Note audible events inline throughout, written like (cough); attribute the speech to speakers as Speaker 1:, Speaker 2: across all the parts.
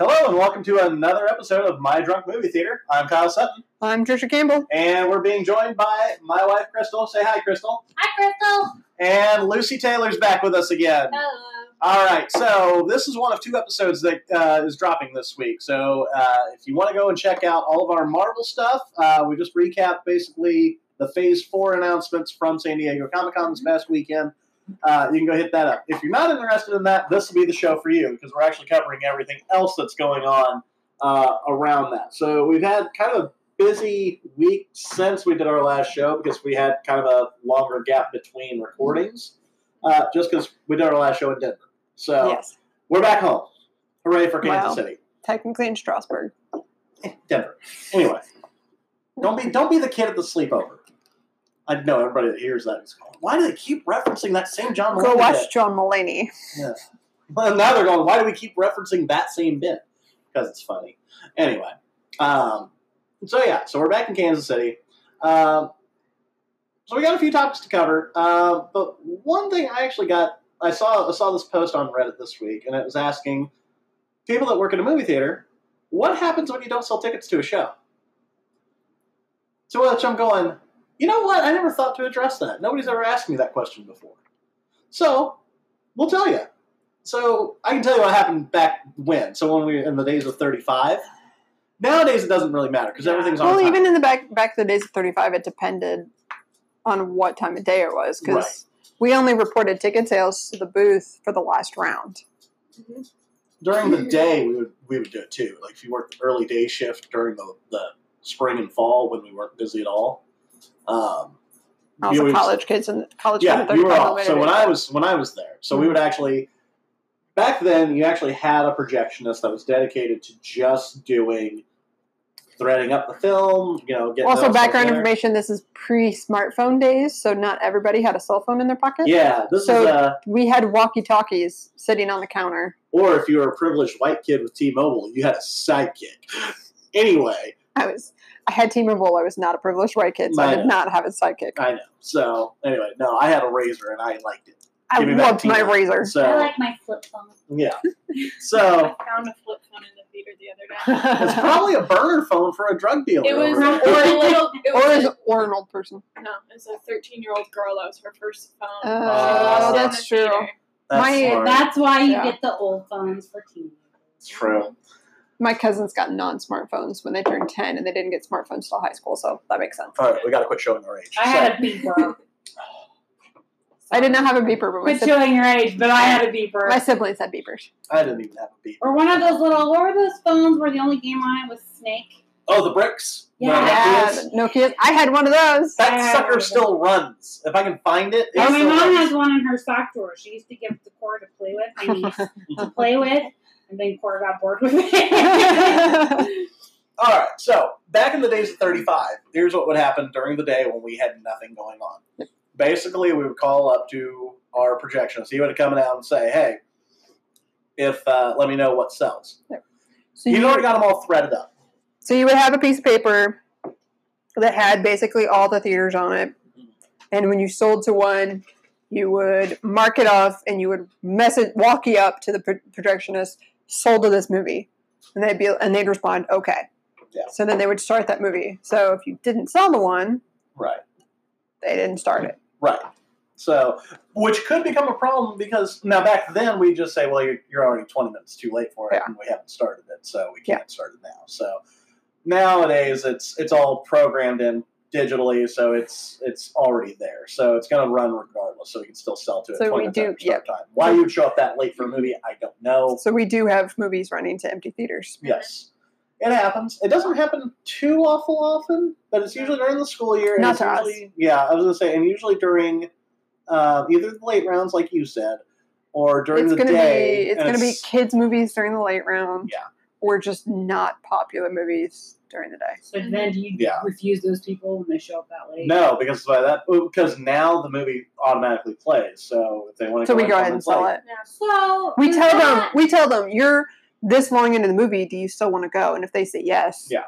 Speaker 1: welcome to another episode of My Drunk Movie Theater. I'm Kyle Sutton,
Speaker 2: I'm Trisha Campbell.
Speaker 1: and we're being joined by my wife, Crystal. Say hi, Crystal.
Speaker 3: Hi, Crystal.
Speaker 1: And Lucy Taylor's back with us again.
Speaker 3: Hello.
Speaker 1: All right, so this is one of two episodes that uh, is dropping this week. So uh, if you want to go and check out all of our Marvel stuff, uh, we just recapped basically the Phase 4 announcements from San Diego Comic Con this past weekend. Uh, you can go hit that up. If you're not interested in that, this will be the show for you because we're actually covering everything else that's going on uh, around that. So we've had kind of a busy week since we did our last show because we had kind of a longer gap between recordings uh, just because we did our last show in Denver. So
Speaker 2: Yes,
Speaker 1: we're back home. Hooray for Kansas
Speaker 2: Wow.
Speaker 1: City.
Speaker 2: technically in Strasbourg.
Speaker 1: Eh, Denver. Anyway. Don't be don't be the kid at the sleepover. I know everybody that hears that is going, why do they keep referencing that same John
Speaker 2: Go
Speaker 1: Mulaney
Speaker 2: watch
Speaker 1: bit?"
Speaker 2: John Mulaney.
Speaker 1: (laughs) Well, now they're going, why do we keep referencing that same bit? Because it's funny. Anyway. Um, so yeah, so we're back in Kansas City. Um, so we got a few topics to cover, uh, but one thing I actually got, I saw, I saw this post on Reddit this week, and it was asking people that work in a movie theater, what happens when you don't sell tickets to a show? To which I'm going, you know what? I never thought to address that. Nobody's ever asked me that question before. So we'll tell you. So I can tell you what happened back when. So when we were in the days of 35. Nowadays it doesn't really matter because
Speaker 3: Yeah.
Speaker 1: everything's on
Speaker 2: Well,
Speaker 1: time.
Speaker 2: even in the back back of the days of thirty five, it depended on what time of day it was because we only reported ticket sales to the booth for the last round.
Speaker 1: during the day we would we would do it too. Like if you worked the early day shift during the, the spring and fall when we weren't busy at all. Um,
Speaker 2: I was
Speaker 1: you
Speaker 2: a
Speaker 1: always-
Speaker 2: college kids and college kid.
Speaker 1: yeah,
Speaker 2: at
Speaker 1: you were
Speaker 2: 35
Speaker 1: off. So
Speaker 2: elevator.
Speaker 1: when I was when I was there, so we
Speaker 2: Mm-hmm.
Speaker 1: would actually back then you actually had a projectionist that was dedicated to just doing threading up the film. You know, getting
Speaker 2: also
Speaker 1: those
Speaker 2: background
Speaker 1: together.
Speaker 2: information. This is pre smartphone days, so not everybody had a cell phone in their pocket.
Speaker 1: Yeah, this
Speaker 2: So-
Speaker 1: is uh,
Speaker 2: We had walkie talkies sitting on the counter.
Speaker 1: or if you were a privileged white kid with T-Mobile, you had a sidekick. anyway,
Speaker 2: I was I had T-Mobile. I was not a privileged white kid, so I
Speaker 1: Mine-
Speaker 2: did not have a sidekick.
Speaker 1: I know. So anyway, no, I had a razor and I liked it.
Speaker 2: I
Speaker 1: Give me back
Speaker 2: loved my
Speaker 1: T-Mobile.
Speaker 2: razor.
Speaker 3: I
Speaker 1: So
Speaker 3: like my flip phone.
Speaker 1: yeah. So
Speaker 3: I found a flip phone in the theater the
Speaker 2: (laughs)
Speaker 3: other day. (laughs)
Speaker 1: it's
Speaker 2: or
Speaker 1: probably a burner phone for a drug dealer.
Speaker 3: It was,
Speaker 1: over there.
Speaker 3: or a little, it was,
Speaker 2: is or an old person.
Speaker 3: no, it was a 13 year old girl. That was her first phone.
Speaker 2: Oh,
Speaker 3: She lost it in
Speaker 1: that's
Speaker 3: the
Speaker 2: true.
Speaker 3: theater.
Speaker 1: That's
Speaker 2: my-
Speaker 1: smart.
Speaker 4: That's why you
Speaker 2: Yeah.
Speaker 4: get the old phones for teenagers.
Speaker 1: It's true.
Speaker 2: My cousins got non-smartphones when they turned ten, and they didn't get smartphones till high school, so that makes sense.
Speaker 1: All right, we got to quit showing our age.
Speaker 4: I
Speaker 1: so,
Speaker 4: had a beeper.
Speaker 2: I did not have a beeper, but my,
Speaker 4: Quit
Speaker 2: sib-
Speaker 4: showing your age, but I had a beeper.
Speaker 2: my siblings had beepers.
Speaker 1: I didn't even have a beep.
Speaker 4: or one of those little. What were those phones where the only game on it was Snake?
Speaker 1: Oh, the bricks. The
Speaker 4: Yeah.
Speaker 1: Nokias?
Speaker 2: the Nokia's. I had one of those.
Speaker 1: That
Speaker 4: Yeah.
Speaker 1: sucker still runs. If I can find it, it
Speaker 4: Oh, my
Speaker 1: still
Speaker 4: mom
Speaker 1: runs.
Speaker 4: has one in her sock drawer. She used to give the core to play with, my (laughs) niece
Speaker 1: (laughs)
Speaker 4: to play with, and then core got bored with
Speaker 1: (laughs)
Speaker 4: it.
Speaker 1: All right, so back in the days of 35, here's what would happen during the day when we had nothing going on. Basically, we would call up to our projectionist. He would come out and say, hey, if uh, let me know what sells.
Speaker 2: (laughs) so,
Speaker 1: He's
Speaker 2: you,
Speaker 1: already got them all threaded up.
Speaker 2: so you would have a piece of paper that had basically all the theaters on it, and when you sold to one, you would mark it off, and you would message walkie up to the pro- projectionist, sold to this movie, and they'd be and they'd respond, okay.
Speaker 1: Yeah.
Speaker 2: So then they would start that movie. So if you didn't sell the one,
Speaker 1: Right,
Speaker 2: they didn't start it.
Speaker 1: right. So, which could become a problem because now back then we just say, well, you're, you're already 20 minutes too late for it,
Speaker 2: Yeah.
Speaker 1: and we haven't started it, so we
Speaker 2: Yeah.
Speaker 1: can't start it now. So, nowadays it's it's all programmed in digitally, so it's it's already there. So it's going to run regardless. So we can still sell to it.
Speaker 2: So
Speaker 1: 20
Speaker 2: we
Speaker 1: minutes
Speaker 2: do-
Speaker 1: after start time. Why you would show up that late for a movie, I don't know.
Speaker 2: So we do have movies running to empty theaters.
Speaker 1: Yes. It happens. It doesn't happen too awful often, but it's usually during the school year. and
Speaker 2: Not
Speaker 1: it's
Speaker 2: to us.
Speaker 1: usually, Yeah, I was gonna say, and usually during um, either the late rounds, like you said, or during
Speaker 2: it's
Speaker 1: the
Speaker 2: gonna
Speaker 1: day.
Speaker 2: be it's
Speaker 1: and
Speaker 2: gonna be kids movies during the late round.
Speaker 1: Yeah.
Speaker 2: Or just not popular movies during the day.
Speaker 4: so then, do you
Speaker 1: Yeah.
Speaker 4: refuse those people when they show up that late?
Speaker 1: no because by that oh, because now the movie automatically plays. So if they want to,
Speaker 2: So we go ahead and sell it.
Speaker 3: Yeah.
Speaker 4: So
Speaker 2: We
Speaker 4: is
Speaker 2: tell them
Speaker 4: that-
Speaker 2: we tell them you're this long into the movie. Do you still want to go? And if they say yes,
Speaker 1: Yeah.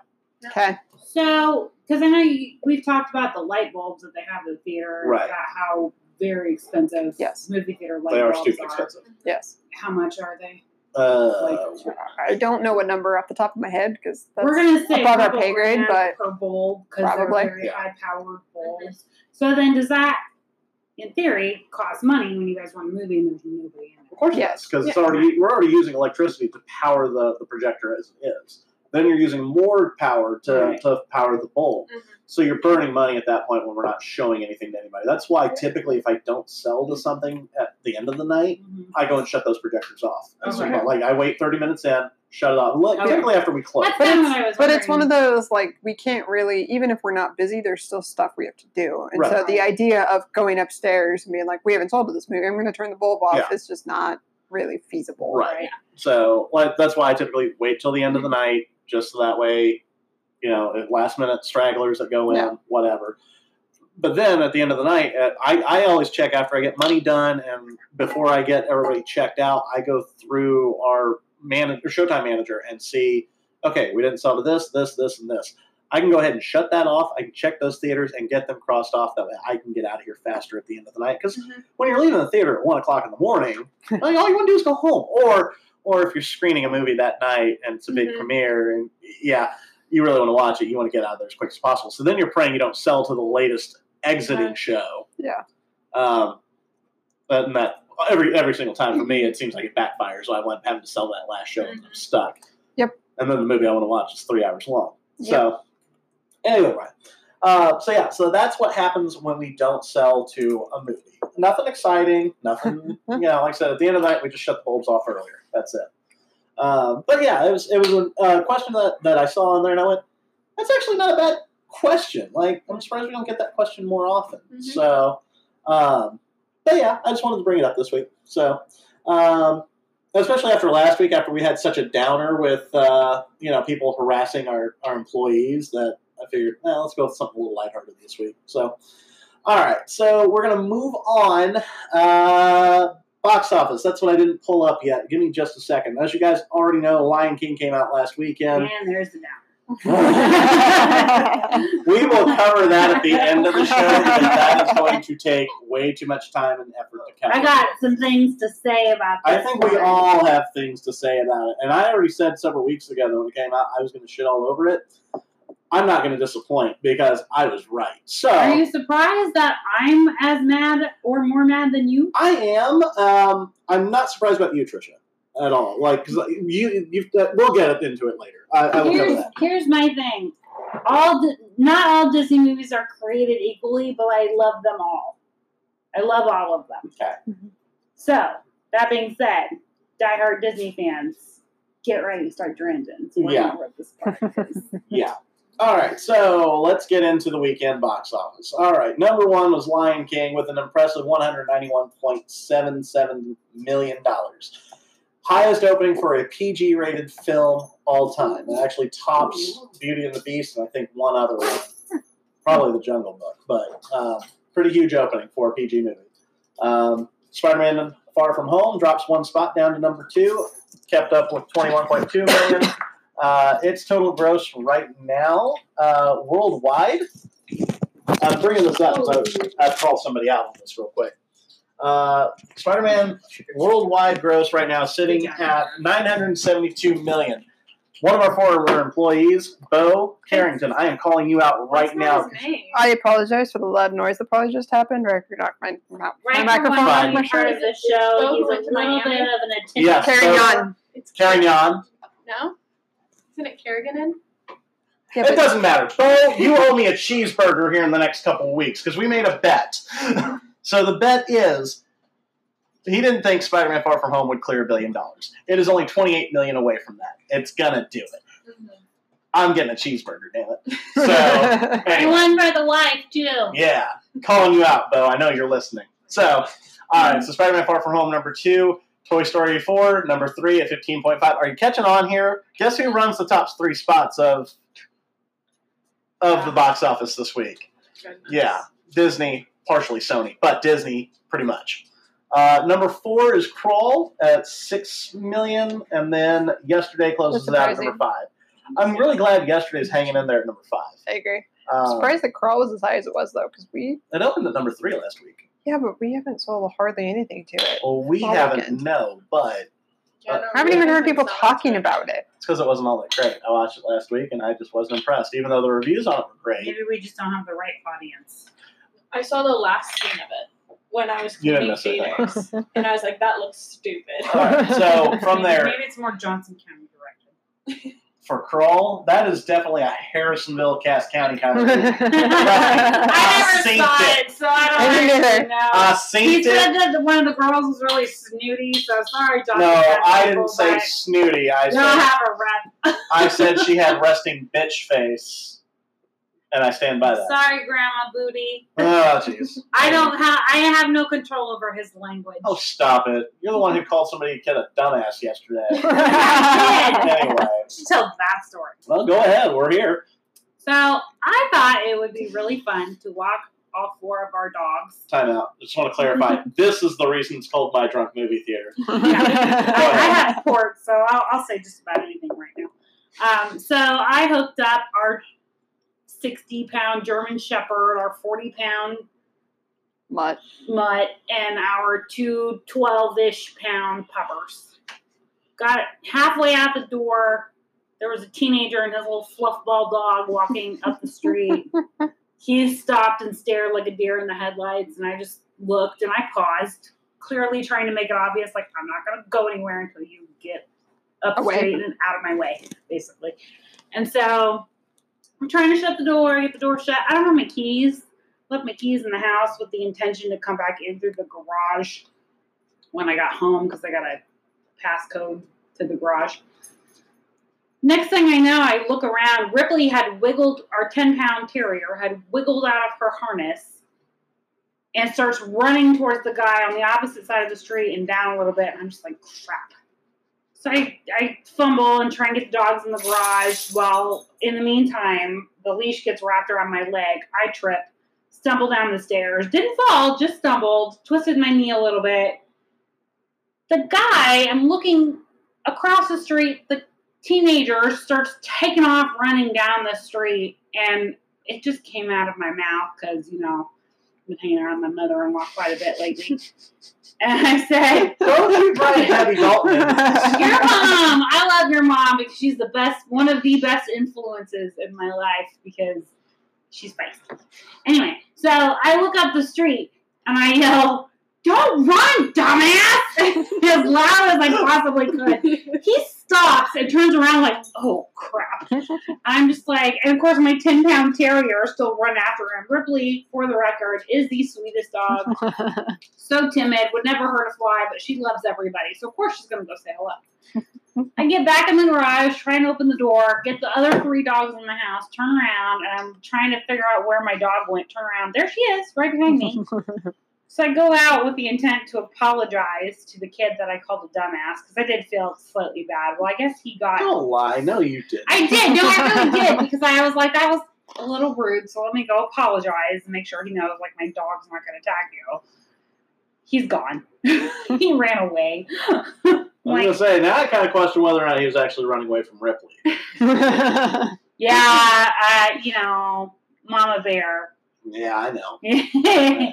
Speaker 2: Okay.
Speaker 4: So, because I know you, we've talked about the light bulbs that they have in the theater,
Speaker 1: Right.
Speaker 4: About how very expensive
Speaker 2: Yes.
Speaker 4: movie theater light
Speaker 1: They are
Speaker 4: bulbs
Speaker 1: stupid
Speaker 4: are.
Speaker 1: expensive.
Speaker 2: Yes.
Speaker 4: How much are they?
Speaker 1: Uh,
Speaker 2: I don't know what number off the top of my head because that's
Speaker 4: We're gonna say
Speaker 2: above our
Speaker 4: double
Speaker 2: pay grade,
Speaker 4: grand
Speaker 2: but
Speaker 4: per bowl because they're
Speaker 2: probably.
Speaker 4: very
Speaker 1: Yeah.
Speaker 4: high powered bowls. So then, does that, in theory, cost money when you guys run a movie and there's nobody in
Speaker 1: of
Speaker 4: it?
Speaker 1: course,
Speaker 2: Yeah.
Speaker 1: yes, because it's already we're already using electricity to power the, the projector as it is. Then you're using more power to,
Speaker 4: Right.
Speaker 1: to power the bowl.
Speaker 3: Mhm.
Speaker 1: So you're burning money at that point when we're not showing anything to anybody. That's why typically if I don't sell to something at the end of the night,
Speaker 4: Mhm.
Speaker 1: I go and shut those projectors off. As soon as-
Speaker 4: Okay.
Speaker 1: Like I wait 30 minutes in, shut it off. Like,
Speaker 4: Oh, Okay.
Speaker 1: Typically after we close.
Speaker 4: That's
Speaker 2: But
Speaker 4: kinda
Speaker 2: it's-
Speaker 4: what I was
Speaker 2: But it's one of
Speaker 4: wondering.
Speaker 2: those like we can't really even if we're not busy, there's still stuff we have to do. And so
Speaker 4: Right.
Speaker 2: the idea of going upstairs and being like, We haven't sold to this movie, I'm gonna turn the bulb off
Speaker 1: Yeah.
Speaker 2: is just not really feasible.
Speaker 1: Right. So like, that's why I typically wait till the end of the
Speaker 4: Mm-hmm.
Speaker 1: night, just so that way, you know, if last minute stragglers that go in,
Speaker 2: Yeah.
Speaker 1: whatever. But then at the end of the night, uh, I, I always check after I get money done and before I get everybody checked out, I go through our manager, Showtime manager, and see, okay, we didn't sell to this, this, this, and this. I can go ahead and shut that off. I can check those theaters and get them crossed off. That way I can get out of here faster at the end of the night. Because
Speaker 3: Mhm.
Speaker 1: when you're leaving the theater at one o'clock in the morning, like, all you want to do is go home. Or or if you're screening a movie that night and it's a big
Speaker 3: Mhm.
Speaker 1: premiere, and yeah, you really want to watch it. You want to get out of there as quick as possible. So then you're praying you don't sell to the latest exiting show.
Speaker 2: Yeah.
Speaker 1: Um, but and that every every single time for me, it seems like it backfires. So I wind up having to sell that last show, and I'm
Speaker 3: Mhm.
Speaker 1: stuck.
Speaker 2: Yep.
Speaker 1: And then the movie I want to watch is three hours long. So anyway, Ryan. Uh, so yeah, so that's what happens when we don't sell to a movie. Nothing exciting, nothing. you know, like I said, at the end of the night, we just shut the bulbs off earlier. That's it. Um, but yeah, it was it was a uh, question that, that I saw on there, and I went, "That's actually not a bad question." Like, I'm surprised we don't get that question more often.
Speaker 3: Mhm.
Speaker 1: So, um, but yeah, I just wanted to bring it up this week. So, um, especially after last week, after we had such a downer with uh, you know people harassing our our employees, that I figured, eh, let's go with something a little lighthearted this week. So, all right, so we're gonna move on. Uh, box office. That's what I didn't pull up yet. Give me just a second. As you guys already know, Lion King came out last
Speaker 4: (laughs)
Speaker 1: weekend. (laughs)
Speaker 4: And there's the down.
Speaker 2: Right.
Speaker 1: We will cover that at the end of the show because that is going to take way too much time and effort to cover.
Speaker 4: I got some things to say about this.
Speaker 1: I think we
Speaker 4: one.
Speaker 1: all have things to say about it. And I already said several weeks ago that when it came out, I was going to shit all over it. I'm not going to disappoint because I was right. So
Speaker 4: Are you surprised that I'm as mad or more mad than you?
Speaker 1: I am. Um, I'm not surprised about you, Trisha, at all. Like 'cause you, you've, uh, we'll get into it later. I, I will cover
Speaker 4: here's
Speaker 1: that.
Speaker 4: here's my thing. All Di- not all Disney movies are created equally, but I love them all. I love all of them.
Speaker 1: Okay.
Speaker 2: Mhm.
Speaker 4: So that being said, diehard Disney fans, get ready to start your engines. We're
Speaker 1: Yeah.
Speaker 4: gonna rip this apart. (laughs)
Speaker 1: Yeah. All right, so let's get into the weekend box office. All right, number one was Lion King with an impressive $191.77 million. Highest opening for a PG rated film all time. It actually tops Beauty and the Beast and I think one other one. Probably The Jungle Book, but um, pretty huge opening for a PG movie. Um, Spider Man Far From Home drops one spot down to number two, kept up with 21.2 million. Uh, its total gross right now, uh, worldwide. I'm bringing this up. So I've called somebody out on this real quick. Uh, Spider-Man worldwide gross right now is sitting at 972 million. One of our former employees, Bo Carrington, I am calling you out right
Speaker 3: That's
Speaker 1: now.
Speaker 3: not his name.
Speaker 2: (laughs) I apologize for the loud noise that probably just happened. Riker knocked my, my
Speaker 4: Right
Speaker 2: microphone
Speaker 1: now,
Speaker 2: off
Speaker 4: now,
Speaker 2: my
Speaker 4: I'm part
Speaker 2: shirt.
Speaker 4: of the show. He's a
Speaker 3: Both went
Speaker 4: little
Speaker 3: to
Speaker 4: bit of
Speaker 3: Miami.
Speaker 4: an attention.
Speaker 1: Yes,
Speaker 2: Carry
Speaker 1: so-
Speaker 2: on.
Speaker 3: It's
Speaker 1: Carrying
Speaker 3: Kerrigan.
Speaker 1: on.
Speaker 3: No, isn't it Kerrigan?
Speaker 2: Yeah,
Speaker 1: It
Speaker 2: but-
Speaker 1: doesn't matter. Bo, you owe me a cheeseburger here in the next couple of weeks because we made a bet. (laughs) so the bet is he didn't think Spider Man Far From Home would clear a billion dollars. It is only 28 million away from that. It's going to do it. Mm-hmm. I'm getting a cheeseburger, damn
Speaker 2: (laughs)
Speaker 1: it. So,
Speaker 4: I
Speaker 1: anyway,
Speaker 4: won for the wife too.
Speaker 1: yeah. Calling you out, Bo. I know you're listening. So, all right. So, Spider Man Far From Home, number two. Toy Story 4, number three at 15.5. Are you catching on here? Guess who runs the top three spots of of the box office this week?
Speaker 3: Goodness.
Speaker 1: Yeah, Disney, partially Sony, but Disney pretty much. Uh, number four is Crawl at six million, and then yesterday closes
Speaker 2: That's
Speaker 1: it out at
Speaker 2: surprising.
Speaker 1: number five. I'm really glad yesterday's hanging in there at number five.
Speaker 2: (laughs) I agree.
Speaker 1: Um,
Speaker 2: Surprised that crawl was as high as it was though, because we
Speaker 1: it opened at number three last week.
Speaker 2: yeah, but we haven't sold hardly anything to it.
Speaker 1: Well, we
Speaker 2: All
Speaker 1: haven't
Speaker 2: weekend.
Speaker 1: no, but
Speaker 3: Jenna
Speaker 2: I haven't even heard
Speaker 3: Rubin
Speaker 2: people
Speaker 3: sounds
Speaker 2: talking
Speaker 3: good.
Speaker 1: (laughs)
Speaker 2: about it.
Speaker 1: It's because it wasn't all that great. I watched it last week and I just wasn't impressed, even though the reviews on it were great.
Speaker 4: Maybe we just don't have the right audience.
Speaker 3: I saw the last scene of it when I was
Speaker 1: You didn't
Speaker 3: cleaning
Speaker 1: miss it, no.
Speaker 3: Phoenix, and I was like, "That looks stupid."
Speaker 1: All right,
Speaker 4: (laughs)
Speaker 1: so Oh, from there,
Speaker 4: Maybe it's more Johnson County directed.
Speaker 1: for Kroll, that is definitely a Harrisonville, Cass County kind of
Speaker 4: (laughs)
Speaker 1: movie.
Speaker 4: I never
Speaker 1: Synced
Speaker 4: saw
Speaker 1: it.
Speaker 4: it, so I don't
Speaker 2: I didn't
Speaker 4: actually
Speaker 2: either.
Speaker 4: know.
Speaker 1: I seen
Speaker 4: he said
Speaker 1: it.
Speaker 4: that the- one of the girls was really snooty, so sorry, Johnson.
Speaker 1: No,
Speaker 4: County
Speaker 1: I
Speaker 4: people,
Speaker 1: didn't say
Speaker 4: but
Speaker 1: snooty. I
Speaker 4: (laughs) you don't
Speaker 1: said
Speaker 4: have a rep.
Speaker 1: I said she had resting bitch face, and I stand by that.
Speaker 4: Sorry, Grandma Booty.
Speaker 1: Oh jeez.
Speaker 4: (laughs) I don't have. I have no control over his language.
Speaker 1: Oh stop it! You're the one who called somebody a kid a dumbass yesterday. anyway,
Speaker 4: (laughs) I should tell that story.
Speaker 1: well, go ahead. We're here.
Speaker 4: So I thought it would be really fun to walk all four of our dogs.
Speaker 1: (laughs) Time out. Just want to clarify. This is the reason it's called my drunk movie theater.
Speaker 4: I, I have port, so I'll, I'll say just about anything right now. Um, so I hooked up our 60 pound German Shepherd, our 40 pound
Speaker 5: Much.
Speaker 4: mutt, and our two 12 ish pound puppers. Got halfway out the door. There was a teenager and his little fluffball dog walking up the street. he stopped and stared like a deer in the headlights, and I just looked and I paused, clearly trying to make it obvious like, I'm not going to go anywhere until you get up the
Speaker 2: Away.
Speaker 4: street and out of my way, basically. And so I'm trying to shut the door, get the door shut. I don't have my keys. Left my keys in the house with the intention to come back in through the garage when I got home because I got a passcode to the garage. Next thing I know, I look around. Ripley had wiggled, our 10 pound terrier had wiggled out of her harness and starts running towards the guy on the opposite side of the street and down a little bit. And I'm just like, crap. So I, I fumble and try and get the dogs in the garage. While in the meantime, the leash gets wrapped around my leg. I trip, stumble down the stairs. Didn't fall, just stumbled, twisted my knee a little bit. The guy, I'm looking across the street, the teenager starts taking off running down the street, and it just came out of my mouth because, you know, I've been hanging around my mother in law quite a bit lately. and I said,
Speaker 1: (laughs) Don't you write Debbie Dalton. into this.
Speaker 2: (laughs)
Speaker 4: your mom. I love your mom because she's the best, one of the best influences in my life because she's feisty. Anyway, so I look up the street and I yell, "Don't run, dumbass!" (laughs) as loud as I possibly could. He stops and turns around like, "Oh crap!" I'm just like, and of course my ten pound terrier still run after him. Ripley, for the record, is the sweetest dog so timid, would never hurt a fly, but she loves everybody. So of course she's gonna go say hello. I get back in the garage, try and open the door, get the other three dogs in the house, turn around, and I'm trying to figure out where my dog went. Turn around, there she is, right behind me. so I go out with the intent to apologize to the kid that I called a dumbass because I did feel slightly bad. Well, I guess he got.
Speaker 1: Don't lie. No, you didn't.
Speaker 4: I did. No, I really did because I was like, that was a little rude. So let me go apologize and make sure he knows, like, my dog's not going to attack you. He's gone. (laughs) he ran away. (laughs)
Speaker 1: I was gonna
Speaker 4: like,
Speaker 1: say now. I kind of question whether or not he was actually running away from Ripley.
Speaker 4: yeah, uh, you know, Mama Bear. (laughs)
Speaker 1: Yeah, I know.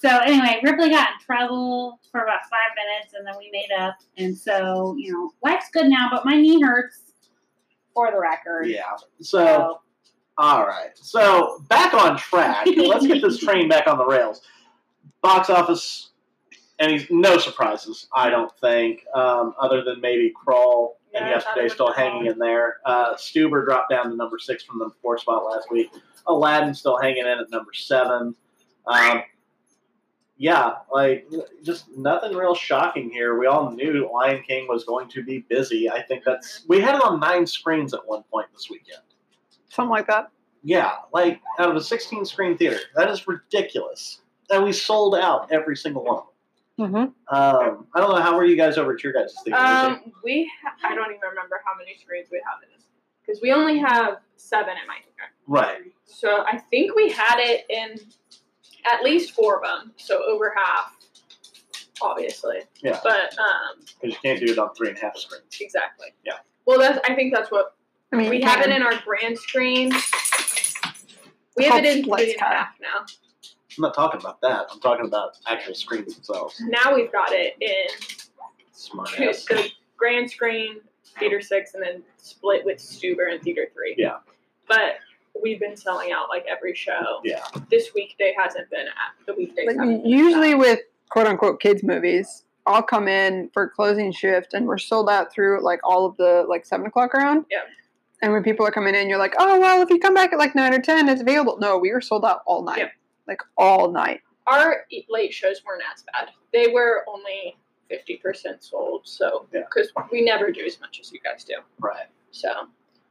Speaker 4: so anyway, Ripley got in trouble for about five minutes, and then we made up. And so, you know, life's good now, but my knee hurts. For the record,
Speaker 1: Yeah. So All right. So back on track. Let's get this train back on the rails. Box office, and he's no surprises, I don't think, um, other than maybe Crawl and
Speaker 4: Yeah, I thought it
Speaker 1: yesterday
Speaker 4: was
Speaker 1: still
Speaker 4: Crawl.
Speaker 1: hanging in there. Uh, Stuber dropped down to number six from the fourth spot last week. Aladdin still hanging in at number seven. Um, yeah, like just nothing real shocking here. We all knew Lion King was going to be busy. I think that's we had it on nine screens at one point this weekend.
Speaker 2: Something like that.
Speaker 1: Yeah, like out of a 16 screen theater. That is ridiculous. And we sold out every single one.
Speaker 2: Mm-hmm.
Speaker 1: Um, I don't know how were you guys over at your guys' theater?
Speaker 3: Um, we ha- I don't even remember how many screens we have in this because we only have seven at my theater.
Speaker 1: right.
Speaker 3: So I think we had it in at least four of them, so over half, obviously.
Speaker 1: Yeah.
Speaker 3: But um,
Speaker 1: Because you can't do it on three and a half screens.
Speaker 3: exactly.
Speaker 1: Yeah.
Speaker 3: Well, that's I think that's what
Speaker 2: I mean,
Speaker 3: we
Speaker 2: you
Speaker 3: have it
Speaker 2: can-
Speaker 3: in our grand screen. We have it in
Speaker 2: Called
Speaker 3: three and a
Speaker 2: Lifetime.
Speaker 3: half now.
Speaker 1: I'm not talking about that. I'm talking about actual screens themselves.
Speaker 3: Now we've got it in
Speaker 1: Smart
Speaker 3: two,
Speaker 1: ass.
Speaker 3: the grand screen, theater six, and then split with Stuber and theater three.
Speaker 1: Yeah.
Speaker 3: But we've been selling out like every show.
Speaker 1: Yeah.
Speaker 3: This weekday hasn't been at the weekdays.
Speaker 2: Like,
Speaker 3: haven't been
Speaker 2: usually
Speaker 3: at.
Speaker 2: with quote unquote kids movies, I'll come in for closing shift and we're sold out through like all of the like seven o'clock round.
Speaker 3: Yeah.
Speaker 2: And when people are coming in, you're like, oh well, if you come back at like nine or ten, it's available. No, we were sold out all night,
Speaker 3: Yeah.
Speaker 2: like all night.
Speaker 3: our e, late shows weren't as bad. They were only fifty percent sold. So
Speaker 1: Yeah.
Speaker 3: because we never do as much as you guys do.
Speaker 1: Right.
Speaker 3: So,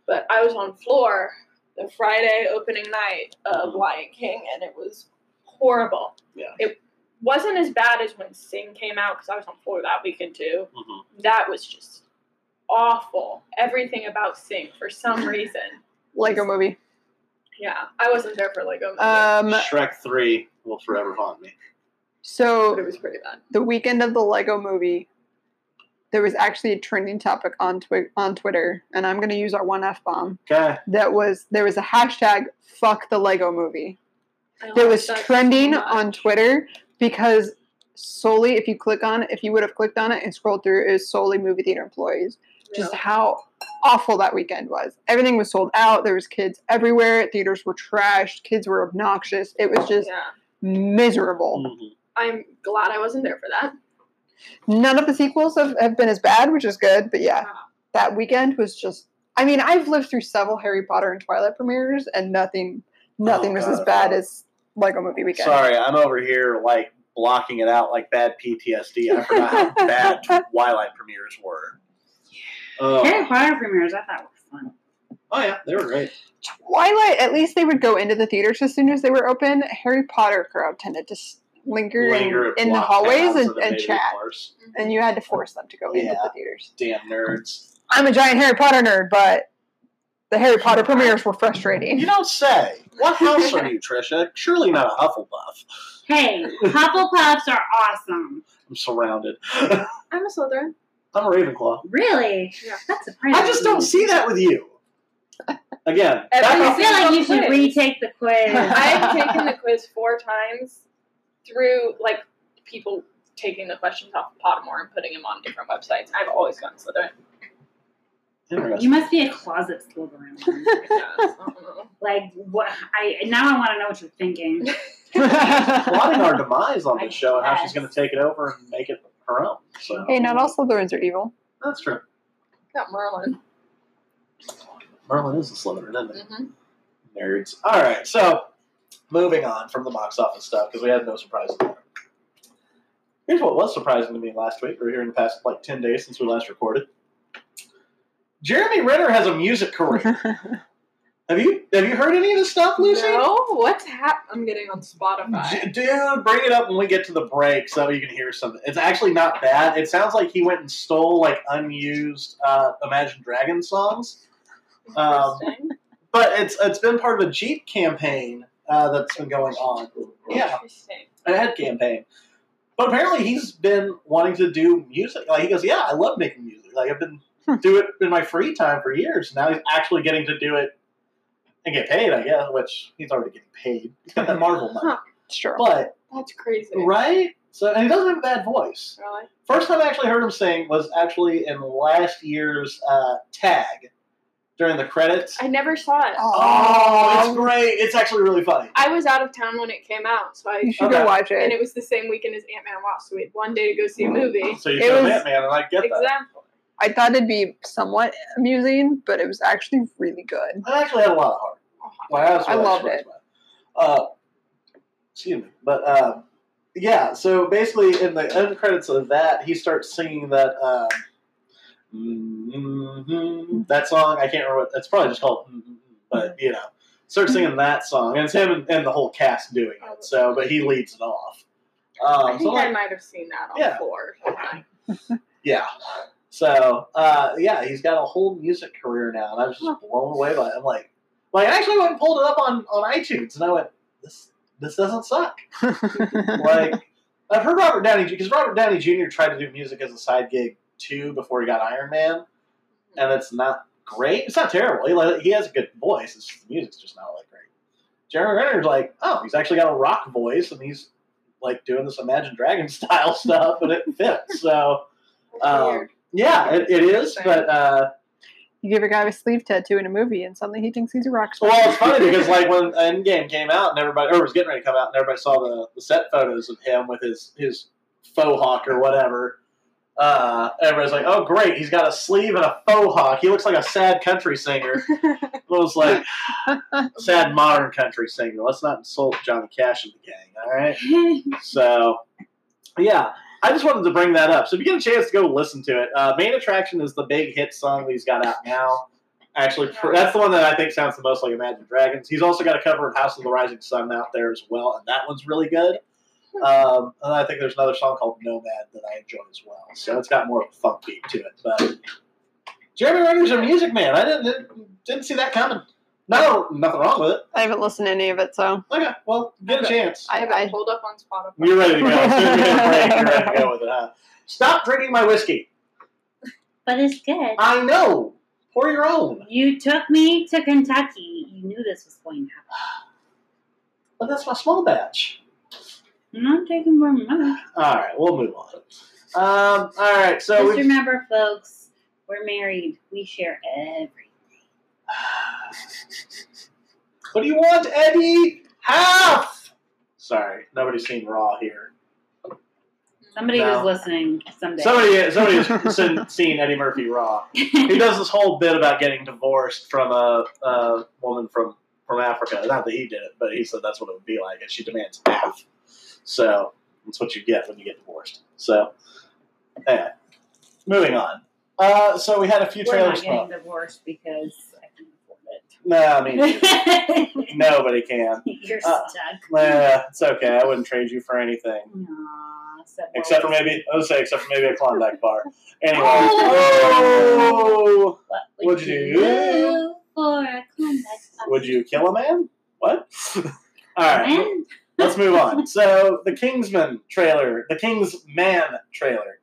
Speaker 3: but I was on floor the Friday opening night
Speaker 2: Mm-hmm.
Speaker 3: of Lion King, and it was horrible.
Speaker 1: Yeah.
Speaker 3: It wasn't as bad as when Sing came out because I was on floor that weekend too.
Speaker 1: Mhm.
Speaker 3: That was just awful. Everything about Sing
Speaker 2: (laughs)
Speaker 3: for some reason.
Speaker 2: Lego movie.
Speaker 3: Yeah, I wasn't there for Lego, Movie,
Speaker 2: Um,
Speaker 1: Shrek Three will forever haunt me.
Speaker 3: but it
Speaker 2: so
Speaker 3: was pretty bad.
Speaker 2: the weekend of the Lego movie, there was actually a trending topic on twi- on Twitter, and I'm gonna use our one f bomb.
Speaker 1: Okay.
Speaker 2: That was there was a hashtag fuck the Lego movie. that was trending on Twitter because solely if you click on if you would have clicked on it and scrolled through it was solely movie theater employees just how awful that weekend was everything was sold out there was kids everywhere theaters were trashed kids were obnoxious it was just
Speaker 3: Yeah,
Speaker 2: miserable
Speaker 1: Mhm.
Speaker 3: I'm glad I wasn't there for that.
Speaker 2: none of the sequels have, have been as bad which is good but yeah that weekend was just i mean i've lived through several harry potter and twilight premieres and nothing nothing was
Speaker 1: God,
Speaker 2: as bad
Speaker 1: no.
Speaker 2: as like a movie weekend
Speaker 1: Sorry, I'm over here like blocking it out like bad PTSD. I forgot how bad Twilight premieres were. Oh.
Speaker 4: Harry Potter premieres, I thought were fun.
Speaker 1: oh yeah, they were great.
Speaker 2: Twilight, at least they would go into the theaters as soon as they were open. Harry Potter crowd tended to s- linger, in-
Speaker 1: Linger
Speaker 2: in, the
Speaker 1: block
Speaker 2: hallways
Speaker 1: paths
Speaker 2: and,
Speaker 1: it made
Speaker 2: and
Speaker 1: me
Speaker 2: chat,
Speaker 1: worse.
Speaker 2: and you had
Speaker 1: (laughs)
Speaker 2: to force them to go into
Speaker 1: Yeah.
Speaker 2: the theaters.
Speaker 1: Damn nerds.
Speaker 2: I'm a giant Harry Potter nerd, but the Harry Potter premieres were
Speaker 1: (laughs) (laughs)
Speaker 2: frustrating.
Speaker 1: You don't say. What house are you, Trisha? Surely not a Hufflepuff.
Speaker 4: Hey, Hufflepuffs are awesome.
Speaker 1: I'm surrounded.
Speaker 3: I'm a Slytherin.
Speaker 1: I'm a Ravenclaw.
Speaker 4: Really?
Speaker 3: Yeah.
Speaker 4: That's surprising.
Speaker 1: I just don't see that with you. Again,
Speaker 3: Every
Speaker 1: back
Speaker 4: I
Speaker 1: off-
Speaker 4: feel like you should
Speaker 3: Quiz.
Speaker 4: retake the
Speaker 1: (laughs)
Speaker 4: quiz.
Speaker 3: (laughs) I've taken the quiz four times through like people taking the questions off of Pottermore and putting them on different websites. I've always gone Slytherin.
Speaker 4: You
Speaker 1: Interesting.
Speaker 4: must be a closet
Speaker 1: (laughs)
Speaker 4: Slytherin.
Speaker 3: Yeah, I don't know.
Speaker 4: like what? I now I want to know what you're
Speaker 1: (laughs)
Speaker 4: thinking.
Speaker 1: Plotting our demise on this show and how she's
Speaker 4: Yes.
Speaker 1: going to take it over and make it her own. So
Speaker 2: hey, not all Slytherins are evil.
Speaker 1: that's true.
Speaker 3: (laughs) Got Merlin.
Speaker 1: Merlin is a Slytherin, isn't he?
Speaker 3: Mm-hmm.
Speaker 1: Nerds. All right, so moving on from the box office stuff because we had no surprises there. Here's what was surprising to me last week, or here in the past like ten days since we last recorded. Jeremy Renner has a music career. have you have you heard any of this stuff, Lucy?
Speaker 3: No, what's hap- I'm getting on Spotify.
Speaker 1: D- Dude, bring it up when we get to the break so you can hear something. It's actually not bad. It sounds like he went and stole like unused uh, Imagine Dragons songs, (laughs) Um,
Speaker 3: Interesting.
Speaker 1: but it's it's been part of a Jeep campaign uh, that's been going on. Yeah,
Speaker 3: Interesting.
Speaker 1: a head campaign. But apparently, he's been wanting to do music. Like he goes, yeah, I love making music. Like I've been
Speaker 2: Hmm.
Speaker 1: do it in my free time for years. Now he's actually getting to do it and get paid. I guess, which he's already getting paid. (laughs) He's got that Marvel money,
Speaker 2: sure.
Speaker 1: but.
Speaker 3: That's crazy.
Speaker 1: Right? So and he doesn't have a bad voice.
Speaker 3: Really?
Speaker 1: First time I actually heard him sing was actually in last year's uh, tag during the credits.
Speaker 3: I never saw it.
Speaker 1: Oh, it's
Speaker 2: Oh,
Speaker 1: great. It's actually really funny.
Speaker 3: I was out of town when it came out, so I
Speaker 2: you should
Speaker 1: Okay.
Speaker 2: go watch
Speaker 3: and
Speaker 2: it.
Speaker 3: it was the same weekend as Ant Man and Wasp, so we had one day to go see a movie.
Speaker 1: So you
Speaker 2: It
Speaker 1: show
Speaker 2: was-
Speaker 1: that man and I get that.
Speaker 3: Example.
Speaker 2: I thought it'd be somewhat amusing, but it was actually really
Speaker 1: (laughs)
Speaker 2: good.
Speaker 1: I actually had a lot of heart. Well, that's
Speaker 2: I
Speaker 1: what
Speaker 2: loved
Speaker 1: was
Speaker 2: it.
Speaker 1: by. Uh, excuse me, but um, yeah. So basically, in the end credits of that, he starts singing that um, mhm, that song. I can't remember. What, it's probably just called, mhm, but you know, starts singing that song, and it's him and, and the whole cast doing it. So, but he leads it off.
Speaker 3: I
Speaker 1: Um, so
Speaker 3: think
Speaker 1: like,
Speaker 3: I might have seen that on
Speaker 1: Yeah. (laughs)
Speaker 3: the floor.
Speaker 1: yeah. So uh, yeah, he's got a whole music career now, and I was just blown away by it. I'm like, like I actually went and pulled it up on on iTunes, and I went, this this doesn't suck. Like I've heard Robert Downey because Robert Downey Jr. tried to do music as a side gig too before he got Iron Man, and it's not great. It's not terrible. He like, he has a good voice. It's just, the music's just not like great. Jeremy Renner's like, oh, he's actually got a rock voice, and he's (laughs) like doing this Imagine Dragon style stuff, and it fits. So. Um,
Speaker 3: Weird.
Speaker 1: Yeah, it, it is, but uh,
Speaker 2: You give a guy a sleeve tattoo in a movie, and suddenly he thinks he's a rock star.
Speaker 1: well, it's funny
Speaker 2: (laughs)
Speaker 1: because like when Endgame came out and everybody, or was getting ready to come out, and everybody saw the, the set photos of him with his his faux hawk or whatever. Uh, everybody's like, "Oh, great! He's got a sleeve and a faux hawk. He looks like a sad country singer." it was like sad modern country singer. Let's not insult Johnny Cash and the gang. All right. So, yeah, I just wanted to bring that up. So, if you get a chance to go listen to it, uh, Main Attraction is the big hit song that he's got out now. Actually, pr- that's the one that I think sounds the most like Imagine Dragons. He's also got a cover of House of the Rising Sun out there as well, and that one's really good. Um, and I think there's another song called Nomad that I enjoy as well. So it's got more of a funk beat to it. But Jeremy Renner's a music man. I didn't didn't- didn't see that coming. No, nothing wrong with it.
Speaker 2: I haven't listened to any of it, so
Speaker 1: Okay, well, get a chance.
Speaker 3: I have
Speaker 2: I-
Speaker 3: it pulled up on Spotify.
Speaker 1: You're ready to go. As soon as we hit break, you're ready to go with it. Huh? Stop drinking my whiskey.
Speaker 4: But it's good.
Speaker 1: I know. Pour your own.
Speaker 4: You took me to Kentucky. You knew this was going to happen.
Speaker 1: But that's my small batch.
Speaker 4: I'm not taking more money.
Speaker 1: All right, we'll move on. Um, all right, so
Speaker 4: Just
Speaker 1: we've-
Speaker 4: remember, folks, we're married. We share everything.
Speaker 1: what do you want, Eddie? Half. Sorry, nobody's seen Raw here.
Speaker 4: Somebody
Speaker 1: No.
Speaker 4: who's listening someday. (laughs)
Speaker 1: Somebody, somebody has seen- seen Eddie Murphy Raw. He does this whole bit about getting divorced from a, a woman from from Africa. Not that he did it, but he said that's what it would be like, and she demands half. So that's what you get when you get divorced. So, anyway, moving on. Uh, so we had a few
Speaker 4: we're not
Speaker 1: trailers.
Speaker 4: getting divorced because I can afford
Speaker 1: No, I
Speaker 4: (laughs)
Speaker 1: mean
Speaker 4: it.
Speaker 1: nobody can.
Speaker 4: You're
Speaker 1: Uh,
Speaker 4: stuck.
Speaker 1: Nah, it's okay. I wouldn't trade you for anything.
Speaker 4: Aw, so
Speaker 1: Except for maybe, I would say, except for maybe a Klondike bar. Anyway,
Speaker 4: Oh!
Speaker 1: Oh!
Speaker 4: What
Speaker 1: What'd you do?
Speaker 4: for a context?
Speaker 1: (laughs) would you kill a man? What? (laughs) All right.
Speaker 4: And
Speaker 1: Let's move
Speaker 2: (laughs)
Speaker 1: on. So the Kingsman trailer, the Kingsman trailer,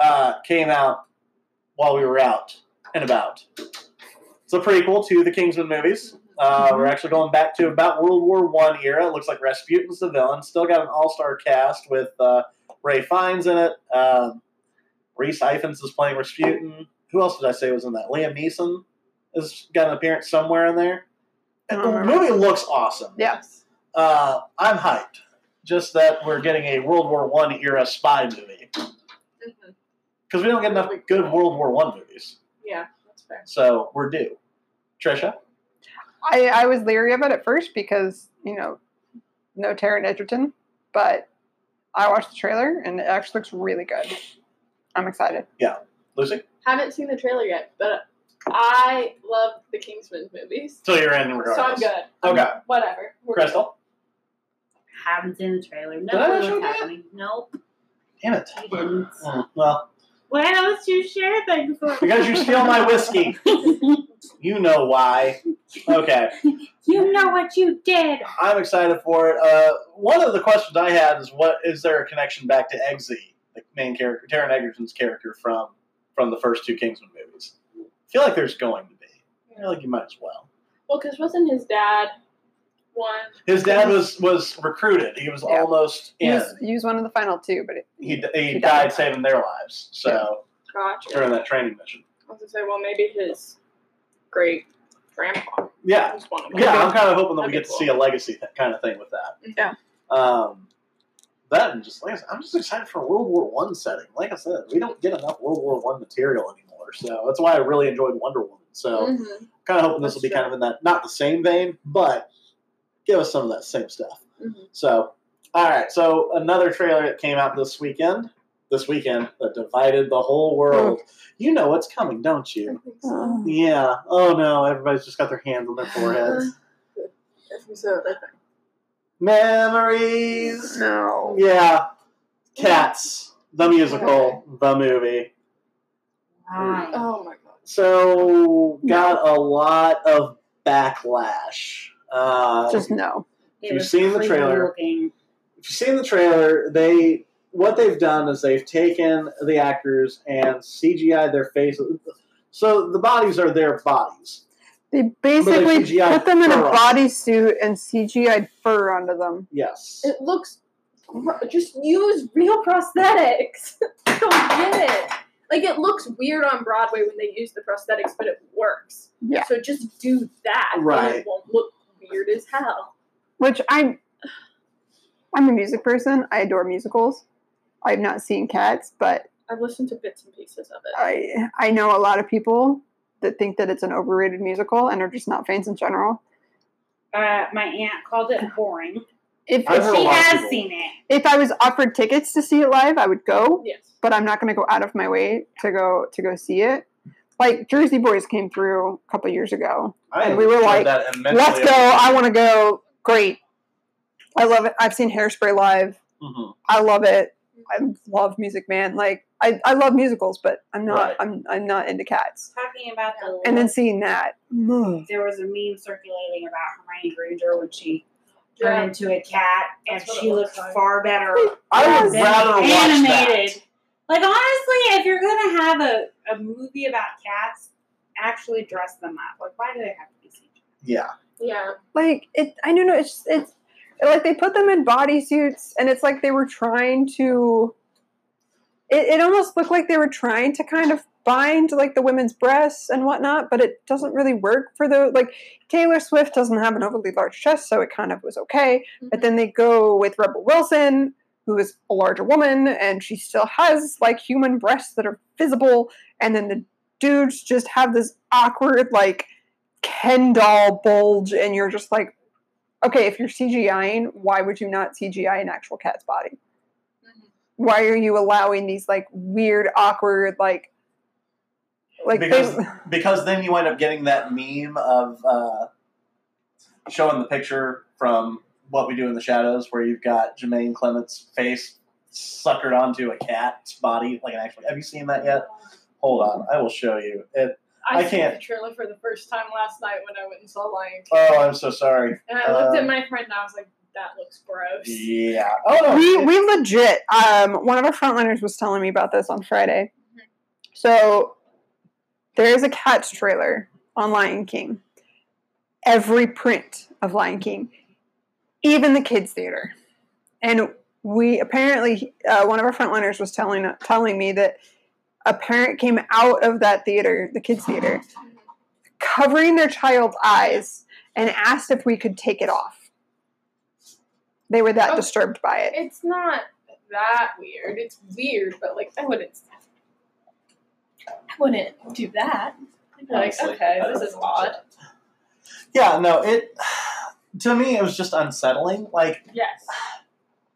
Speaker 1: uh, came out while we were out and about. It's a prequel to the Kingsman movies.
Speaker 2: Mm-hmm.
Speaker 1: Uh, We're actually going back to about World War One era. It looks like Rasputin's the villain. Still got an all-star cast with uh, Ray Fiennes in it. Um Reese Ifans is playing Rasputin. Who else did I say was in that? Liam Neeson has got an appearance somewhere in there.
Speaker 2: I don't
Speaker 1: The
Speaker 2: remember.
Speaker 1: movie looks awesome
Speaker 2: yes.
Speaker 1: uh, I'm hyped. Just that we're getting a World War One era spy movie
Speaker 3: Mhm.
Speaker 1: because we don't get enough good World War One movies,
Speaker 3: Yeah, that's fair.
Speaker 1: so we're due. Trisha,
Speaker 2: I, I was leery of it at first because you know, no Taron Edgerton, but I watched the trailer and it actually looks really good. I'm excited.
Speaker 1: Lucy,
Speaker 3: Haven't seen the trailer yet, but I love the Kingsman movies,
Speaker 1: so you're in
Speaker 3: so I'm
Speaker 1: regardless.
Speaker 3: good.
Speaker 1: Oh Okay,
Speaker 3: Whatever. We're good.
Speaker 1: Crystal.
Speaker 4: haven't seen the trailer. No
Speaker 1: I
Speaker 4: clue
Speaker 1: show
Speaker 4: what's
Speaker 1: that?
Speaker 4: happening. Nope,
Speaker 1: Damn it.
Speaker 4: you didn't.
Speaker 1: Mm, well,
Speaker 4: Why don't you share things with
Speaker 1: because you steal my whiskey, you know why. Okay,
Speaker 4: You know what you did.
Speaker 1: I'm excited for it. Uh, one of the questions I had is, what is there a connection back to Eggsy, the main character, Taron Egerton's character from from the first two Kingsman movies? I feel like there's going to be. I feel like you might as well.
Speaker 3: Well, because wasn't his dad one?
Speaker 1: His dad was was recruited. He was
Speaker 2: Yeah.
Speaker 1: almost in.
Speaker 2: Use use one of the final two, but it,
Speaker 1: he, d- he
Speaker 2: he
Speaker 1: died,
Speaker 2: died.
Speaker 1: saving their lives. So
Speaker 3: Gotcha.
Speaker 1: during that training mission.
Speaker 3: I was gonna say, well, maybe his great grandpa
Speaker 1: Yeah,
Speaker 3: was one of them.
Speaker 1: yeah. I'm kind of hoping that we get
Speaker 3: That'd be
Speaker 1: to see a legacy th- kind of thing with that.
Speaker 3: Yeah.
Speaker 1: Um, that and just like I said, I'm just excited for a World War One setting. Like I said, we don't get enough World War One material anymore. So that's why I really enjoyed Wonder Woman. So
Speaker 3: Mhm.
Speaker 1: kind of hoping this will
Speaker 3: That's
Speaker 1: be
Speaker 3: true.
Speaker 1: kind of in that not the same vein, but give us some of that same stuff.
Speaker 3: Mhm.
Speaker 1: So, all right. So another trailer that came out this weekend, this weekend that divided the whole world.
Speaker 3: Hmm.
Speaker 1: You know what's coming, don't
Speaker 3: I
Speaker 1: you?
Speaker 3: think so.
Speaker 1: Yeah. Oh no, everybody's just got their hands on their
Speaker 3: (sighs)
Speaker 1: foreheads.
Speaker 3: If you said it.
Speaker 1: Memories.
Speaker 2: no.
Speaker 1: Yeah. Cats. The musical. The movie.
Speaker 4: Why?
Speaker 3: Oh my god.
Speaker 1: So got a lot of backlash. Uh,
Speaker 2: Just no.
Speaker 4: It
Speaker 1: You've
Speaker 4: was
Speaker 1: seen the
Speaker 4: creepy
Speaker 1: trailer.
Speaker 4: Looking.
Speaker 1: if you've seen the trailer, they what they've done is they've taken the actors and CGI their faces. So the bodies are their bodies.
Speaker 2: They basically
Speaker 1: CGI
Speaker 2: put them in a
Speaker 1: fur on.
Speaker 2: bodysuit and CGI fur onto them.
Speaker 1: Yes.
Speaker 3: It (laughs) looks. gr- Just use real prosthetics. Don't get it. Like it looks weird on Broadway when they use the prosthetics, but it works.
Speaker 2: Yeah.
Speaker 3: So just do that. and
Speaker 1: Right.
Speaker 3: It won't look weird as hell.
Speaker 2: Which I'm, I'm a music person. I adore musicals. I've not seen Cats, but
Speaker 3: I've listened to bits and pieces of it.
Speaker 2: I I know a lot of people that think that it's an overrated musical and are just not fans in general.
Speaker 4: Uh, my aunt called it
Speaker 1: (laughs)
Speaker 4: boring.
Speaker 2: If
Speaker 1: I've
Speaker 2: if,
Speaker 1: heard a
Speaker 4: she
Speaker 1: lot of
Speaker 4: has
Speaker 1: people-
Speaker 4: seen it.
Speaker 2: if I was offered tickets to see it live, I would go,
Speaker 3: Yes.
Speaker 2: but I'm not going to go out of my way to go to go see it. Like Jersey Boys came through a couple years ago.
Speaker 1: I
Speaker 2: And we were
Speaker 1: enjoyed
Speaker 2: like,
Speaker 1: that immensely.
Speaker 2: Let's go! I want to go. Great, I love it. I've seen Hairspray live.
Speaker 1: Mhm.
Speaker 2: I love it. I love Music Man. Like I, I love musicals, but I'm not
Speaker 1: Right.
Speaker 2: I'm I'm not into cats.
Speaker 4: Talking about the
Speaker 2: And then seeing that, ugh.
Speaker 4: there was a meme circulating about Hermione Granger when she
Speaker 3: Yeah.
Speaker 4: turned into a cat, and
Speaker 3: That's what
Speaker 4: she
Speaker 3: it
Speaker 4: looked
Speaker 3: looks like.
Speaker 4: far better
Speaker 1: (laughs) I would
Speaker 4: than
Speaker 1: rather watch that.
Speaker 4: animated. Like honestly, if you're gonna have a, a movie about cats, actually dress them up. Like why do they have to be CGI?
Speaker 1: Yeah.
Speaker 3: Yeah.
Speaker 2: like it i don't know it's just- it's like they put them in bodysuits and it's like they were trying to it, it almost looked like they were trying to kind of bind like the women's breasts and whatnot but it doesn't really work for the like taylor swift doesn't have an overly large chest so it kind of was okay but then they go with rebel wilson who is a larger woman and she still has like human breasts that are visible and then the dudes just have this awkward like Ken doll bulge, and you're just like, okay, if you're CGIing, why would you not CGI an actual cat's body?
Speaker 3: Mhm.
Speaker 2: Why are you allowing these like weird, awkward, like, like they-
Speaker 1: Because- Because then you end up getting that meme of uh, showing the picture from What We Do in the Shadows, where you've got Jermaine Clement's face suckered onto a cat's body, like an actual. Have you seen that yet? Hold on, I will show you. It, I
Speaker 3: I, saw
Speaker 1: can't-
Speaker 3: the trailer for the first time last night when I went and saw Lion King.
Speaker 1: oh, I'm so sorry.
Speaker 3: and I looked
Speaker 1: uh,
Speaker 3: at my friend and I was like, that looks gross.
Speaker 1: Yeah. Oh no.
Speaker 2: we
Speaker 1: it-
Speaker 2: we legit. Um, one of our frontliners was telling me about this on Friday.
Speaker 3: Mhm.
Speaker 2: So there is a cat's trailer on Lion King. Every print of Lion King, even the kids' theater, and we apparently uh, one of our frontliners was telling telling me that a parent came out of that theater, the kids' theater, covering their child's eyes, and asked if we could take it off. They were that
Speaker 3: Oh.
Speaker 2: disturbed by it.
Speaker 3: It's not that weird. It's weird, but like I wouldn't. I wouldn't do that. I'd be like,
Speaker 1: Honestly,
Speaker 3: okay,
Speaker 1: I
Speaker 3: this
Speaker 1: don't
Speaker 3: is
Speaker 1: know.
Speaker 3: odd.
Speaker 1: Yeah. No. It. (sighs) To me, it was just unsettling. Like
Speaker 3: Yes.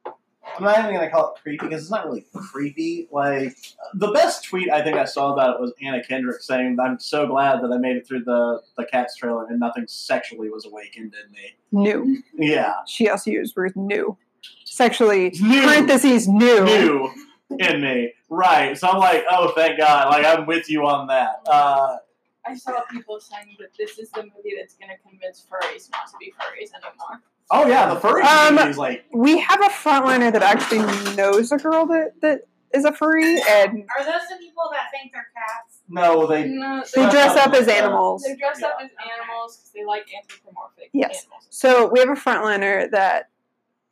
Speaker 1: I'm not even gonna call it creepy because it's not really creepy. Like the best tweet I think I saw about it was Anna Kendrick saying, "I'm so glad that I made it through the the Cats trailer and nothing sexually was awakened in me."
Speaker 2: New.
Speaker 1: Yeah,
Speaker 2: she also used words new. Sexually,
Speaker 1: new,
Speaker 2: parentheses, new.
Speaker 1: new in me, right? So I'm like, oh, thank God! Like I'm with you on that. Uh,
Speaker 3: I saw people saying that this is the movie that's going to convince furries not to be furries anymore.
Speaker 1: oh yeah, the furry
Speaker 2: Um,
Speaker 1: community is like,
Speaker 2: We have a frontliner that actually knows a girl that, that is a furry, and
Speaker 4: Are those the people that think they're cats?
Speaker 1: no, they
Speaker 3: No,
Speaker 2: they
Speaker 1: Uh,
Speaker 2: dress up as
Speaker 1: uh,
Speaker 2: animals.
Speaker 3: They dress up as animals because they like anthropomorphic
Speaker 2: Yes.
Speaker 3: animals.
Speaker 2: So we have a frontliner that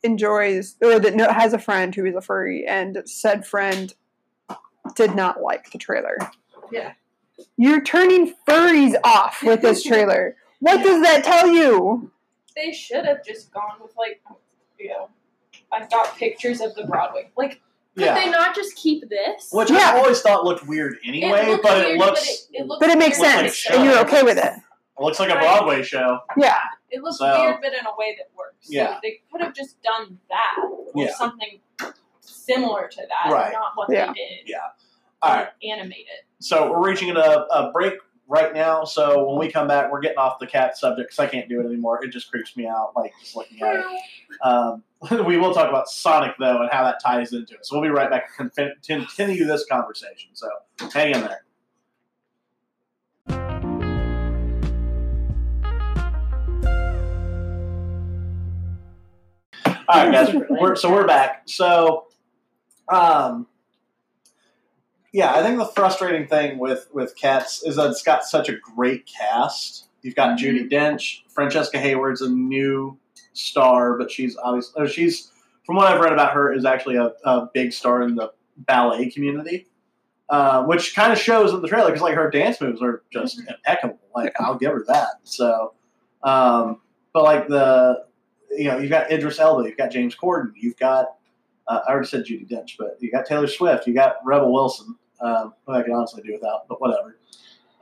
Speaker 2: enjoys, or that kno- has a friend who is a furry, and said friend did not like the trailer.
Speaker 3: Yeah.
Speaker 2: You're turning furries off with (laughs) this trailer. What does that tell you?
Speaker 3: They should have just gone with like, you know, I've got pictures of the Broadway. Like, could
Speaker 1: yeah,
Speaker 3: they not just keep this?
Speaker 1: which
Speaker 2: Yeah.
Speaker 1: I always thought looked weird
Speaker 3: It
Speaker 1: anyway,
Speaker 3: looked
Speaker 1: but
Speaker 3: weird,
Speaker 1: it looks
Speaker 3: but it, it looked
Speaker 2: But it makes
Speaker 3: weird
Speaker 1: Looks like
Speaker 2: sense,
Speaker 1: show.
Speaker 2: and you're okay with it.
Speaker 1: looks like a Broadway show.
Speaker 2: Yeah.
Speaker 3: It looks
Speaker 1: So-
Speaker 3: weird, but in a way that works. So
Speaker 1: Yeah.
Speaker 3: they could have just done that or
Speaker 1: Yeah.
Speaker 3: something similar to that,
Speaker 1: Right.
Speaker 3: not what
Speaker 2: Yeah.
Speaker 3: they did.
Speaker 1: Yeah. All right.
Speaker 3: Animate it.
Speaker 1: So we're reaching a, a break right now. So when we come back, we're getting off the cat subject because I can't do it anymore. It just creeps me out, like just looking at it. Um, (laughs) we will talk about Sonic though and how that ties into it. So we'll be right back to con- continue this conversation. So hang in there. All right, guys. We're, so we're back. So, um, yeah, I think the frustrating thing with with Cats is that it's got such a great cast. You've got Judy Dench, Francesca Hayward's a new star, but she's obviously or she's from what I've read about her is actually a, a big star in the ballet community. um, which kind of shows in the trailer because like her dance moves are just impeccable. Like I'll give her that. So, um, but like the you know you've got Idris Elba, you've got James Corden, you've got uh, I already said Judy Dench, but you got Taylor Swift, you got Rebel Wilson, um, who I could honestly do without, but whatever.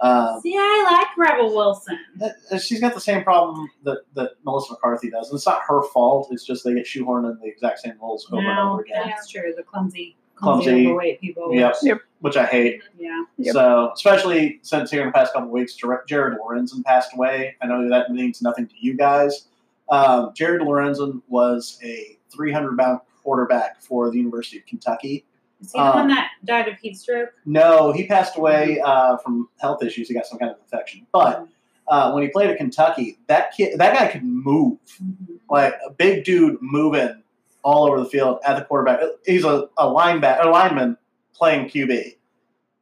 Speaker 1: Um,
Speaker 4: See, I like Rebel Wilson.
Speaker 1: uh, she's got the same problem that, that Melissa McCarthy does, and it's not her fault. It's just they get shoehorned in the exact same roles over and
Speaker 4: No,
Speaker 1: over again,
Speaker 4: that's true. The clumsy, clumsy,
Speaker 1: Clumsy.
Speaker 4: overweight people.
Speaker 1: Yep.
Speaker 2: Yep.
Speaker 1: which I hate.
Speaker 4: Yeah.
Speaker 2: Yep.
Speaker 1: So, especially since here in the past couple of weeks, Jer- Jared Lorenzen passed away. I know that means nothing to you guys. Um, Jared Lorenzen was a 300 pound quarterback for the University of Kentucky.
Speaker 4: Is he the
Speaker 1: Um,
Speaker 4: one that died of heat stroke?
Speaker 1: No, he passed away uh, from health issues. He got some kind of infection. But uh, when he played at Kentucky, that kid, that guy could move
Speaker 4: Mhm.
Speaker 1: like a big dude moving all over the field at the quarterback. He's a, a linebacker, a lineman playing QB.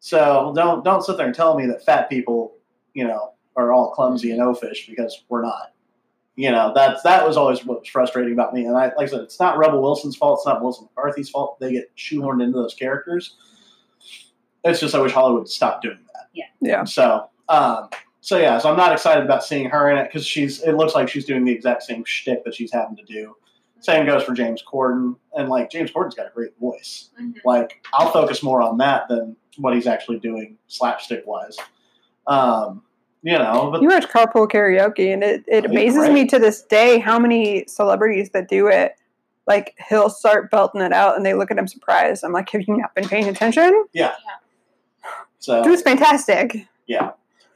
Speaker 1: So don't don't sit there and tell me that fat people, you know, are all clumsy and oafish because we're not. You know, that's that was always what was frustrating about me. And I like I said, it's not Rebel Wilson's fault, it's not Wilson McCarthy's fault. They get shoehorned into those characters. It's just I wish Hollywood would stop doing that.
Speaker 2: Yeah.
Speaker 1: So, um, so yeah, so I'm not excited about seeing her in it because she's. It looks like she's doing the exact same shtick that she's having to do. Same goes for James Corden, and like James Corden's got a great voice.
Speaker 3: Mhm.
Speaker 1: Like I'll focus more on that than what he's actually doing slapstick wise. Um, you know, but
Speaker 2: You watch carpool karaoke, and it, it
Speaker 1: Oh,
Speaker 2: amazes
Speaker 1: right.
Speaker 2: me to this day how many celebrities that do it. Like he'll start belting it out, and they look at him surprised. I'm like, have you not been paying attention?
Speaker 1: so
Speaker 2: It was fantastic.
Speaker 1: Yeah.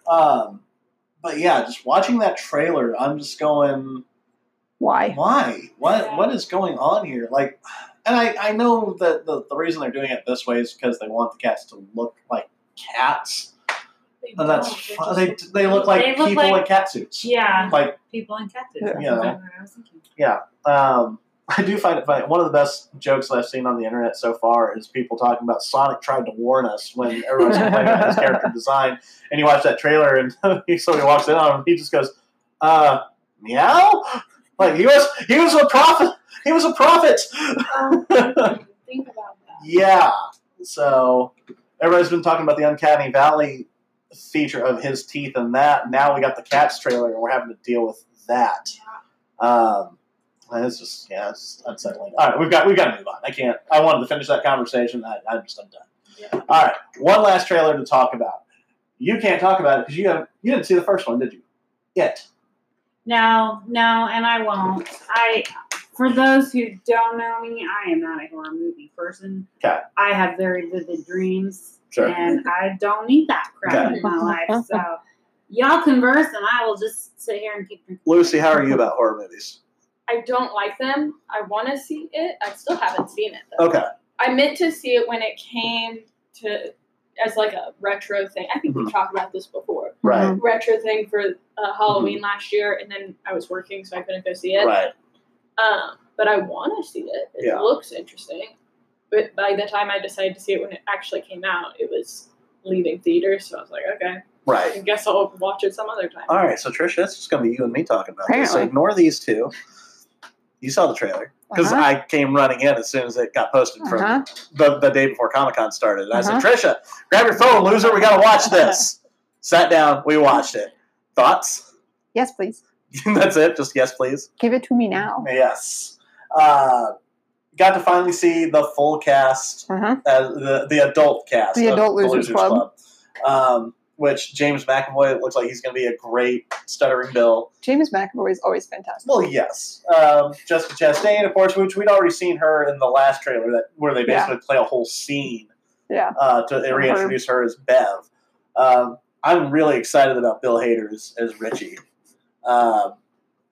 Speaker 1: Um, but yeah, just watching that trailer, I'm just going,
Speaker 2: Why?
Speaker 1: why? What what is going on here? Like and I, I know that the, the reason they're doing it this way is because they want the cats to look like cats.
Speaker 3: They
Speaker 1: And that's
Speaker 3: don't, they're
Speaker 1: fu-
Speaker 3: just-
Speaker 1: they, they look like
Speaker 4: Oh, They look
Speaker 1: people
Speaker 4: like-
Speaker 1: in cat suits.
Speaker 4: Yeah.
Speaker 1: Like
Speaker 4: People in catfish.
Speaker 2: Yeah.
Speaker 4: That's
Speaker 1: Yeah.
Speaker 4: what I was thinking.
Speaker 1: um (laughs) I do find it funny. One of the best jokes that I've seen on the internet so far is people talking about Sonic tried to warn us when
Speaker 4: (laughs)
Speaker 1: everyone's complaining about his character design. And you watch that trailer, and (laughs) somebody walks in on him, and he just goes, "Uh, meow." Like he was, he was a prophet. He was a prophet.
Speaker 4: Oh,
Speaker 3: Um,
Speaker 1: (laughs)
Speaker 3: I didn't even think about that.
Speaker 1: Yeah. So everybody's been talking about the Uncanny Valley feature of his teeth and that. Now we got the Cats trailer, and we're having to deal with that. Um, and it's just yeah, it's unsettling. All right, we've got we've got to move on. I can't. I wanted to finish that conversation. I, I'm just I'm done.
Speaker 3: Yeah.
Speaker 1: All right, one last trailer to talk about. You can't talk about it because you have you didn't see the first one, did you? Yet.
Speaker 4: No, no, and I won't. I, for those who don't know me, I am not a horror movie person.
Speaker 1: Okay.
Speaker 4: I have very vivid dreams,
Speaker 1: Sure.
Speaker 4: and I don't need that crap
Speaker 1: Okay.
Speaker 4: in my life. So, y'all converse, and I will just sit here and keep drinking.
Speaker 1: Lucy, how are you about horror movies?
Speaker 3: I don't like them. I want to see it. I still haven't seen it though.
Speaker 1: Okay.
Speaker 3: I meant to see it when it came to as like a retro thing. I think we
Speaker 1: Mhm.
Speaker 3: talked about this before.
Speaker 1: Right.
Speaker 3: Retro thing for uh, Halloween last year, and then I was working, so I couldn't go see it.
Speaker 1: Mm-hmm. Right.
Speaker 3: Um, but I want to see it. It
Speaker 1: Yeah.
Speaker 3: looks interesting. But by the time I decided to see it when it actually came out, it was leaving theaters. So I was like, okay, I
Speaker 1: Right.
Speaker 3: guess I'll watch it some other time.
Speaker 1: All right. So Trisha, it's just gonna be you and me talking about this. So
Speaker 2: Apparently.
Speaker 1: ignore these two. You saw the trailer because
Speaker 2: Uh-huh.
Speaker 1: I came running in as soon as it got posted from
Speaker 2: Uh-huh.
Speaker 1: the, the day before Comic Con started. And I
Speaker 2: Uh-huh.
Speaker 1: said, Trisha, grab your phone, loser. We got to watch this. (laughs) Sat down. We watched it. Thoughts? (laughs)
Speaker 2: Yes, please.
Speaker 1: That's it. Just yes, please.
Speaker 2: Give it to me now.
Speaker 1: Yes. Uh, got to finally see the full cast,
Speaker 2: Uh-huh.
Speaker 1: uh, the, the adult cast.
Speaker 2: The
Speaker 1: of
Speaker 2: Adult Losers Club.
Speaker 1: Club. Um, which James McAvoy it looks like he's going to be a great stuttering Bill.
Speaker 2: James McAvoy is always fantastic.
Speaker 1: Well, yes. Um, Jessica Chastain, of course, which we'd already seen her in the last trailer that where they
Speaker 2: Yeah.
Speaker 1: basically play a whole scene
Speaker 2: Yeah. Uh-huh.
Speaker 1: uh, to reintroduce her as Bev. Um, I'm really excited about Bill Hader as, as Richie. Um,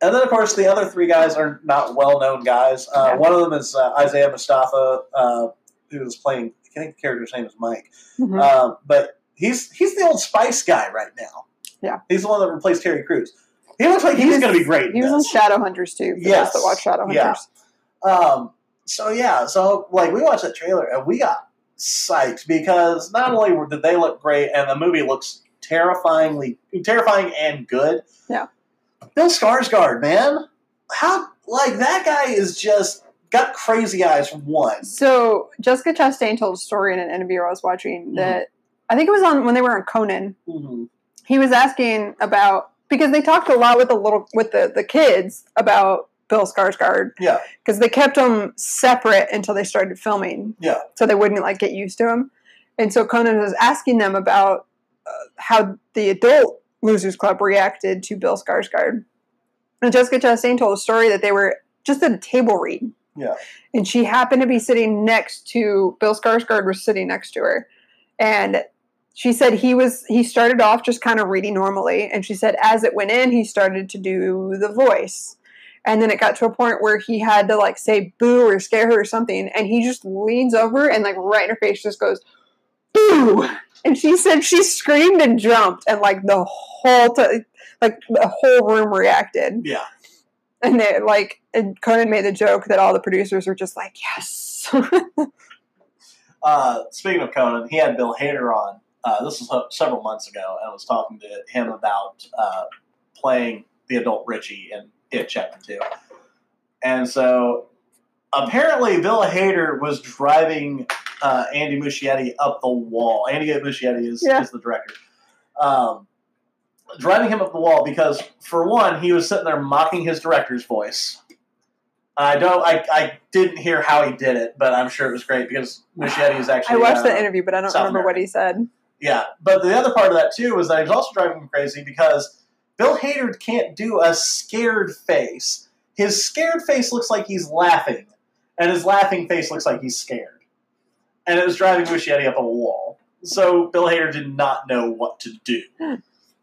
Speaker 1: and then, of course, the other three guys are not well-known guys. Uh,
Speaker 2: Yeah.
Speaker 1: One of them is uh, Isaiah Mustafa, uh, who's playing. I think the character's name is Mike.
Speaker 2: Mhm.
Speaker 1: Um, but he's he's the old Spice guy right now.
Speaker 2: Yeah.
Speaker 1: he's the one that replaced Terry Crews. He looks like
Speaker 2: He
Speaker 1: he's
Speaker 2: was-
Speaker 1: going to be great. in
Speaker 2: He was
Speaker 1: this.
Speaker 2: on Shadowhunters too. For
Speaker 1: Yes.
Speaker 2: those that watch Shadowhunters.
Speaker 1: Yeah. Um, so yeah, so like we watched that trailer and we got psyched because not only were- did they look great and the movie looks terrifyingly terrifying and good.
Speaker 2: Yeah.
Speaker 1: Bill Skarsgård, man, how like that guy is just got crazy eyes from one.
Speaker 2: So Jessica Chastain told a story in an interview I was
Speaker 1: Mm-hmm.
Speaker 2: watching that I think it was on when they were on Conan.
Speaker 1: Mhm.
Speaker 2: He was asking about because they talked a lot with the little with the the kids about Bill Skarsgård
Speaker 1: Yeah.
Speaker 2: because they kept them separate until they started filming.
Speaker 1: Yeah.
Speaker 2: So they wouldn't like get used to him, and so Conan was asking them about uh, how the adult Losers Club reacted to Bill Skarsgård. And Jessica Chastain told a story that they were just at a table read.
Speaker 1: Yeah.
Speaker 2: And she happened to be sitting next to Bill Skarsgård was sitting next to her, and she said he was he started off just kind of reading normally, and she said as it went in he started to do the voice, and then it got to a point where he had to like say boo or scare her or something, and he just leans over and like right in her face just goes boo, and she said she screamed and jumped, and like the whole t- like the whole room reacted
Speaker 1: Yeah.
Speaker 2: and they like and Conan made the joke that all the producers were just like yes (laughs)
Speaker 1: Uh, speaking of Conan, he had Bill Hader on. Uh, this was uh, several months ago, and I was talking to him about uh, playing the adult Richie in It Chapter Two. And so, apparently, Bill Hader was driving uh, Andy Muschietti up the wall. Andy Muschietti is,
Speaker 2: Yeah.
Speaker 1: is the director. Um, driving him up the wall because, for one, he was sitting there mocking his director's voice. I don't. I, I didn't hear how he did it, but I'm sure it was great because Muschietti is
Speaker 2: I
Speaker 1: actually.
Speaker 2: watched
Speaker 1: uh,
Speaker 2: the interview but I don't
Speaker 1: South
Speaker 2: remember what he said
Speaker 1: Yeah, but the other part of that too was that he was also driving him crazy because Bill Hader can't do a scared face. His scared face looks like he's laughing, and his laughing face looks like he's scared. And it was driving Muschietti up a wall. So Bill Hader did not know what to do.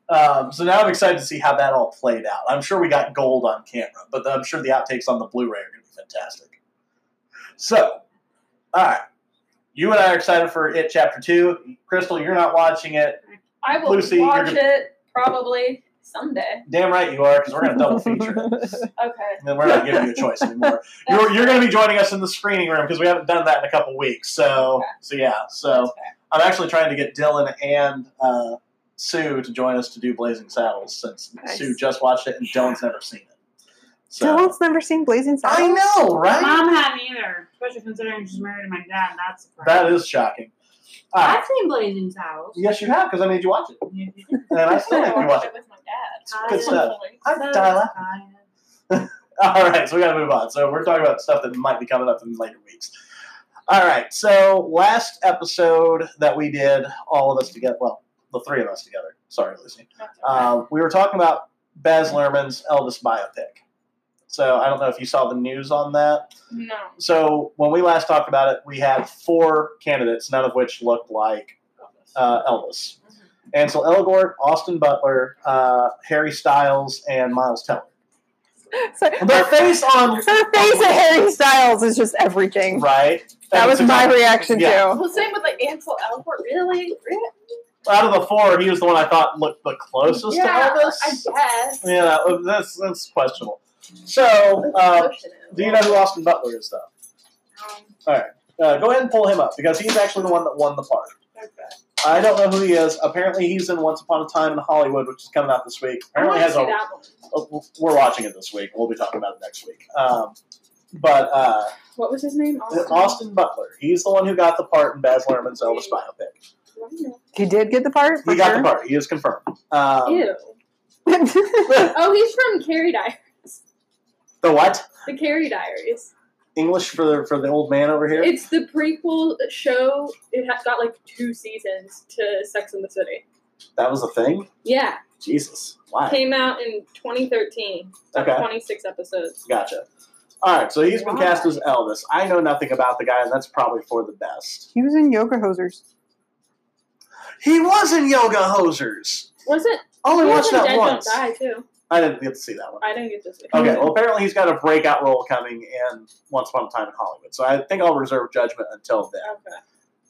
Speaker 1: Um, so now I'm excited to see how that all played out. I'm sure we got gold on camera, but I'm sure the outtakes on the Blu-ray are going to be fantastic. So, all right, you and I are excited for it chapter two. Crystal, you're not watching it.
Speaker 3: I will
Speaker 1: Lucy, you're
Speaker 3: watch
Speaker 1: gonna-
Speaker 3: it probably someday.
Speaker 1: Damn right you are, because we're going to double feature it.
Speaker 3: Okay.
Speaker 1: And then we're not giving you a choice anymore.
Speaker 3: that's
Speaker 1: You're, you're
Speaker 3: fair.
Speaker 1: going to be joining us in the screening room because we haven't done that in a couple weeks. So, so yeah. So
Speaker 3: That's fair.
Speaker 1: I'm actually trying to get Dylan and uh, Sue to join us to do Blazing Saddles since
Speaker 2: Nice.
Speaker 1: Sue just watched it and Dylan's never seen it. So
Speaker 2: Dylan's never seen Blazing
Speaker 1: I
Speaker 2: Saddles
Speaker 1: know, right?
Speaker 4: Mom hadn't either, especially considering she's married to my dad. and That's a
Speaker 1: That is shocking. All right.
Speaker 4: I've seen Blazing Saddles.
Speaker 1: Yes, you have because I made you watch it,
Speaker 4: Yeah.
Speaker 1: and I still
Speaker 3: I
Speaker 1: make you
Speaker 3: watched
Speaker 1: watch it.
Speaker 3: it with my dad.
Speaker 4: It's good
Speaker 1: stuff.
Speaker 3: Hopefully.
Speaker 1: I
Speaker 4: So
Speaker 1: die laughing.
Speaker 4: tired.
Speaker 1: (laughs) All right, so we got to move on. So we're talking about stuff that might be coming up in later weeks. All right, so last episode that we did, all of us together, well, the three of us together. Sorry, Lucy.
Speaker 3: That's okay.
Speaker 1: Um, we were talking about Baz Luhrmann's Elvis biopic. So I don't know if you saw the news on that.
Speaker 3: no.
Speaker 1: So when we last talked about it, we had four candidates, none of which looked like uh, Elvis. Ansel Elgort, Austin Butler, uh, Harry Styles, and Miles Teller.
Speaker 2: So-
Speaker 1: Their
Speaker 2: her
Speaker 1: face on
Speaker 2: face at Harry Styles is just everything
Speaker 1: right.
Speaker 2: that was my reaction
Speaker 1: Yeah.
Speaker 2: too
Speaker 3: Well, same with like Ansel Elgort. Really? Really?
Speaker 1: out of the four, he was the one I thought looked the closest
Speaker 3: yeah,
Speaker 1: to Elvis.
Speaker 3: I guess.
Speaker 1: Yeah, that- that's that's questionable. So, uh, do you know who Austin Butler is, though?
Speaker 3: Um,
Speaker 1: Uh, go ahead and pull him up because he's actually the one that won the part.
Speaker 3: okay.
Speaker 1: I don't know who he is. Apparently, he's in Once Upon a Time in Hollywood, which is coming out this week.
Speaker 3: I
Speaker 1: Apparently,
Speaker 3: wanna
Speaker 1: has
Speaker 3: see
Speaker 1: a
Speaker 3: that one.
Speaker 1: uh, we're watching it this week. We'll be talking about it next week. Um, but uh,
Speaker 3: What was his name?
Speaker 1: Austin Butler, he's the one who got the part in Baz Luhrmann's Elvis biopic.
Speaker 2: he did get the part for
Speaker 1: He got
Speaker 2: sure.
Speaker 1: the part. He is confirmed. Um, (laughs)
Speaker 3: Ew.
Speaker 2: (laughs)
Speaker 3: Oh, he's from Carrie Diaries.
Speaker 1: The what?
Speaker 3: The Carrie Diaries.
Speaker 1: English for the for the old man over here.
Speaker 3: It's the prequel show. It has got like two seasons to Sex and the City.
Speaker 1: that was a thing.
Speaker 3: Yeah.
Speaker 1: Jesus, why?
Speaker 3: Came out in 2013.
Speaker 1: Okay,
Speaker 3: 26 episodes.
Speaker 1: gotcha. All right, so he's been
Speaker 3: Why?
Speaker 1: cast as Elvis. I know nothing about the guy, and that's probably for the best.
Speaker 2: he was in Yoga Hosers
Speaker 1: He was in Yoga Hosers.
Speaker 3: Was it?
Speaker 1: Only
Speaker 3: He
Speaker 1: watched
Speaker 3: was in
Speaker 1: that
Speaker 3: Dead
Speaker 1: once.
Speaker 3: Don't Die, too.
Speaker 1: I didn't get to see that one.
Speaker 3: I didn't get to see it.
Speaker 1: Okay, well, apparently he's got a breakout role coming in Once Upon a Time in Hollywood, so I think I'll reserve judgment until then.
Speaker 3: Okay.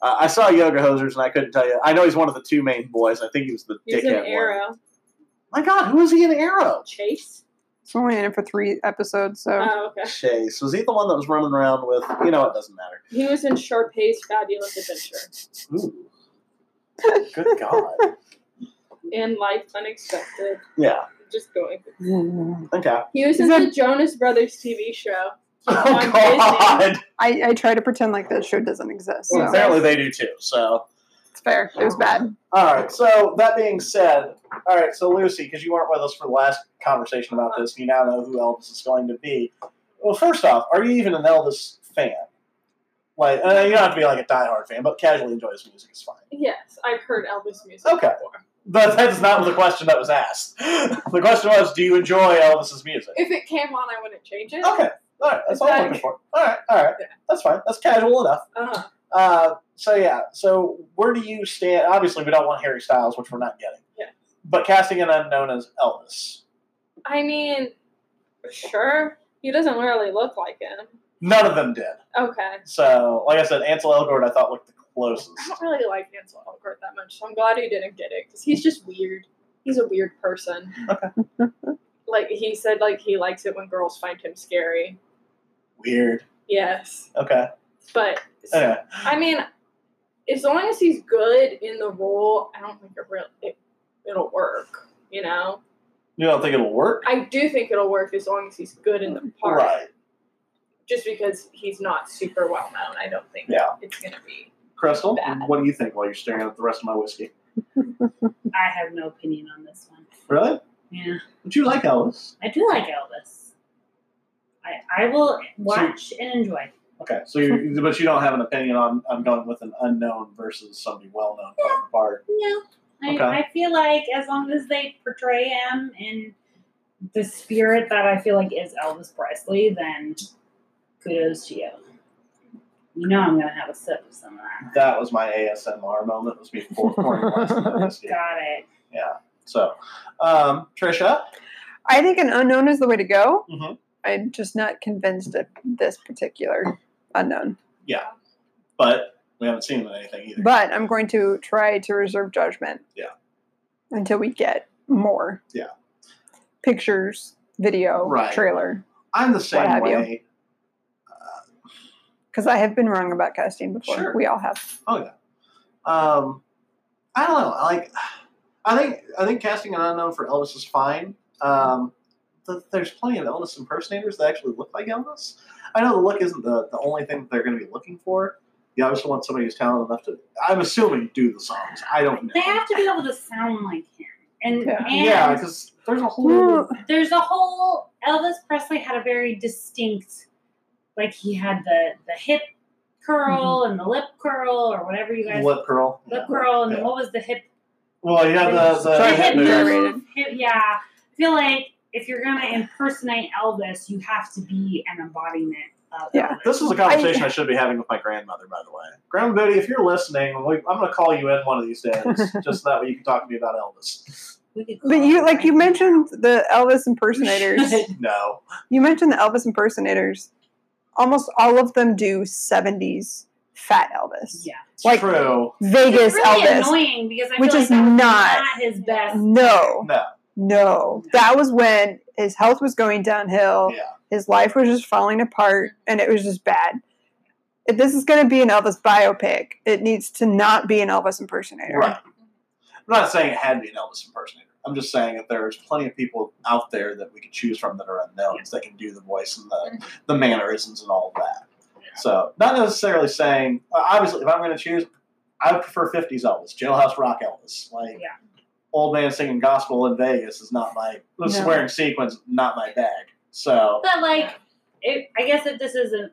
Speaker 1: Uh, I saw Yoga Hosers, and I couldn't tell you. I know he's one of the two main boys. I think he was the
Speaker 3: He's in
Speaker 1: dickhead one.
Speaker 3: Arrow.
Speaker 1: My God, who is he in Arrow?
Speaker 3: Chase?
Speaker 2: he's only in it for three episodes so
Speaker 3: Oh, okay.
Speaker 1: Chase. Was he the one that was running around with? You know, it doesn't matter.
Speaker 3: He was in Sharpay's Fabulous Adventure
Speaker 1: Ooh. Good (laughs) God.
Speaker 3: and Life Unexpected.
Speaker 1: Yeah.
Speaker 3: Just going.
Speaker 1: Okay.
Speaker 3: He was
Speaker 2: Is
Speaker 3: in
Speaker 2: that-
Speaker 3: the Jonas Brothers TV show.
Speaker 1: Oh
Speaker 3: on Disney.
Speaker 1: God!
Speaker 2: I, I try to pretend like that show doesn't
Speaker 1: (laughs)
Speaker 2: exist.
Speaker 1: Well,
Speaker 2: So
Speaker 1: apparently they do too. So
Speaker 2: it's fair. It was bad.
Speaker 1: all right. So that being said, all right. So Lucy, because you weren't with us for the last conversation about this, you now know who Elvis is going to be. Well, first off, are you even an Elvis fan? Like, uh, you don't have to be like a diehard fan, but casually enjoy his music is fine.
Speaker 3: Yes, I've heard Elvis music
Speaker 1: Okay.
Speaker 3: before.
Speaker 1: But that's not the question that was asked. (laughs) The question was, do you enjoy Elvis's music?
Speaker 3: If it came on, I wouldn't change it.
Speaker 1: Okay. All right. That's all I'm looking for. All right. All right.
Speaker 3: Yeah.
Speaker 1: That's fine. That's casual enough.
Speaker 3: Uh,
Speaker 1: Uh, so yeah, so where do you stand? Obviously, we don't want Harry Styles, which we're not getting.
Speaker 3: Yeah.
Speaker 1: But casting an unknown as Elvis.
Speaker 3: I mean, sure. He doesn't really look like him.
Speaker 1: None of them did.
Speaker 3: Okay.
Speaker 1: So, like I said, Ansel Elgort, I thought looked the closest.
Speaker 3: I don't really like Ansel Elgort that much, so I'm glad he didn't get it because he's just weird. He's a weird person.
Speaker 1: Okay.
Speaker 3: (laughs) like he said, like he likes it when girls find him scary.
Speaker 1: Weird.
Speaker 3: Yes,
Speaker 1: Okay.
Speaker 3: but
Speaker 1: Anyway.
Speaker 3: I mean, as long as he's good in the role, I don't think it real it, it'll work. You know,
Speaker 1: You don't think it'll work?
Speaker 3: I do think it'll work as long as he's good in the part.
Speaker 1: Right.
Speaker 3: Just because he's not super well known, I don't think
Speaker 1: Yeah.
Speaker 3: it's gonna be.
Speaker 1: Crystal,
Speaker 3: Bad.
Speaker 1: what do you think while you're staring at the rest of my whiskey?
Speaker 4: I have no opinion on this one.
Speaker 1: Really?
Speaker 4: Yeah.
Speaker 1: Would you like Elvis?
Speaker 4: I do like Elvis. I, I will watch and enjoy.
Speaker 1: Okay. So,
Speaker 3: (laughs)
Speaker 1: you, but you don't have an opinion on, on going with an unknown versus somebody well known playing the part.
Speaker 4: No. I,
Speaker 1: Okay.
Speaker 4: I feel like as long as they portray him in the spirit that I feel like is Elvis Presley, then kudos to you. You know I'm gonna have a sip of some of that.
Speaker 1: That was my ASMR moment. Was me pour- pouring glass of
Speaker 2: (laughs)
Speaker 1: whiskey.
Speaker 4: Got it.
Speaker 1: So, um, Trisha,
Speaker 2: I think an unknown is the way to go.
Speaker 1: Mhm.
Speaker 2: I'm just not convinced of this particular unknown.
Speaker 1: but we haven't seen anything either.
Speaker 2: But I'm going to try to reserve judgment.
Speaker 1: Yeah.
Speaker 2: Until we get more.
Speaker 1: Yeah.
Speaker 2: Pictures, video,
Speaker 1: Right.
Speaker 2: trailer.
Speaker 1: I'm the
Speaker 2: What
Speaker 1: same
Speaker 2: have you?
Speaker 1: way.
Speaker 2: Because I have been wrong about casting before.
Speaker 1: Sure.
Speaker 2: We all have.
Speaker 1: Oh yeah. Um, I don't know. I Like, I think I think casting an unknown for Elvis is fine. Um, th- there's plenty of Elvis impersonators that actually look like Elvis. I know the look isn't the, the only thing that they're going to be looking for. You obviously want somebody who's talented enough to. I'm assuming do the songs. I don't know.
Speaker 4: They have to be able to sound like him. And,
Speaker 2: Yeah.
Speaker 4: and
Speaker 1: yeah, because there's a whole.
Speaker 2: Ooh,
Speaker 4: there's a whole Elvis Presley had a very distinct like he had the the hip curl
Speaker 1: Mm-hmm.
Speaker 4: and the lip curl or whatever you guys
Speaker 1: Lip curl.
Speaker 4: lip curl and
Speaker 1: Yeah.
Speaker 4: what was the hip
Speaker 1: Well, you have the the,
Speaker 2: Sorry,
Speaker 4: the hip
Speaker 2: move.
Speaker 4: move, hip- yeah I feel like if you're gonna impersonate Elvis you have to be an embodiment of
Speaker 2: Yeah.
Speaker 4: Elvis.
Speaker 1: This is a conversation I, should be having with my grandmother, by the way. Grandma Booty, if you're listening, we- I'm going to call you in one of these
Speaker 2: (laughs)
Speaker 1: days, just so that way you can talk to me about Elvis.
Speaker 4: We could
Speaker 2: But
Speaker 4: call
Speaker 2: you
Speaker 4: it
Speaker 2: like you
Speaker 4: right now.
Speaker 2: mentioned the
Speaker 1: (laughs)
Speaker 2: Elvis impersonators.
Speaker 1: No,
Speaker 2: you mentioned the Elvis impersonators. Almost all of them do 70s fat Elvis.
Speaker 4: (laughs) yeah
Speaker 1: it's
Speaker 2: Like-
Speaker 1: true.
Speaker 2: Vegas
Speaker 4: it's really
Speaker 2: Elvis.
Speaker 4: annoying because I
Speaker 2: which
Speaker 4: feel
Speaker 2: is
Speaker 4: like that was
Speaker 2: not-
Speaker 4: not his best
Speaker 2: No.
Speaker 1: No.
Speaker 2: No. That was when his health was going downhill.
Speaker 1: Yeah,
Speaker 2: His life was just falling apart and it was just bad. If this is going to be an Elvis biopic, it needs to not be an Elvis impersonator.
Speaker 1: right. I'm not saying it had to be an Elvis impersonator. I'm just saying that there's plenty of people out there that we could choose from that are unknowns that can do the voice and the,
Speaker 4: Mm-hmm.
Speaker 1: the mannerisms and all of that. So, not necessarily saying, uh, obviously, if I'm going to choose, I prefer 50s Elvis, jailhouse rock Elvis. Like,
Speaker 4: yeah
Speaker 1: old man singing gospel in Vegas is not my
Speaker 2: No.
Speaker 1: swearing sequence, not my bag. So
Speaker 4: But like, it, I guess if this is a,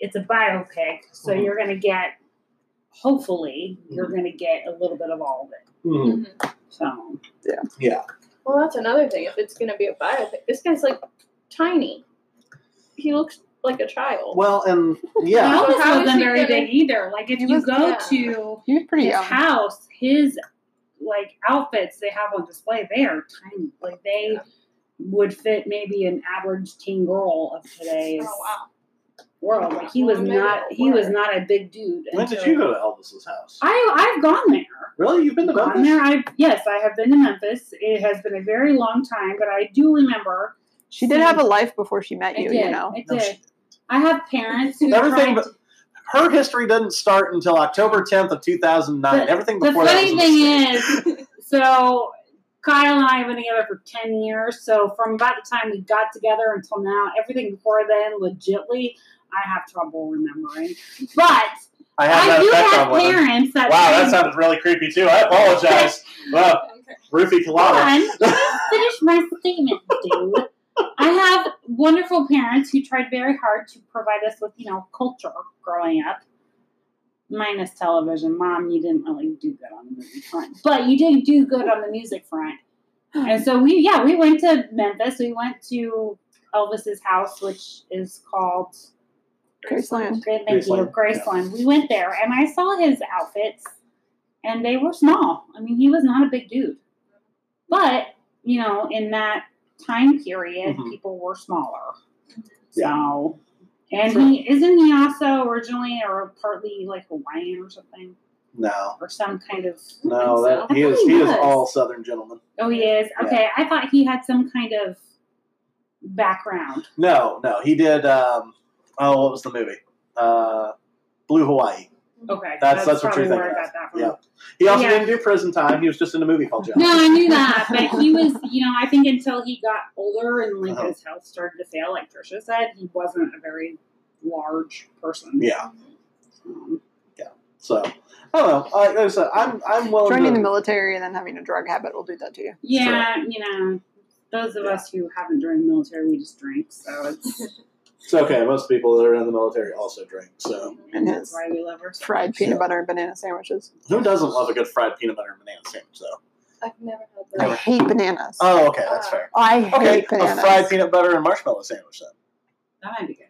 Speaker 4: it's a biopic, so
Speaker 3: Mm-hmm.
Speaker 1: Mhm.
Speaker 4: you're gonna get, hopefully, you're gonna get a little bit of all of it.
Speaker 1: Hmm.
Speaker 3: Mhm.
Speaker 4: So
Speaker 1: yeah,
Speaker 3: Well, that's another thing. If it's gonna be a biopic, this guy's like tiny. He looks like a child.
Speaker 1: well, and yeah,
Speaker 3: Yeah. So how
Speaker 4: Elvis
Speaker 3: is
Speaker 4: wasn't
Speaker 3: he
Speaker 4: very
Speaker 3: gonna-
Speaker 4: big either. Like if
Speaker 2: He
Speaker 4: you
Speaker 2: was-
Speaker 4: go
Speaker 3: yeah.
Speaker 4: to
Speaker 2: He was pretty
Speaker 4: his
Speaker 2: young.
Speaker 4: house, his like outfits they have on display, they are tiny. Like they
Speaker 3: Yeah.
Speaker 4: would fit maybe an average teen girl of today's
Speaker 3: Oh wow.
Speaker 4: world. Like he was
Speaker 3: Well, maybe
Speaker 4: not
Speaker 3: it'll
Speaker 4: he was
Speaker 3: work.
Speaker 4: not a big dude.
Speaker 1: when
Speaker 4: until-
Speaker 1: did you go to Elvis's house?
Speaker 4: I I've gone there.
Speaker 1: Really, you've been to
Speaker 4: gone
Speaker 1: Memphis?
Speaker 4: there. I yes, I have been to Memphis. It has been a very long time, but I do remember.
Speaker 2: She did have a life before she met
Speaker 4: I
Speaker 2: you,
Speaker 4: did,
Speaker 2: you know.
Speaker 4: I
Speaker 1: No,
Speaker 4: did.
Speaker 1: she-
Speaker 4: I have parents who
Speaker 1: Everything
Speaker 4: tried
Speaker 1: but-
Speaker 4: to-
Speaker 1: Her history doesn't start until October 10th of 2009.
Speaker 4: The-
Speaker 1: Everything
Speaker 4: the
Speaker 1: before that was
Speaker 4: funny
Speaker 1: a
Speaker 4: thing
Speaker 1: mistake.
Speaker 4: is, so a Kyle and I have been together for 10 years, so from about the time we got together until now, everything before then, legitly, I have trouble remembering. But
Speaker 1: I have
Speaker 4: I
Speaker 1: that
Speaker 4: do
Speaker 1: effect
Speaker 4: have
Speaker 1: on women.
Speaker 4: parents that
Speaker 1: Wow, that
Speaker 4: think-
Speaker 1: sounded really creepy too. I
Speaker 4: (laughs)
Speaker 1: apologize. Wow,
Speaker 3: Okay.
Speaker 1: Rufy
Speaker 4: Hold
Speaker 1: Kalana.
Speaker 4: on. Finish my statement, dude. I have wonderful parents who tried very hard to provide us with, you know, culture growing up. Minus television. Mom, you didn't really do good on the movie front. But you did do good on the music front. And so we yeah, we went to Memphis. We went to Elvis's house, which is called
Speaker 2: Graceland.
Speaker 4: Good, thank you,
Speaker 1: Graceland,
Speaker 4: Graceland. We went there and I saw his outfits and they were small. I mean, he was not a big dude. But, you know, in that time period,
Speaker 1: Mhm.
Speaker 4: people were smaller.
Speaker 1: Yeah.
Speaker 4: So, and
Speaker 2: True.
Speaker 4: he isn't he also originally or partly like Hawaiian or something
Speaker 1: No,
Speaker 4: or some kind of
Speaker 1: no, that
Speaker 4: I
Speaker 1: he is
Speaker 4: thought he
Speaker 1: he is
Speaker 4: was.
Speaker 1: all Southern gentleman.
Speaker 4: oh he is okay. I thought he had some kind of background.
Speaker 1: No, no, he did. Um, oh, what was the movie? Uh, Blue Hawaii.
Speaker 4: Okay,
Speaker 1: That's- that's what
Speaker 4: probably
Speaker 1: you're
Speaker 4: where
Speaker 1: thinking
Speaker 4: I got that from.
Speaker 1: Yeah. He also
Speaker 4: Yeah.
Speaker 1: didn't do prison time. He was just in a movie called John.
Speaker 4: No, I
Speaker 1: (laughs)
Speaker 4: knew that, but he was, you know, I think until he got older and like
Speaker 1: Uh-huh.
Speaker 4: his health started to fail, like Trisha said, he wasn't a very large person.
Speaker 1: Yeah.
Speaker 4: Um,
Speaker 1: So I don't know. I, like I said, I'm I'm willing
Speaker 2: Joining the
Speaker 1: to.
Speaker 2: military and then having a drug habit will do that to you.
Speaker 4: yeah, you know, those of
Speaker 1: Yeah.
Speaker 4: us who haven't joined the military, we just drink, so
Speaker 1: (laughs)
Speaker 4: it's
Speaker 1: It's okay. Most people that are in the military also drink. So
Speaker 4: and
Speaker 2: it's-
Speaker 4: that's why we love her. so
Speaker 2: Fried peanut
Speaker 1: Yeah.
Speaker 2: butter and banana sandwiches.
Speaker 1: who doesn't love a good fried peanut butter and banana sandwich though?
Speaker 3: I've never had those.
Speaker 2: I hate bananas.
Speaker 1: Oh, okay, that's fair.
Speaker 2: I hate
Speaker 1: Okay, a
Speaker 2: bananas.
Speaker 1: fried peanut butter and marshmallow sandwich then.
Speaker 4: much. That might be good.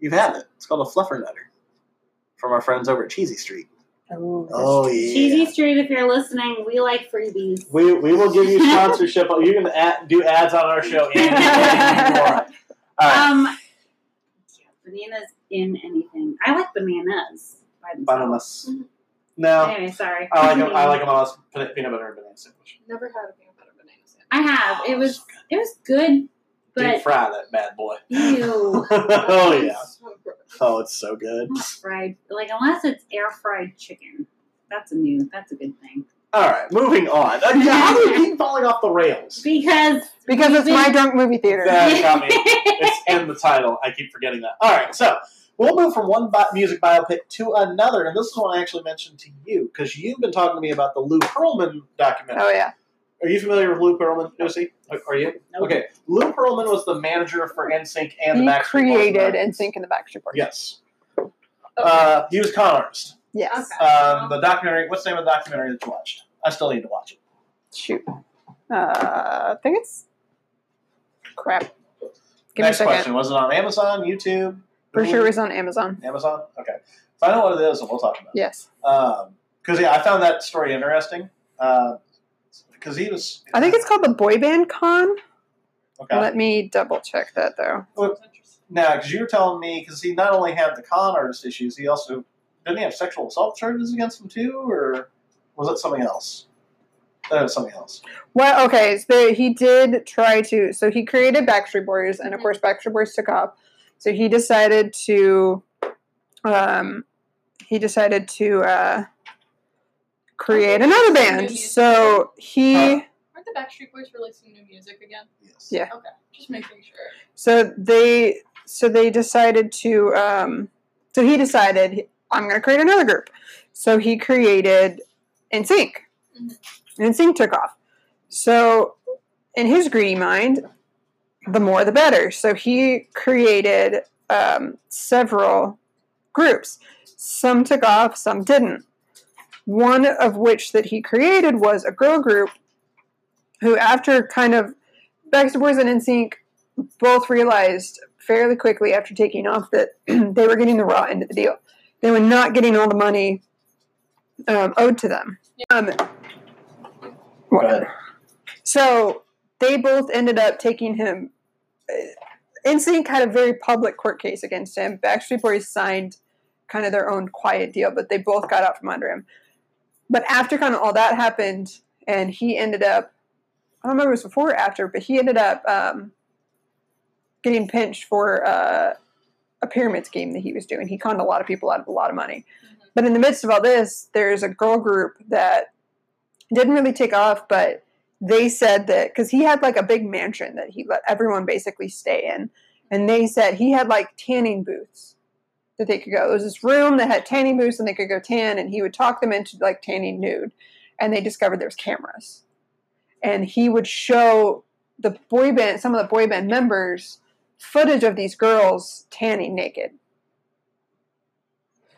Speaker 1: You've had it. It's called a fluffer nutter from our friends over at Cheesy Street.
Speaker 2: Ooh, that's-
Speaker 1: Oh yeah.
Speaker 4: Cheesy Street, if you're listening, we like freebies.
Speaker 1: We, we will give you sponsorship. you can add, do ads on our show. Andy, if you want. All right.
Speaker 4: Um, yeah, bananas in anything. I like bananas. By themselves.
Speaker 1: Bananas. No,
Speaker 4: Anyway, sorry.
Speaker 1: Oh, I like them. I like them all as peanut peanut butter and banana sandwich.
Speaker 3: Never had a peanut butter banana sandwich.
Speaker 4: I have.
Speaker 1: Oh,
Speaker 4: It was it was good,
Speaker 1: Deep
Speaker 4: but
Speaker 1: fry that bad boy.
Speaker 4: ew,
Speaker 1: (laughs) (laughs) oh yeah.
Speaker 3: So gross.
Speaker 1: Oh, it's so good.
Speaker 4: (laughs) not fried. Like unless it's air fried chicken, that's a new. That's a good thing
Speaker 1: All right, moving on. Uh, (laughs) yeah, How do you keep falling off the rails?
Speaker 4: because
Speaker 2: because it's
Speaker 4: we've
Speaker 2: my
Speaker 4: been-
Speaker 2: drunk movie theater.
Speaker 1: That
Speaker 2: (laughs)
Speaker 1: got me. It's in the title. I keep forgetting that. All right, so we'll move from one bi- music biopic to another, and this is one I actually mentioned to you because you've been talking to me about the Lou Pearlman documentary.
Speaker 2: Oh yeah,
Speaker 1: Are you familiar with Lou Pearlman, Josie? Are- Are you?
Speaker 4: Nope.
Speaker 1: Okay. Lou Pearlman was the manager for NSYNC and
Speaker 2: he
Speaker 1: the Backstreet Boys.
Speaker 2: created NSYNC in the Backstreet Boys.
Speaker 1: Yes.
Speaker 3: Okay.
Speaker 1: Uh, he was a con artist.
Speaker 2: Yes.
Speaker 3: Okay.
Speaker 1: Um,
Speaker 2: Oh.
Speaker 1: the documentary. What's the name of the documentary that you watched? I still need to watch it.
Speaker 2: Shoot. Uh, I think it's crap.
Speaker 1: Next
Speaker 2: Give me a second.
Speaker 1: question. Was it on Amazon, YouTube?
Speaker 2: For sure, it
Speaker 1: Hulu?
Speaker 2: was on Amazon.
Speaker 1: Amazon. Okay. Find out what it is, and we'll talk about it.
Speaker 2: Yes,
Speaker 1: Because yeah, I found that story interesting. Because he was.
Speaker 2: I think it's called the Boy Band Con.
Speaker 1: Okay.
Speaker 2: Let me double check that though.
Speaker 3: Sounds interesting.
Speaker 1: Now, because you were telling me, because he not only had the con artist issues, he also didn't he have sexual assault charges against him too, or was it something else? That was something else.
Speaker 2: Well, okay, so he did try to. So he created Backstreet Boys, and of course, Backstreet Boys took off. So he decided to, um, he decided to uh, create another band. So he,
Speaker 3: Aren't the Backstreet Boys releasing new music again?
Speaker 1: Yes.
Speaker 2: Yeah.
Speaker 3: Okay, just making sure.
Speaker 2: so they, so they decided to. Um, so he decided I'm going to create another group. So he created NSYNC,
Speaker 3: Mhm.
Speaker 2: and NSYNC took off. So in his greedy mind, the more the better. So he created um, several groups. Some took off, some didn't. One of which that he created was a girl group who, after kind of Backstreet Boys and NSYNC both realized fairly quickly after taking off that (clears throat) they were getting the raw end of the deal. They were not getting all the money um, owed to them. Um,
Speaker 1: ahead.
Speaker 2: so they both ended up taking him. uh, NSYNC had a very public court case against him. Backstreet Boys signed kind of their own quiet deal, but they both got out from under him. But after kind of all that happened, and he ended up, I don't remember if it was before or after, but he ended up um, getting pinched for uh, a pyramid scheme that he was doing. He conned a lot of people out of a lot of money.
Speaker 3: Mhm.
Speaker 2: But in the midst of all this, there's a girl group that didn't really take off, but they said that because he had like a big mansion that he let everyone basically stay in, and they said he had like tanning booths that they could go. There was this room that had tanning booths, and they could go tan, and he would talk them into like tanning nude, and they discovered there was cameras, and he would show the boy band some of the boy band members footage of these girls tanning naked.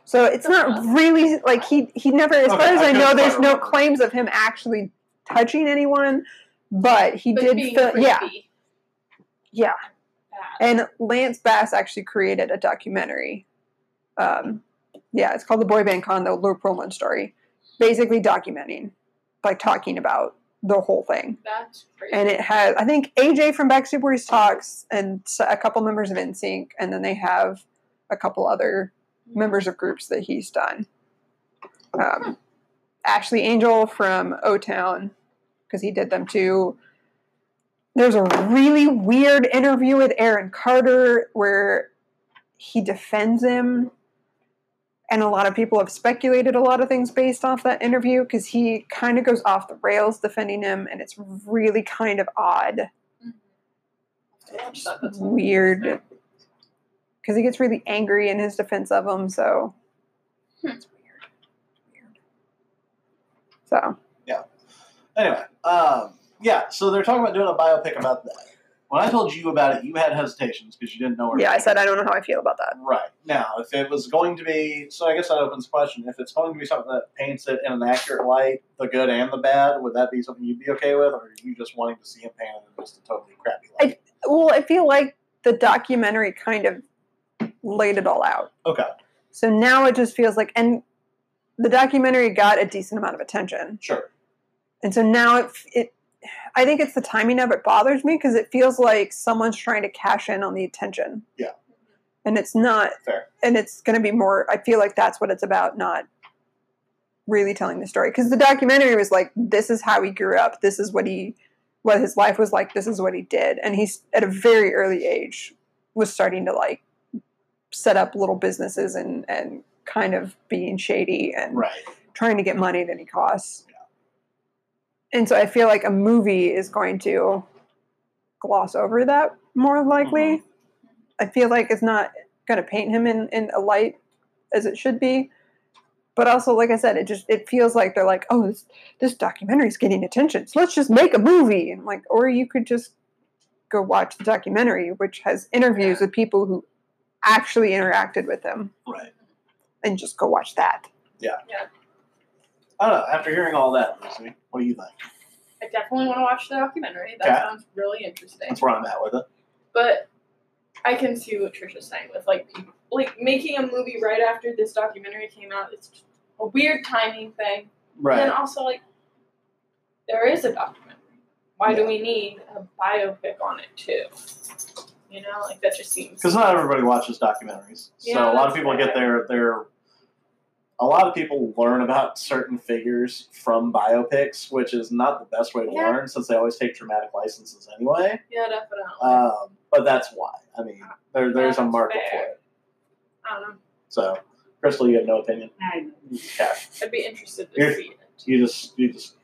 Speaker 2: So it's not really like he he never, as
Speaker 1: Okay,
Speaker 2: far as
Speaker 1: I
Speaker 2: I know,
Speaker 1: couldn't
Speaker 2: there's
Speaker 1: quite
Speaker 2: no
Speaker 1: remember.
Speaker 2: claims of him actually touching anyone, but he
Speaker 3: But
Speaker 2: did,
Speaker 3: being
Speaker 2: fil- yeah,
Speaker 3: creepy,
Speaker 2: yeah.
Speaker 3: bad.
Speaker 2: And Lance Bass actually created a documentary. Um, yeah, it's called the Boy Band Con: The Lou Pearlman Story, basically documenting, like talking about the whole thing.
Speaker 3: That's crazy.
Speaker 2: And it had, I think, AJ from Backstreet Boys talks, and s- a couple members of NSYNC, and then they have a couple other members of groups that he's done. Um, Ashley Angel from O Town, because he did them too. There's a really weird interview with Aaron Carter where he defends him. And a lot of people have speculated a lot of things based off that interview because he kind of goes off the rails defending him, and it's really kind of odd,
Speaker 3: Mhm. Mm-hmm. I watched that. That's
Speaker 2: weird, because he gets really angry in his defense of him. So,
Speaker 3: Hmm.
Speaker 2: it's weird. Weird. So,
Speaker 1: Anyway, um, yeah, so they're talking about doing a biopic about that. When I told you about it, you had hesitations because you didn't know where.
Speaker 2: yeah, I said I don't know how I feel about that.
Speaker 1: Right. Now, if it was going to be, so I guess that opens the question. If it's going to be something that paints it in an accurate light, the good and the bad, would that be something you'd be okay with, or are you just wanting to see him painted in just a totally crappy light?
Speaker 2: Well, I feel like the documentary kind of laid it all out.
Speaker 1: okay.
Speaker 2: So now it just feels like, and the documentary got a decent amount of attention.
Speaker 1: Sure.
Speaker 2: and so now it, it i think it's the timing of it bothers me because it feels like someone's trying to cash in on the attention
Speaker 1: Yeah.
Speaker 2: and it's not
Speaker 1: Fair.
Speaker 2: and it's going to be more i feel like that's what it's about not really telling the story because the documentary was like this is how he grew up this is what he what his life was like this is what he did and he's at a very early age was starting to like set up little businesses and and kind of being shady and
Speaker 1: Right.
Speaker 2: trying to get money at any cost. And so I feel like a movie is going to gloss over that more likely. I feel like it's not going to paint him in, in a light as it should be. But also, like I said, it just it feels like they're like, oh, this this documentary is getting attention, so let's just make a movie. And I'm like, or you could just go watch the documentary, which has interviews with people who actually interacted with him,
Speaker 1: Right.
Speaker 2: and just go watch that.
Speaker 1: I don't know. After hearing all that, Lucy, what do you think?
Speaker 3: I definitely want to watch the documentary. That
Speaker 1: Okay.
Speaker 3: sounds really interesting.
Speaker 1: That's where I'm at with it.
Speaker 3: But I can see what Trisha's saying with like people- like making a movie right after this documentary came out. It's just a weird timing thing. And
Speaker 1: Right.
Speaker 3: then also like there is a documentary. Why do
Speaker 1: Yeah.
Speaker 3: we need a biopic on it too? You know, like that just seems
Speaker 1: Because not everybody watches documentaries,
Speaker 3: Yeah,
Speaker 1: so a lot of
Speaker 3: that's
Speaker 1: people get their
Speaker 3: fair.
Speaker 1: their. A lot of people learn about certain figures from biopics, which is not the best way to
Speaker 3: Yeah.
Speaker 1: learn since they always take dramatic licenses anyway.
Speaker 3: yeah, definitely.
Speaker 1: Um, but that's why. I mean, there, there's a
Speaker 3: That's
Speaker 1: market
Speaker 3: fair.
Speaker 1: for it.
Speaker 3: I don't know.
Speaker 1: So, Crystal, you have no opinion.
Speaker 4: I,
Speaker 1: Okay.
Speaker 3: I'd be interested to
Speaker 1: You're-
Speaker 3: see it.
Speaker 1: You just you just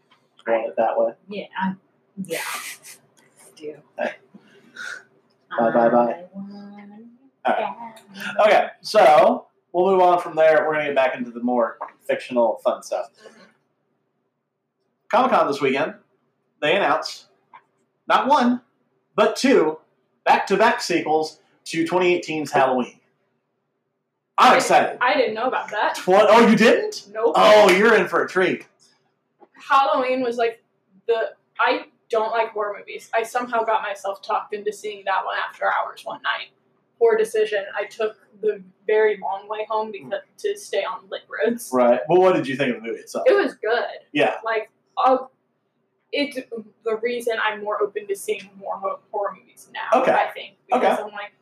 Speaker 1: want it that way.
Speaker 4: yeah, I, yeah, I do.
Speaker 1: Bye, bye, bye.
Speaker 4: I wanna-
Speaker 1: Okay, so we'll move on from there. We're gonna get back into the more fictional, fun stuff. Comic Con this weekend, they announced not one, but two back to back sequels to 2018's Halloween. I'm excited.
Speaker 3: I didn't know about that.
Speaker 1: Tw- oh, you didn't?
Speaker 3: Nope.
Speaker 1: Oh, you're in for a treat.
Speaker 3: Halloween was like the I don't like horror movies. I somehow got myself talked into seeing that one after hours one night. Poor decision. I took the very long way home
Speaker 1: Mm.
Speaker 3: because to stay on lit roads.
Speaker 1: Right. Well, what did you think of the movie itself?
Speaker 3: It was good.
Speaker 1: Yeah.
Speaker 3: Like uh, it's the reason I'm more open to seeing more ho- horror movies now.
Speaker 1: Okay.
Speaker 3: I think
Speaker 1: Okay.
Speaker 3: because I'm like,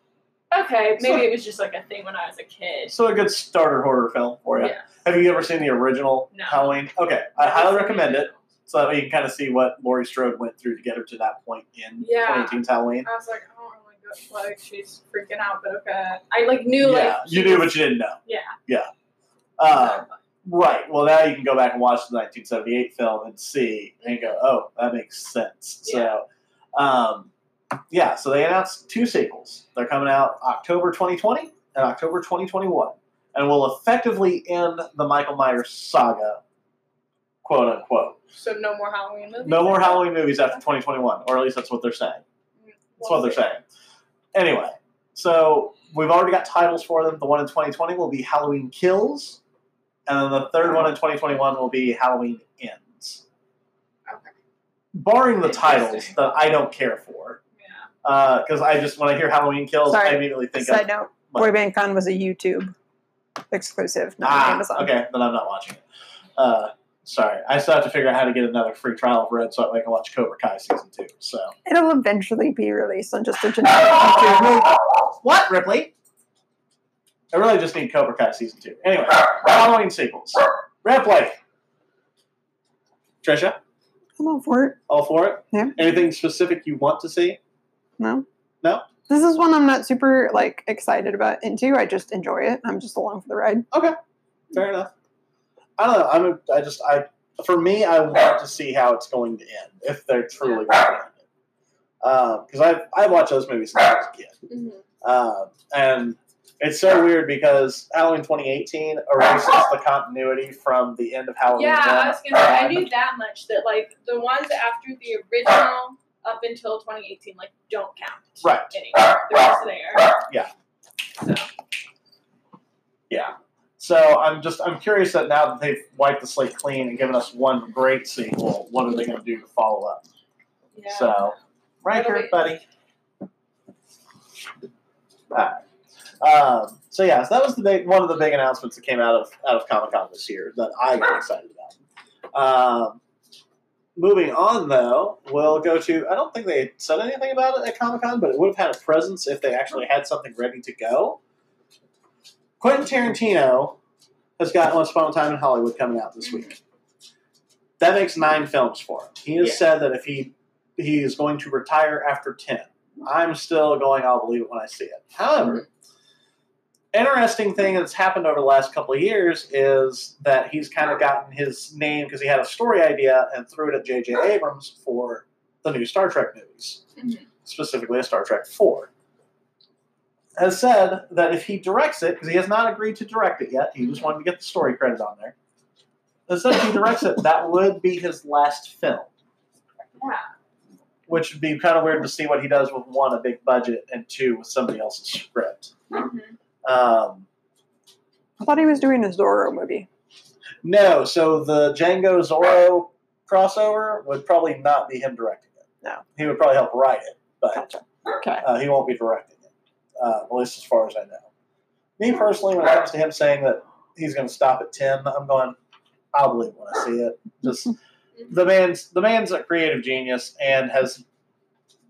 Speaker 3: okay, maybe
Speaker 1: So-
Speaker 3: it was just like a thing when I was a kid.
Speaker 1: So a good starter horror film for you.
Speaker 3: Yeah.
Speaker 1: Have you ever seen the original
Speaker 3: No.
Speaker 1: Halloween? Okay, I highly recommend it. So that way you can kind of see what Laurie Strode went through to get her to that point in
Speaker 3: Yeah.
Speaker 1: 2018's Halloween.
Speaker 3: I was like, oh my god, like she's freaking out, but okay. I like knew
Speaker 1: yeah,
Speaker 3: like
Speaker 1: you
Speaker 3: she
Speaker 1: knew,
Speaker 3: was-
Speaker 1: but you didn't know.
Speaker 3: Yeah.
Speaker 1: Yeah. Uh, Right. Well, now you can go back and watch the 1978 film and see and go, oh, that makes sense. So, um, yeah, so they announced two sequels. They're coming out October 2020 and October 2021 and will effectively end the Michael Myers saga, quote unquote.
Speaker 3: So no more Halloween movies.
Speaker 1: No more Halloween movies after 2021, or at least that's what they're saying. That's what they're saying. Anyway, so we've already got titles for them. The one in 2020 will be Halloween Kills, and then the third one in 2021 will be Halloween Ends.
Speaker 3: Okay.
Speaker 1: Barring the titles
Speaker 3: Interesting.
Speaker 1: that I don't care for,
Speaker 3: Yeah.
Speaker 1: because I just when I hear Halloween Kills, I
Speaker 2: Sorry.
Speaker 1: immediately think
Speaker 2: Side
Speaker 1: of
Speaker 2: note:
Speaker 1: what?
Speaker 2: Boy Band Con was a YouTube exclusive, not
Speaker 1: ah,
Speaker 2: on Amazon.
Speaker 1: okay, then I'm not watching it. Uh, sorry, I still have to figure out how to get another free trial of Red so that way I can watch Cobra Kai season two. So
Speaker 2: It'll eventually be released on just a
Speaker 1: (laughs)
Speaker 2: generic YouTube.
Speaker 1: what, Ripley? I really just need Cobra Kai season two. Anyway, Halloween sequels. Ripley, Trisha.
Speaker 2: I'm all for it.
Speaker 1: All for it?
Speaker 2: Yeah.
Speaker 1: Anything specific you want to see?
Speaker 2: No.
Speaker 1: No?
Speaker 2: This is one I'm not super like excited about into. I just enjoy it. I'm just along for the ride.
Speaker 1: Fair enough. I don't know. I'm a, I just I for me I want to see how it's going to end if they're truly going to end it. Because I've I've watched those movies since I was a kid,
Speaker 3: Mhm.
Speaker 1: Um and it's so weird because Halloween 2018 erases the continuity from the end of Halloween. Uh-huh.
Speaker 3: Yeah, I
Speaker 1: one.
Speaker 3: was gonna say I knew that much that like the ones after the original up until 2018 like don't count.
Speaker 1: Right.
Speaker 3: Anymore. They're just there.
Speaker 1: Yeah. So I'm just I'm curious that now that they've wiped the slate clean and given us one great sequel, what are they going to do to follow up?
Speaker 3: Yeah.
Speaker 1: So, right
Speaker 3: It'll
Speaker 1: here,
Speaker 3: be-
Speaker 1: buddy. Alright. Um, so yeah, so that was the big one of the big announcements that came out of out of Comic Con this year that I got excited about. Um, moving on though, we'll go to I don't think they said anything about it at Comic Con, but it would have had a presence if they actually had something ready to go. Quentin Tarantino has got Once Upon a Time in Hollywood coming out this week. That makes nine films for him. He has
Speaker 4: Yeah.
Speaker 1: said that if he he is going to retire after ten. I'm still going, I'll believe it when I see it. However, interesting thing that's happened over the last couple of years is that he's kind of gotten his name because he had a story idea and threw it at J.J. Abrams for the new Star Trek movies,
Speaker 3: Mhm.
Speaker 1: specifically a Star Trek 4. Has said that if he directs it, because he has not agreed to direct it yet, he just wanted to get the story credit on there. Has said if he directs it, that would be his last film
Speaker 3: Yeah.
Speaker 1: which would be kind of weird to see what he does with one a big budget and two with somebody else's script.
Speaker 3: Mhm.
Speaker 1: Um,
Speaker 2: I thought he was doing a Zorro movie.
Speaker 1: no, so the Django Zorro crossover would probably not be him directing it.
Speaker 2: No.
Speaker 1: he would probably help write it, but
Speaker 2: Gotcha. Okay.
Speaker 1: uh, he won't be directing it. Uh, at least as far as I know. Me personally, when it comes to him saying that he's going to stop at ten, I'm going. I'll believe it when I see it. Just the man's the man's a creative genius and has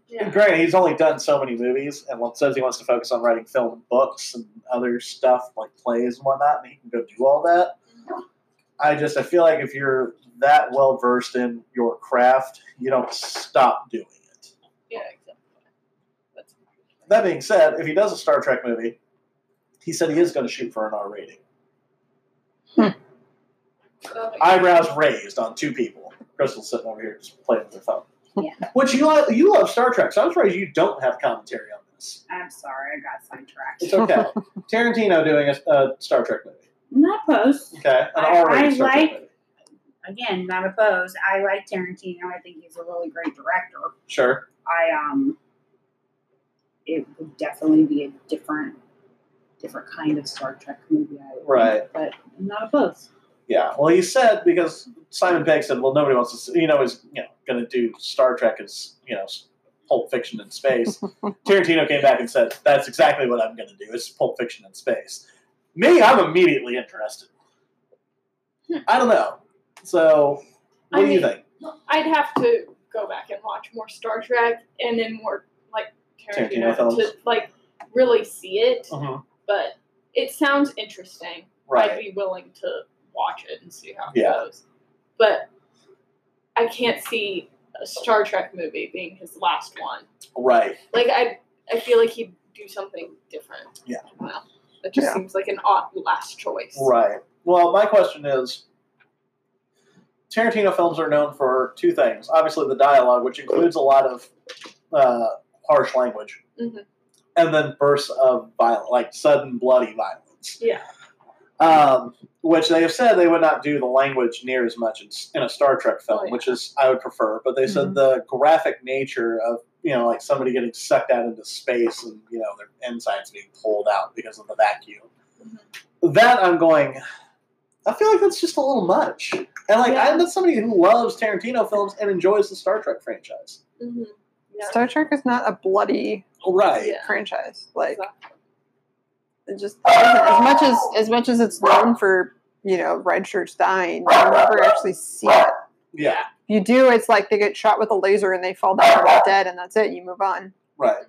Speaker 3: Yeah.
Speaker 1: Granted, he's only done so many movies, and one says he wants to focus on writing film and books and other stuff like plays and whatnot, and he can go do all that. I just I feel like if you're that well versed in your craft, you don't stop doing it.
Speaker 3: Yeah. Exactly. That's-
Speaker 1: That being said, if he does a Star Trek movie, he said he is going to shoot for an R rating.
Speaker 3: Okay.
Speaker 1: Eyebrows raised on two people. Crystal's sitting over here just playing with her phone.
Speaker 4: Yeah.
Speaker 1: Which you love, you love Star Trek, so I'm surprised you don't have commentary on this.
Speaker 4: I'm sorry, I got sidetracked.
Speaker 1: It's okay. Tarantino doing a, a Star Trek movie.
Speaker 4: Not opposed.
Speaker 1: Okay, an
Speaker 4: I-
Speaker 1: R-rated
Speaker 4: I
Speaker 1: Star Trek
Speaker 4: like-
Speaker 1: movie.
Speaker 4: Again, not opposed. I like Tarantino. I think he's a really great director.
Speaker 1: Sure.
Speaker 4: I um, it would definitely be a different, different kind of Star Trek movie. I would
Speaker 1: Right.
Speaker 4: think, but I'm not opposed.
Speaker 1: Yeah. Well, he said because Simon Pegg said, "Well, nobody wants to, see, you know, is you know going to do Star Trek as you know, s- Pulp Fiction in space." Tarantino came back and said, "That's exactly what I'm going to do. It's Pulp Fiction in space." Me, I'm immediately interested.
Speaker 4: Hmm.
Speaker 1: I don't know. So, what
Speaker 3: I
Speaker 1: do you
Speaker 3: mean-
Speaker 1: think?
Speaker 3: I'd have to go back and watch more Star Trek and then more like
Speaker 1: Tarantino
Speaker 3: Tarantino,
Speaker 1: films.
Speaker 3: to like really see it.
Speaker 1: Mhm.
Speaker 3: But it sounds interesting. I'd
Speaker 1: Right.
Speaker 3: be willing to watch it and see how it
Speaker 1: Yeah.
Speaker 3: goes. But I can't see a Star Trek movie being his last one.
Speaker 1: Right.
Speaker 3: Like I, I feel like he'd do something different.
Speaker 1: Yeah.
Speaker 3: Well, that just
Speaker 2: Yeah.
Speaker 3: seems like an odd last choice.
Speaker 1: Right. Well, my question is Tarantino films are known for two things. Obviously, the dialogue, which includes a lot of uh, harsh language,
Speaker 3: Mhm.
Speaker 1: and then bursts of violence, like sudden bloody violence.
Speaker 3: Yeah.
Speaker 1: Um, which they have said they would not do the language near as much in, s- in a Star Trek film,
Speaker 3: Oh, yeah. Mm-hmm.
Speaker 1: which is I would prefer. But they said the graphic nature of you know like somebody getting sucked out into space and you know their insides being pulled out because of the vacuum.
Speaker 3: Mm-hmm.
Speaker 1: That I'm going. I feel like that's just a little much. And like
Speaker 3: Yeah.
Speaker 1: I'm not somebody who loves Tarantino films and enjoys the Star Trek franchise.
Speaker 3: Mm-hmm. Yeah.
Speaker 2: Star Trek is not a bloody
Speaker 1: Right.
Speaker 3: Yeah.
Speaker 2: franchise. Like
Speaker 3: Exactly.
Speaker 2: it just as much as as much as it's known for you know red shirts dying, you never actually see it.
Speaker 1: Yeah.
Speaker 2: You do, it's like they get shot with a laser and they fall down and they're dead, and that's it. You move on.
Speaker 1: Right.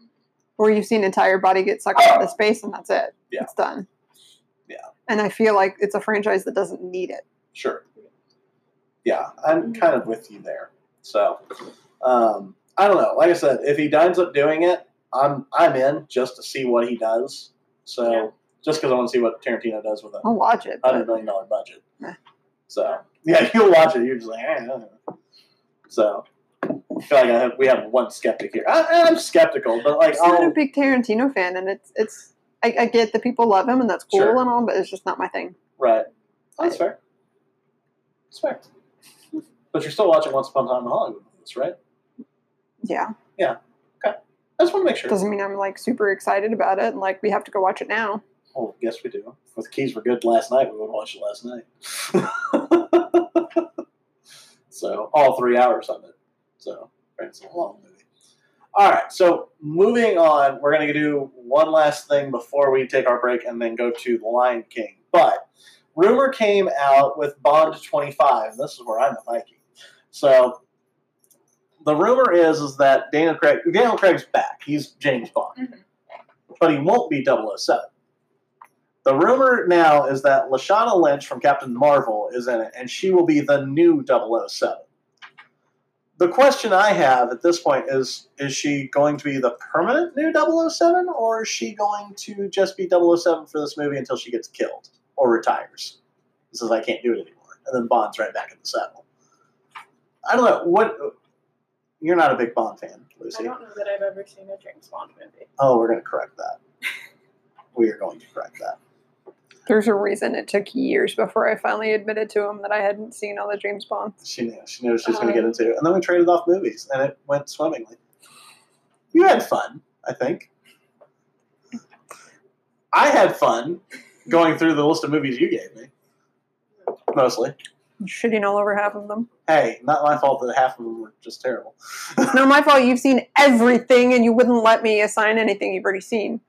Speaker 2: Or you see an entire body get sucked out of space, and that's it.
Speaker 1: Yeah.
Speaker 2: It's done.
Speaker 1: Yeah.
Speaker 2: And I feel like it's a franchise that doesn't need it.
Speaker 1: Sure. Yeah, I'm
Speaker 3: Mm.
Speaker 1: kind of with you there. So, um, I don't know. Like I said, if he winds up doing it, I'm I'm in just to see what he does. So
Speaker 3: Yeah.
Speaker 1: just because I want to see what Tarantino does with a
Speaker 2: I'll watch it.
Speaker 1: hundred
Speaker 2: But
Speaker 1: million dollar budget.
Speaker 2: Yeah.
Speaker 1: So yeah, you'll watch it. You're just like, eh, I don't know. so. I feel like I have, we have one skeptic here. I, I'm skeptical, but like,
Speaker 2: I'm
Speaker 1: I'll,
Speaker 2: not a big Tarantino fan, and it's it's. I, I get that people love him and that's cool
Speaker 1: Sure.
Speaker 2: and all, but it's just not my thing.
Speaker 1: Right. That's fair. That's fair. But you're still watching Once Upon a Time in Hollywood, that's right?
Speaker 2: Yeah,
Speaker 1: I just want to make sure.
Speaker 2: doesn't mean I'm like super excited about it and like we have to go watch it now.
Speaker 1: Oh, yes, we do. If the keys were good last night, we would have watched it last night. (laughs) so, all three hours of it. So, right, it's a long movie. All right, so moving on, we're going to do one last thing before we take our break and then go to The Lion King. But rumor came out with Bond 25, and this is where I'm a Viking. So, the rumor is is that Daniel Craig, Daniel Craig's back. He's James Bond
Speaker 3: Mhm.
Speaker 1: but he won't be 007. The rumor now is that Lashana Lynch from Captain Marvel is in it, and she will be the new 007. The question I have at this point is is she going to be the permanent new 007, or is she going to just be 007 for this movie until she gets killed or retires? And says, I can't do it anymore. And then Bond's right back in the saddle. I don't know. What. You're not a big Bond fan, Lucy.
Speaker 3: I don't know that I've ever seen a James Bond movie.
Speaker 1: Oh, we're going to correct that. We are going to correct that.
Speaker 2: There's a reason it took years before I finally admitted to him that I hadn't seen all the James Bonds.
Speaker 1: She knew. She knew she was going to get into it. And then we traded off movies, and it went swimmingly. You had fun, I think. I had fun going through the list of movies you gave me, mostly.
Speaker 2: Shitting all over half of them.
Speaker 1: Hey, not my fault that half of them were just terrible.
Speaker 2: It's not my fault. You've seen everything, and you wouldn't let me assign anything you've already seen.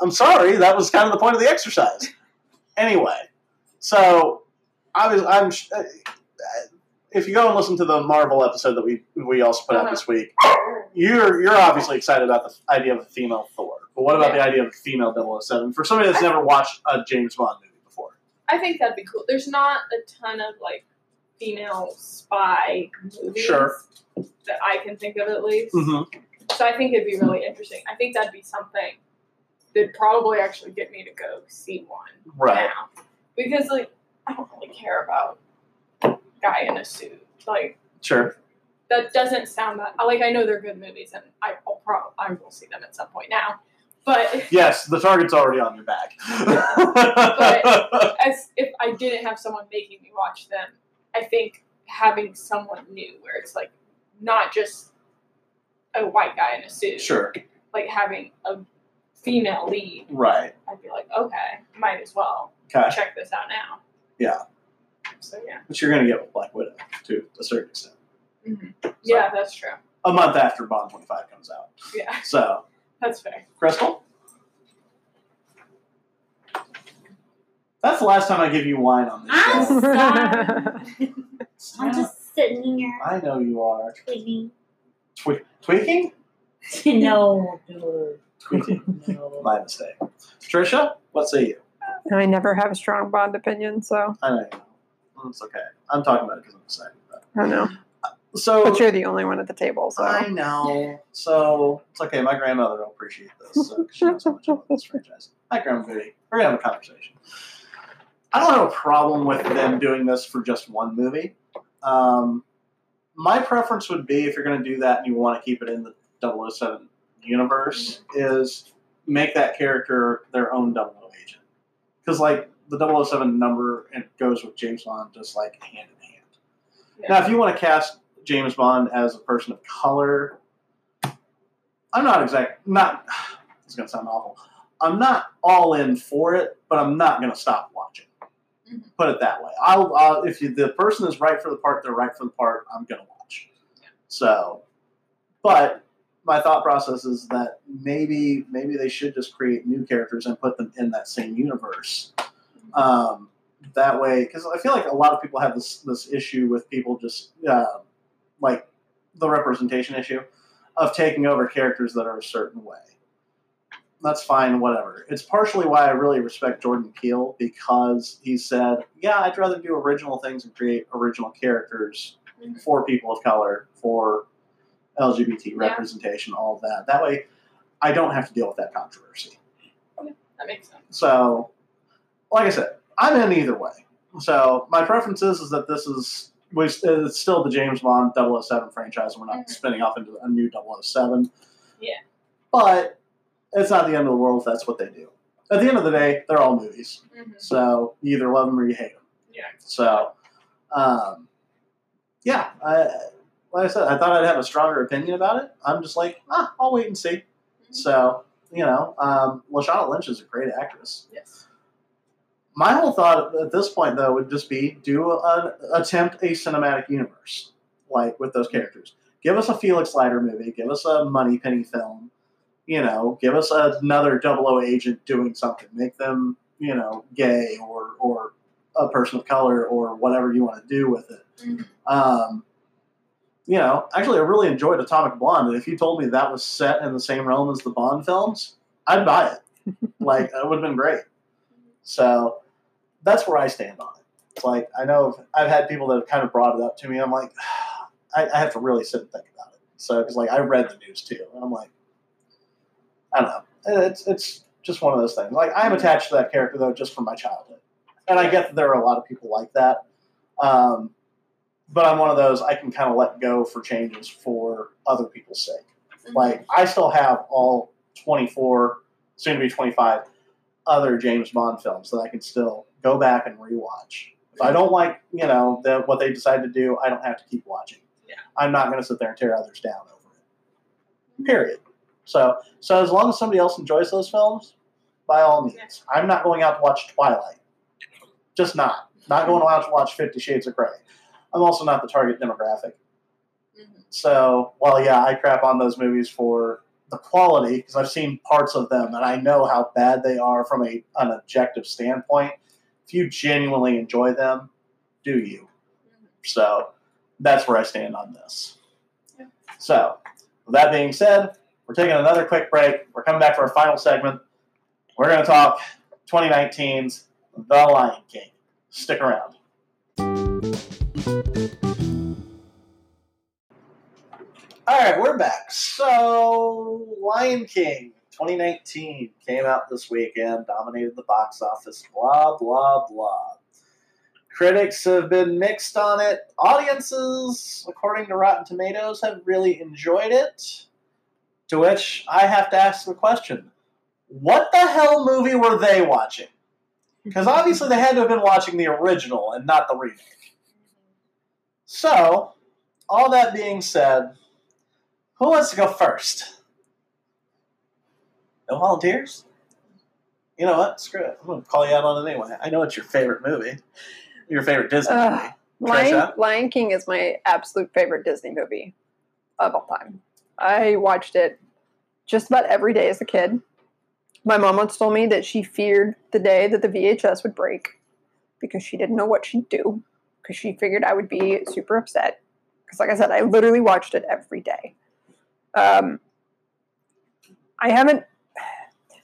Speaker 1: I'm sorry. That was kind of the point of the exercise. Anyway, so I was. I'm. sh- uh, If you go and listen to the Marvel episode that we we also put out this week, you're you're obviously excited about the idea of a female Thor. But what about the idea of a female 007 for somebody that's never watched a James Bond movie before?
Speaker 3: I think that'd be cool. There's not a ton of like female spy movies
Speaker 1: Sure.
Speaker 3: that I can think of at least.
Speaker 1: Mm-hmm.
Speaker 3: So I think it'd be really interesting. I think that'd be something that'd probably actually get me to go see one
Speaker 1: Right.
Speaker 3: now. Because like I don't really care about guy in a suit. Like
Speaker 1: Sure.
Speaker 3: that doesn't sound that like I know they're good movies and I will probably I will see them at some point now. But
Speaker 1: Yes, the target's already on your back.
Speaker 3: as if I didn't have someone making me watch them, I think having someone new where it's like not just a white guy in a
Speaker 1: (laughs)
Speaker 3: suit.
Speaker 1: sure.
Speaker 3: Like having a female lead,
Speaker 1: Right.
Speaker 3: I'd be like, okay, might as well
Speaker 1: Okay.
Speaker 3: check this out now.
Speaker 1: Yeah.
Speaker 3: So yeah.
Speaker 1: But you're going to get with Black Widow to a certain extent.
Speaker 3: Mm-hmm. Yeah, that's true.
Speaker 1: A month after Bond 25 comes out.
Speaker 3: Yeah,
Speaker 1: So,
Speaker 3: that's fair.
Speaker 1: Crystal? That's the last time I give you wine on this
Speaker 4: I'm
Speaker 1: show.
Speaker 4: sorry. I'm
Speaker 1: Yeah,
Speaker 4: just sitting here
Speaker 1: I know you are.
Speaker 4: tweeting.
Speaker 1: Twe- tweaking?
Speaker 4: (laughs) no, no.
Speaker 1: Tweaking.
Speaker 4: no.
Speaker 1: My mistake. Trisha, what say you?
Speaker 2: And (laughs) I never have a strong Bond opinion, so
Speaker 1: I know you know. It's okay. I'm talking about it because I'm excited about
Speaker 2: I don't know.
Speaker 1: it. So,
Speaker 2: But you're the only one at the table, so
Speaker 1: I know. So it's okay. My grandmother will appreciate this. So, 'cause she knows how much I love this franchise. Hi, Grandma Goody. We're gonna have a conversation. I don't have a problem with them doing this for just one movie. Um, my preference would be if you're going to do that and you want to keep it in the 007 universe, is make that character their own 00 agent. Because, like, the 007 number it goes with James Bond just like hand in hand. Now, if you want to cast James Bond as a person of color, I'm not exact. Not (sighs) it's gonna sound awful. I'm not all in for it, but I'm not gonna stop watching.
Speaker 3: Mhm.
Speaker 1: Put it that way. I'll, I'll if you, the person is right for the part, they're right for the part. I'm gonna watch. So, but my thought process is that maybe maybe they should just create new characters and put them in that same universe. Um, that way, because I feel like a lot of people have this this issue with people just uh, like the representation issue of taking over characters that are a certain way. That's fine, whatever. It's partially why I really respect Jordan Peele because he said, "Yeah, I'd rather do original things and create original characters
Speaker 3: Mhm.
Speaker 1: for people of color, for LGBT representation, all of that. That way, I don't have to deal with that controversy."
Speaker 3: That makes sense.
Speaker 1: So, like I said, I'm in either way. So my preference is, is that this is we, it's still the James Bond 007 franchise, and we're not
Speaker 3: Mhm.
Speaker 1: spinning off into a new 007.
Speaker 3: Yeah.
Speaker 1: But it's not the end of the world if that's what they do. At the end of the day, they're all movies.
Speaker 3: Mm-hmm.
Speaker 1: So you either love them or you hate them.
Speaker 3: Yeah.
Speaker 1: So, um, yeah, I, like I said, I thought I'd have a stronger opinion about it. I'm just like, ah, I'll wait and see.
Speaker 3: Mm-hmm.
Speaker 1: So, you know, um, Lashana Lynch is a great actress.
Speaker 3: Yes.
Speaker 1: My whole thought at this point, though, would just be do an attempt a cinematic universe, like with those characters. Give us a Felix Leiter movie. Give us a Money Penny film. You know, give us another Double O agent doing something. Make them, you know, gay or or a person of color or whatever you want to do with it.
Speaker 3: Mhm.
Speaker 1: Um, you know, actually, I really enjoyed Atomic Blonde, and if you told me that was set in the same realm as the Bond films, I'd buy it. like, it would have been great. So, that's where I stand on it. It's like I know I've, I've had people that have kind of brought it up to me. I'm like, (sighs) I, I have to really sit and think about it. So because like I read the news too, and I'm like, I don't know. It's it's just one of those things. Like I'm attached to that character though, just from my childhood, and I get that there are a lot of people like that. Um, but I'm one of those I can kind of let go for changes for other people's sake. Like I still have all 24, soon to be 25 other James Bond films that I can still go back and rewatch. If I don't like, you know, the, what they decide to do, I don't have to keep watching.
Speaker 3: Yeah.
Speaker 1: I'm not going to sit there and tear others down over it. Period. So, so as long as somebody else enjoys those films, by all means. I'm not going out to watch Twilight. Just not. Not going out to watch Fifty Shades of Grey. I'm also not the target demographic.
Speaker 3: Mhm.
Speaker 1: So, well, yeah, I crap on those movies for the quality because I've seen parts of them and I know how bad they are from a, an objective standpoint. If you genuinely enjoy them, do you? So, that's where I stand on this.
Speaker 3: Yeah.
Speaker 1: So, with that being said, we're taking another quick break. We're coming back for our final segment. We're going to talk 2019's The Lion King. Stick around. All right, we're back. So, Lion King 2019 came out this weekend, dominated the box office, blah, blah, blah. Critics have been mixed on it. Audiences, according to Rotten Tomatoes, have really enjoyed it. To which I have to ask the question what the hell movie were they watching? Because obviously they had to have been watching the original and not the remake. So, all that being said, who wants to go first? No volunteers? You know what? Screw it. I'm going to call you out on it anyway. I know it's your favorite movie, your favorite Disney
Speaker 2: Ugh.
Speaker 1: movie.
Speaker 2: Lion,
Speaker 1: Trisha?
Speaker 2: Lion King is my absolute favorite Disney movie of all time. I watched it just about every day as a kid. My mom once told me that she feared the day that the VHS would break because she didn't know what she'd do because she figured I would be super upset. Because, like I said, I literally watched it every day. Um, I haven't,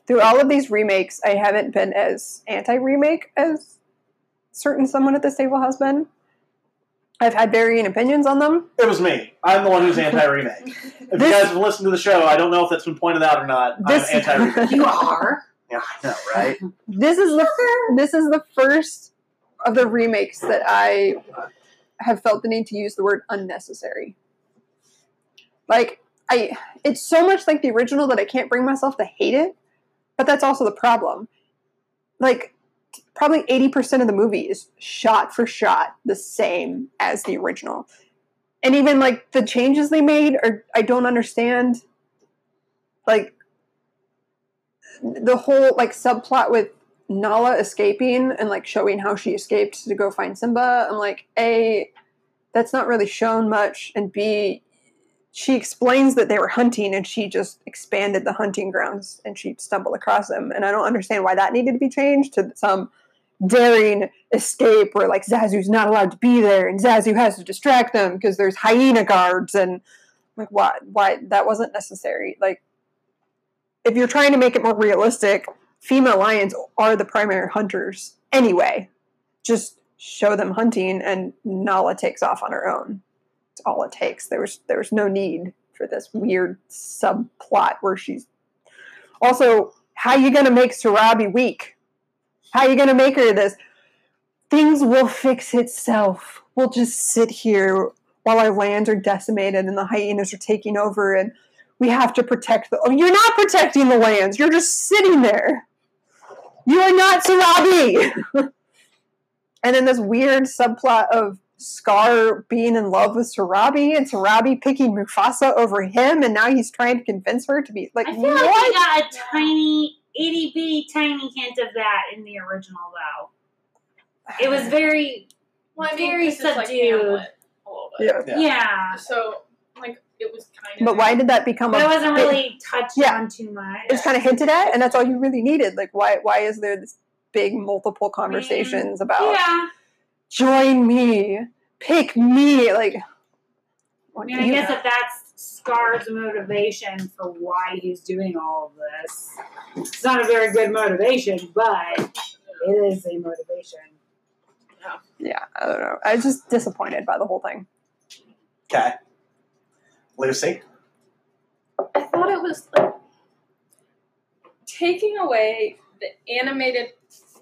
Speaker 2: through all of these remakes, I haven't been as anti remake as certain someone at this table has been. I've had varying opinions on them.
Speaker 1: It was me. I'm the one who's anti
Speaker 3: (laughs)
Speaker 1: remake. If you
Speaker 2: This-
Speaker 1: guys have listened to the show, I don't know if that's been pointed out or not.
Speaker 2: This-
Speaker 1: I'm anti remake.
Speaker 4: (laughs) You are. (laughs)
Speaker 1: Yeah, I know, right?
Speaker 2: This is the this is the first of the remakes that I have felt the need to use the word unnecessary. Like I, it's so much like the original that I can't bring myself to hate it. But that's also the problem. Like probably eighty percent of the movie is shot for shot the same as the original, and even like the changes they made are I don't understand. Like the whole like subplot with Nala escaping and like showing how she escaped to go find Simba. I'm like, A, that's not really shown much, and B, she explains that they were hunting and she just expanded the hunting grounds and she stumbled across them. And I don't understand why that needed to be changed to some daring escape where like Zazu's not allowed to be there and Zazu has to distract them because there's hyena guards and like why why that wasn't necessary. Like if you're trying to make it more realistic, female lions are the primary hunters anyway. Just show them hunting, and Nala takes off on her own. It's all it takes. There was there was no need for this weird subplot where she's also how you gonna make Sarabi weak? How you gonna make her this? Things will fix itself. We'll just sit here while our lands are decimated and the hyenas are taking over and we have to protect the. Oh, you're not protecting the lands. You're just sitting there. You are not Sarabi. (laughs) and then this weird subplot of Scar being in love with Sarabi and Sarabi picking Mufasa over him, and now he's trying to convince her to be like
Speaker 4: I feel
Speaker 2: what?
Speaker 4: like we got a tiny, itty bitty, tiny hint of that in the original, though. It
Speaker 2: (sighs)
Speaker 4: was very,
Speaker 3: Well, I mean,
Speaker 4: Very
Speaker 3: this is like
Speaker 4: subdued.
Speaker 3: Hamlet a little bit.
Speaker 2: yeah.
Speaker 1: Yeah.
Speaker 4: yeah.
Speaker 3: So, like, it was kind of.
Speaker 2: But why did that become
Speaker 4: But it
Speaker 2: a?
Speaker 4: wasn't really touched
Speaker 2: Um, Yeah.
Speaker 4: on too much.
Speaker 2: It's kind of hinted at, and that's all you really needed. Like, why? Why is there this big multiple conversations about
Speaker 4: yeah.
Speaker 2: join me, pick me, like.
Speaker 4: I
Speaker 2: what
Speaker 4: mean,
Speaker 2: do
Speaker 4: I
Speaker 2: you-
Speaker 4: guess if that's Scar's motivation for why he's doing all of this, it's not a very good motivation, but it is a motivation.
Speaker 2: yeah, I don't know. I was just disappointed by the whole thing.
Speaker 1: Okay. Lucy.
Speaker 3: I thought it was like taking away the animated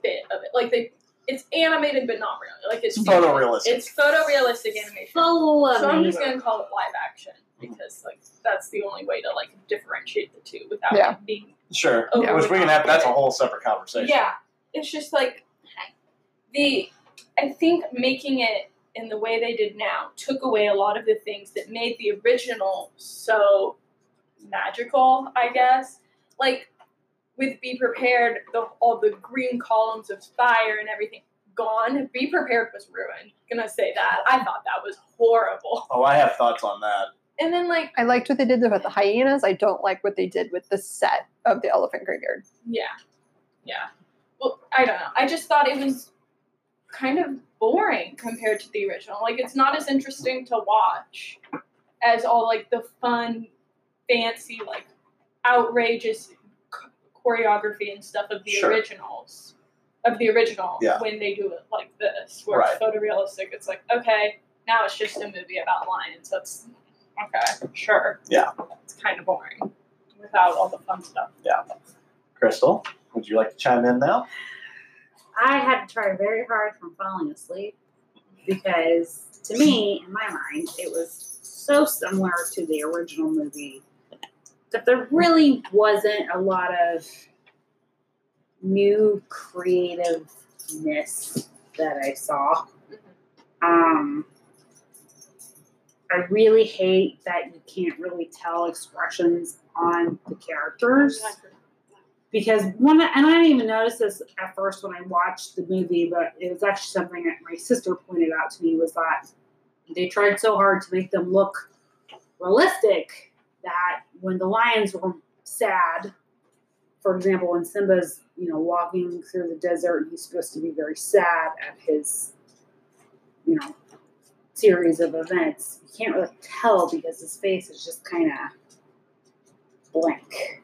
Speaker 3: bit of it. Like they, it's animated but not really. Like it's
Speaker 1: Photorealistic.
Speaker 3: It's photorealistic animation.
Speaker 4: Full of
Speaker 3: So I'm
Speaker 4: me.
Speaker 3: just gonna call it live action because like that's the only way to like differentiate the two without
Speaker 2: Yeah.
Speaker 3: being.
Speaker 1: Sure.
Speaker 3: Yeah.
Speaker 1: Which we can have. That's a whole separate conversation.
Speaker 3: Yeah, it's just like the. I think making it in the way they did now took away a lot of the things that made the original so magical. I guess like with Be Prepared, the all the green columns of fire and everything gone. Be Prepared was ruined. Gonna say that. I thought that was horrible.
Speaker 1: Oh, I have thoughts on that.
Speaker 3: And then like.
Speaker 2: I liked what they did with the hyenas. I don't like what they did with the set of the elephant graveyard.
Speaker 3: Yeah. Yeah. Well, I don't know. I just thought it was kind of boring compared to the original. Like it's not as interesting to watch as all like the fun, fancy, like outrageous ch- choreography and stuff of the
Speaker 1: Sure.
Speaker 3: originals. Of the original
Speaker 1: Yeah.
Speaker 3: when they do it like this, where
Speaker 1: Right.
Speaker 3: it's photorealistic. It's like, okay, now it's just a movie about lions. That's okay, sure.
Speaker 1: Yeah.
Speaker 3: It's kind of boring without all the fun stuff.
Speaker 1: Crystal, would you like to chime in now?
Speaker 4: I had to try very hard from falling asleep because, (laughs) to me, in my mind, it was so similar to the original movie that there really wasn't a lot of new creativeness that I saw. Um, I really hate that you can't really tell expressions on the characters because one and I didn't even notice this at first when I watched the movie, but it was actually something that my sister pointed out to me was that they tried so hard to make them look realistic that when the lions were sad, for example, when Simba's you know walking through the desert and he's supposed to be very sad at his you know series of events, you can't really tell because his face is just kind of blank.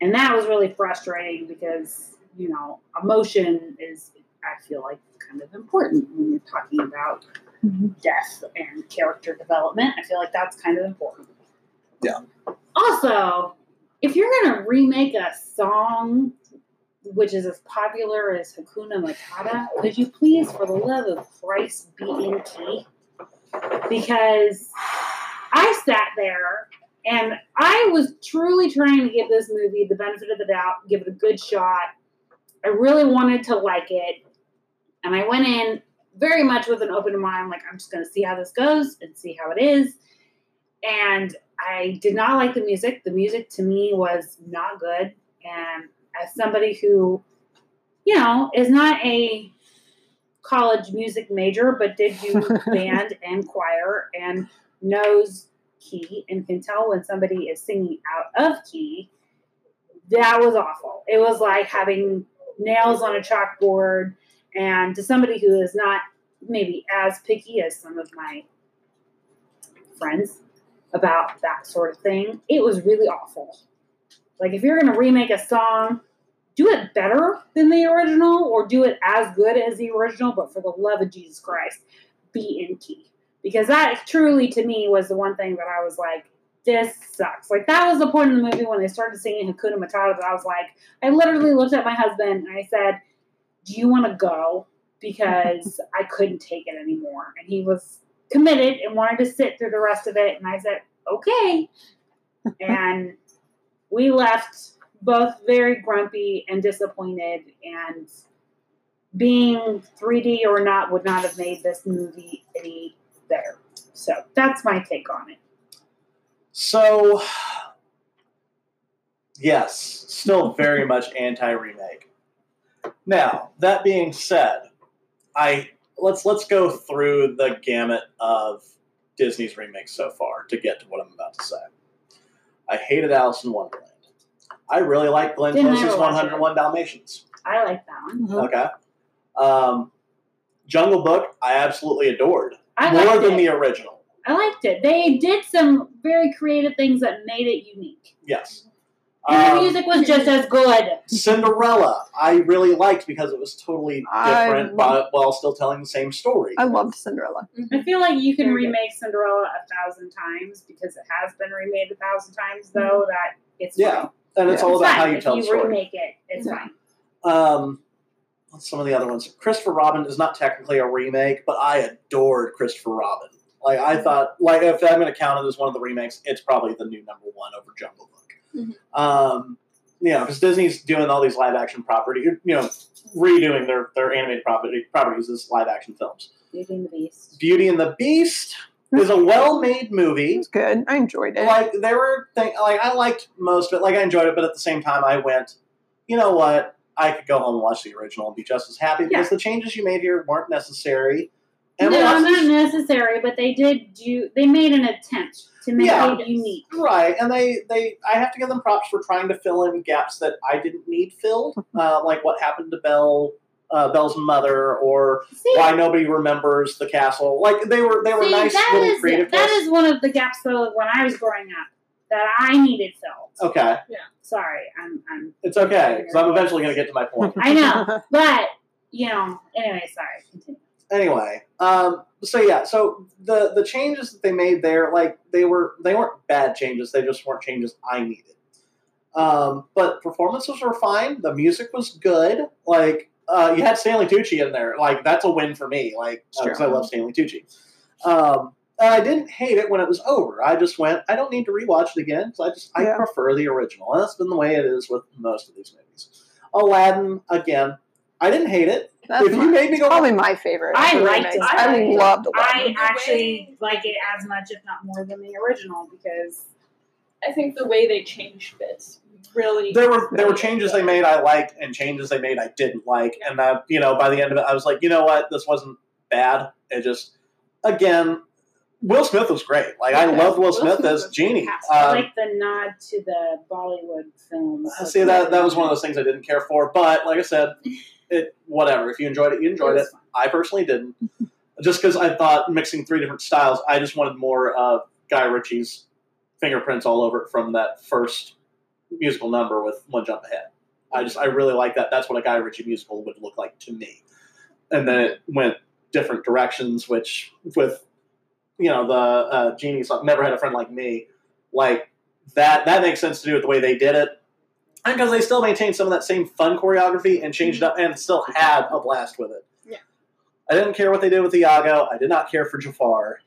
Speaker 4: And that was really frustrating because, you know, emotion is, I feel like, kind of important when you're talking about
Speaker 2: Mhm.
Speaker 4: death and character development. I feel like that's kind of important.
Speaker 1: Yeah.
Speaker 4: Also, if you're going to remake a song which is as popular as Hakuna Matata, could you please, for the love of Christ, be in key? Because I sat there and I was truly trying to give this movie the benefit of the doubt, give it a good shot. I really wanted to like it. And I went in very much with an open mind, like, I'm just going to see how this goes and see how it is. And I did not like the music. The music to me was not good. And as somebody who, you know, is not a college music major, but did do band and choir and knows key and can tell when somebody is singing out of key, that was awful. It was like having nails on a chalkboard. And to somebody who is not maybe as picky as some of my friends about that sort of thing, it was really awful. Like, if you're going to remake a song, do it better than the original or do it as good as the original, but for the love of Jesus Christ, be in key. Because that truly, to me, was the one thing that I was like, this sucks. Like, that was the point in the movie when they started singing Hakuna Matata that I was like, I literally looked at my husband and I said, Do you want to go? Because I couldn't take it anymore. And he was committed and wanted to sit through the rest of it. And I said, Okay. And we left both very grumpy and disappointed and being 3d or not would not have made this movie any better so that's my take on it
Speaker 1: So, yes, still very much anti remake. Now, that being said, I let's let's go through the gamut of Disney's remakes so far to get to what I'm about to say. I hated Alice in Wonderland. I really like Glenn
Speaker 4: Didn't
Speaker 1: Close's
Speaker 4: ever watch it.
Speaker 1: 101 Dalmatians.
Speaker 4: i like that one
Speaker 1: Okay. Um, Jungle Book, I absolutely adored
Speaker 4: i
Speaker 1: more
Speaker 4: liked
Speaker 1: than
Speaker 4: it
Speaker 1: the original.
Speaker 4: i liked it they did some very creative things that made it unique
Speaker 1: Yes.
Speaker 4: and the
Speaker 1: Um,
Speaker 4: music was just as good
Speaker 1: Cinderella, I really liked because it was totally
Speaker 2: I
Speaker 1: different,
Speaker 2: love-
Speaker 1: but while still telling the same story.
Speaker 2: I loved Cinderella.
Speaker 3: Mm-hmm.
Speaker 4: i feel like you can
Speaker 2: Very good.
Speaker 4: remake cinderella a thousand times because it has been remade a thousand times though that it's
Speaker 1: Mm-hmm. Yeah,
Speaker 4: fine.
Speaker 1: and it's
Speaker 2: Yeah.
Speaker 1: all
Speaker 4: It's
Speaker 1: about
Speaker 4: fine.
Speaker 1: how you
Speaker 4: if
Speaker 1: tell
Speaker 4: you
Speaker 1: the story.
Speaker 4: remake it it's
Speaker 2: Yeah.
Speaker 4: fine
Speaker 1: Um, what's some of the other ones. Christopher Robin is not technically a remake, but I adored Christopher Robin. Like I thought, like if I'm going to count it as one of the remakes, it's probably the new number one over Jungle Book.
Speaker 4: Mm-hmm.
Speaker 1: Um, you know, because Disney's doing all these live action property, you know, redoing their their animated property properties as live action films.
Speaker 4: beauty and the beast
Speaker 1: Beauty and the Beast is
Speaker 4: (laughs)
Speaker 1: a well made
Speaker 2: It
Speaker 1: movie.
Speaker 2: was good. I enjoyed it.
Speaker 1: Like there were things like I liked most of it, like I enjoyed it, but at the same time I went, you know what? I could go home and watch the original and be just as happy because the changes you made here weren't necessary. And
Speaker 4: no,
Speaker 1: lots of-
Speaker 4: not necessary, but they did do. They made an attempt to make
Speaker 1: Yeah.
Speaker 4: it unique.
Speaker 1: Right, and they, they I have to give them props for trying to fill in gaps that I didn't need filled,
Speaker 4: (laughs)
Speaker 1: uh, like what happened to Belle, uh, Belle's mother, or
Speaker 4: See,
Speaker 1: why nobody remembers the castle. Like they were they were
Speaker 4: see,
Speaker 1: nice
Speaker 4: that
Speaker 1: little
Speaker 4: is-
Speaker 1: creative
Speaker 4: that
Speaker 1: twists.
Speaker 4: is one of the gaps though when I was growing up that I needed filled.
Speaker 1: okay,
Speaker 4: Sorry, I'm, I'm.
Speaker 1: it's okay because I'm eventually going to get to my point.
Speaker 4: I know, but you know. Anyway, sorry. Continue.
Speaker 1: anyway, um, so yeah, so the the changes that they made there, like they were they weren't bad changes. They just weren't changes I needed. Um, but performances were fine. The music was good. Like uh, you had Stanley Tucci in there. Like that's a win for me. Like
Speaker 2: Sure.
Speaker 1: because I love Stanley Tucci. Um, and I didn't hate it when it was over. I just went. I don't need to rewatch it again because I just I
Speaker 2: Yeah.
Speaker 1: prefer the original. And that's been the way it is with most of these movies. Aladdin again. I didn't hate it.
Speaker 2: That's
Speaker 1: if
Speaker 2: my-
Speaker 1: you made me go
Speaker 2: probably my favorite.
Speaker 4: I
Speaker 2: of the
Speaker 4: liked it.
Speaker 2: remakes.
Speaker 3: I
Speaker 2: I,
Speaker 3: liked it.
Speaker 2: loved Aladdin.
Speaker 4: I actually like it as much, if not more, than the original because
Speaker 3: I think the way they changed this really.
Speaker 1: there were there were changes they made I liked and changes they made I didn't like, and I, you know by the end of it I was like, you know what, this wasn't bad. It just again, Will Smith was great. Like I
Speaker 3: Yeah,
Speaker 1: love Will
Speaker 3: Will
Speaker 1: Smith,
Speaker 3: Smith
Speaker 1: as
Speaker 3: was
Speaker 1: Genie.
Speaker 3: fantastic.
Speaker 4: I
Speaker 1: Um,
Speaker 4: like the nod to the Bollywood films.
Speaker 1: see that that was one of those things I didn't care for, but like I said, it whatever. If you enjoyed it, you enjoyed it.
Speaker 4: was fun.
Speaker 1: I personally didn't, just because I thought mixing three different styles. I just wanted more of Guy Ritchie's fingerprints all over it from that first musical number with One Jump Ahead. I just I really like that. That's what a Guy Ritchie musical would look like to me. And then it went different directions, which with you know the uh, genie song "Never Had a Friend Like Me," like that that makes sense to do with the way they did it. And because they still maintained some of that same fun choreography and changed up and still had a blast with it.
Speaker 3: Yeah.
Speaker 1: I didn't care what they did with Iago. I did not care for Jafar.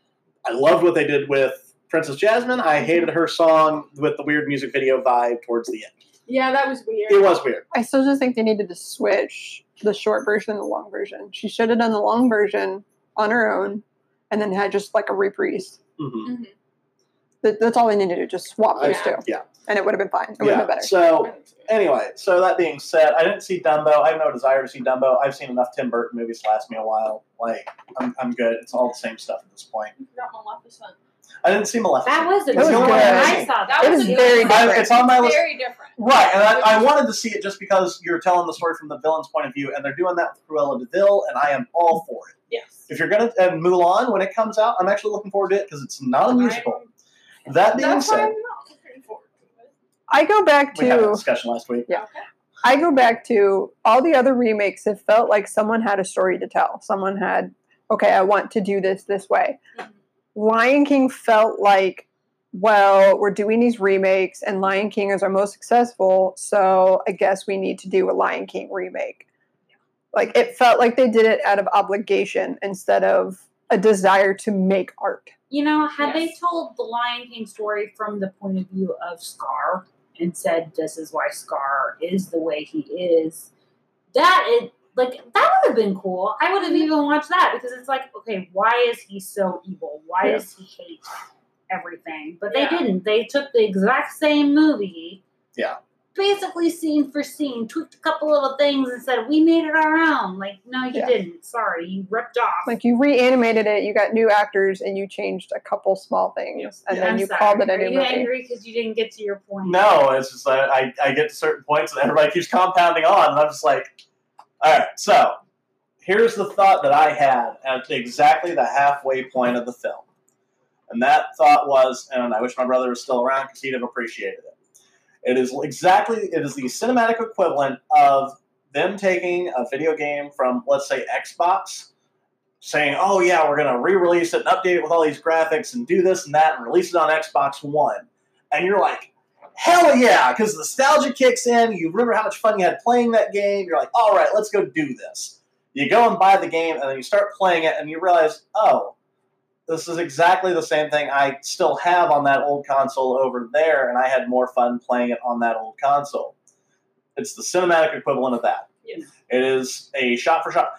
Speaker 1: I loved what they did with Princess Jasmine. I hated her song with the weird music video vibe towards the end.
Speaker 3: Yeah, that was weird.
Speaker 1: It was weird.
Speaker 2: I still just think they needed to switch the short version and the long version. She should have done the long version on her own and then had just like a reprise.
Speaker 1: hmm
Speaker 3: Mhm.
Speaker 2: That, that's all they needed to do, just swap those two.
Speaker 3: Yeah.
Speaker 1: Oh, Yeah.
Speaker 2: And it would have been fine. It would
Speaker 1: yeah.
Speaker 2: have been better.
Speaker 1: So anyway, so that being said, I didn't see Dumbo. I have no desire to see Dumbo. I've seen enough Tim Burton movies to last me a while. Like I'm, I'm good. It's all the same stuff at this point.
Speaker 3: Not Maleficent.
Speaker 1: I didn't see Maleficent.
Speaker 6: That was a
Speaker 2: That was
Speaker 6: good one.
Speaker 2: good.
Speaker 6: I saw that.
Speaker 3: That
Speaker 2: It
Speaker 3: was
Speaker 2: is
Speaker 3: a good
Speaker 2: very
Speaker 3: one.
Speaker 2: different.
Speaker 1: I- it's on my list.
Speaker 3: Very different.
Speaker 1: Right, and I, I wanted to see it just because you're telling the story from the villain's point of view, and they're doing that with Cruella de Vil, and I am all for it.
Speaker 3: Yes.
Speaker 1: If you're gonna and Mulan when it comes out, I'm actually looking forward to it because it's not a musical. That being
Speaker 3: That's why
Speaker 1: said,
Speaker 3: I'm not looking forward to it.
Speaker 2: I go back
Speaker 1: we had a
Speaker 2: to
Speaker 1: discussion last week.
Speaker 2: Yeah.
Speaker 3: Okay.
Speaker 2: I go back to all the other remakes, it felt like someone had a story to tell. Someone had, okay, I want to do this this way.
Speaker 3: Mhm.
Speaker 2: Lion King felt like, well, we're doing these remakes, and Lion King is our most successful, so I guess we need to do a Lion King remake. Like it felt like they did it out of obligation instead of a desire to make art.
Speaker 6: You know, had they
Speaker 3: Yes.
Speaker 6: told the Lion King story from the point of view of Scar and said this is why Scar is the way he is, that is like that would have been cool. I would have
Speaker 2: Mm-hmm.
Speaker 6: even watched that because it's like, okay, why is he so evil? Why
Speaker 2: Yeah.
Speaker 6: does he hate everything? But they
Speaker 3: Yeah.
Speaker 6: didn't. They took the exact same movie.
Speaker 1: Yeah.
Speaker 6: Basically, scene for scene, tweaked a couple little things and said, We made it our own. Like, no, you
Speaker 2: Yeah.
Speaker 6: didn't. Sorry, you ripped off.
Speaker 2: Like you reanimated it, you got new actors, and you changed a couple small things,
Speaker 1: Yes.
Speaker 2: and
Speaker 1: Yeah.
Speaker 2: then
Speaker 6: I'm
Speaker 2: you
Speaker 6: sorry.
Speaker 2: called it a
Speaker 6: Are
Speaker 2: new
Speaker 6: you
Speaker 2: movie.
Speaker 6: angry because you didn't get to your point?
Speaker 1: No, it's just that I, I get to certain points and everybody keeps compounding on, and I'm just like, all right. So here's the thought that I had at exactly the halfway point of the film, and that thought was, and I wish my brother was still around because he'd have appreciated it. It is exactly it is the cinematic equivalent of them taking a video game from let's say Xbox. Saying, oh yeah, we're gonna re-release it and update it with all these graphics and do this and that and release it on Xbox One, and you're like, Hell yeah, because nostalgia kicks in. You remember how much fun you had playing that game. You're like, all right, let's go do this. You go and buy the game, and then you start playing it, and you realize, oh, this is exactly the same thing I still have on that old console over there, and I had more fun playing it on that old console. It's the cinematic equivalent of that.
Speaker 3: Yes.
Speaker 1: It is a shot for shot.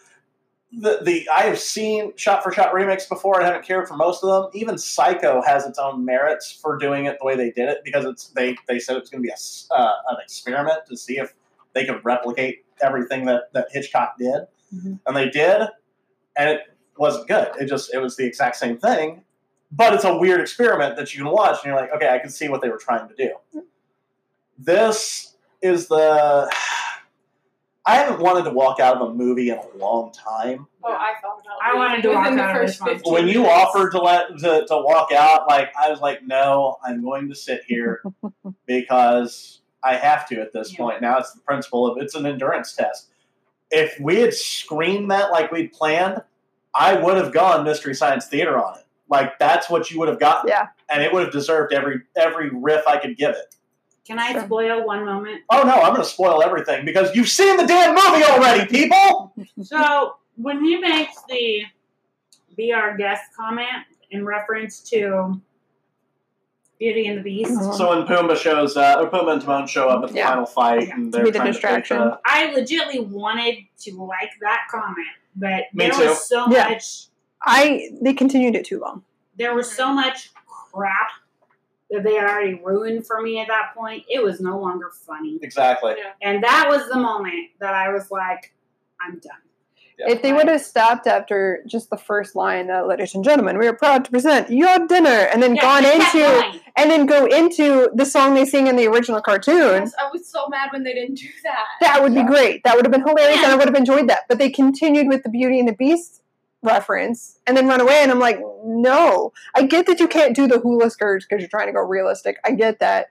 Speaker 1: The, the I have seen shot for shot remakes before. I haven't cared for most of them. Even Psycho has its own merits for doing it the way they did it because it's they they said it was going to be a s uh, an experiment to see if they could replicate everything that that Hitchcock did,
Speaker 6: Mhm.
Speaker 1: and they did, and it wasn't good. It just it was the exact same thing, but it's a weird experiment that you can watch, and you're like, okay, I can see what they were trying to do. This is the I haven't wanted to walk out of a movie in a long time.
Speaker 3: Oh, I thought about
Speaker 6: I
Speaker 3: it.
Speaker 6: wanted to
Speaker 3: Within
Speaker 6: walk
Speaker 3: the
Speaker 6: out of
Speaker 3: first
Speaker 6: this one.
Speaker 3: 15
Speaker 1: When you
Speaker 3: minutes.
Speaker 1: offered to let to, to walk out, like I was like, no, I'm going to sit
Speaker 2: (laughs)
Speaker 1: here because I have to at this
Speaker 6: Yeah.
Speaker 1: point. Now it's the principle of it's an endurance test. If we had screened that like we'd planned, I would have gone Mystery Science Theater on it. Like that's what you would have gotten.
Speaker 2: Yeah.
Speaker 1: And it would have deserved every every riff I could give it.
Speaker 6: Can I
Speaker 2: Sure.
Speaker 6: spoil one moment?
Speaker 1: Oh no, I'm gonna spoil everything because you've seen the damn movie already, people!
Speaker 2: Mm-hmm.
Speaker 6: So when he makes the "be our guest" comment in reference to Beauty and the Beast,
Speaker 2: Mhm.
Speaker 1: So when Pumbaa shows up, or Pumbaa and Timon show up at the
Speaker 2: Yeah.
Speaker 1: final fight,
Speaker 6: Yeah.
Speaker 1: and
Speaker 2: To
Speaker 1: they're
Speaker 2: be the
Speaker 1: trying
Speaker 2: distraction.
Speaker 1: To fake the-
Speaker 6: I legitly wanted to like that comment, but
Speaker 1: Me
Speaker 6: there
Speaker 1: too.
Speaker 6: was so
Speaker 2: Yeah.
Speaker 6: much.
Speaker 2: I they continued it too long.
Speaker 6: There was
Speaker 1: Mm-hmm.
Speaker 6: so much crap that they had already ruined for me at that point. It was no longer funny,
Speaker 1: exactly.
Speaker 6: and that was the moment that I was like, "I'm done."
Speaker 1: Yeah.
Speaker 2: If they would have stopped after just the first line, uh, ladies and gentlemen, we are proud to present your dinner, and then
Speaker 6: Yeah, (laughs)
Speaker 2: gone
Speaker 6: they kept
Speaker 2: into
Speaker 6: going.
Speaker 2: and then go into the song they sing in the original cartoon,
Speaker 3: Yes, I was so mad when they didn't do that.
Speaker 2: that would
Speaker 1: Yeah.
Speaker 2: be great. That would have been hilarious, and I
Speaker 6: Yeah.
Speaker 2: would have enjoyed that. But they continued with the Beauty and the Beast reference and then run away, and I'm like, no. I get that you can't do the hula skirts because you're trying to go realistic. I get that,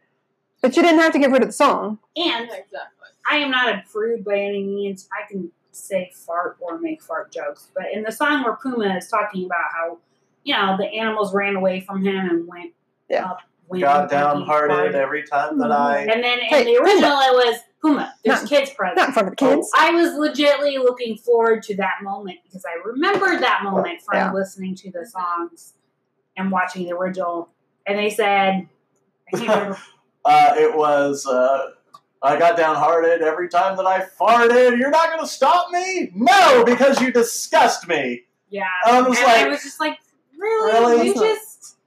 Speaker 2: but you didn't have to get rid of the song.
Speaker 6: and
Speaker 3: Exactly.
Speaker 6: I am not a prude by any means. I can say fart or make fart jokes. But in the song where Puma is talking about how, you know, the animals ran away from him and went
Speaker 2: Yeah.
Speaker 6: up when
Speaker 1: got
Speaker 6: fucking
Speaker 1: downhearted
Speaker 6: fun.
Speaker 1: every time that I.
Speaker 6: And then
Speaker 2: Hey,
Speaker 6: in the original, it was Puma. There's
Speaker 2: Not-
Speaker 6: kids present.
Speaker 2: Not in front of the kids.
Speaker 1: Oh,
Speaker 6: I was legitly looking forward to that moment because I remembered that moment from
Speaker 2: Yeah.
Speaker 6: listening to the songs and watching the original. And they said, I can't remember.
Speaker 1: Uh, it was. Uh, I got downhearted every time that I farted. You're not going to stop me? No, because you disgust me.
Speaker 6: yeah.
Speaker 1: I was
Speaker 6: and I
Speaker 1: like,
Speaker 6: was just like, really?
Speaker 1: Really?
Speaker 6: You just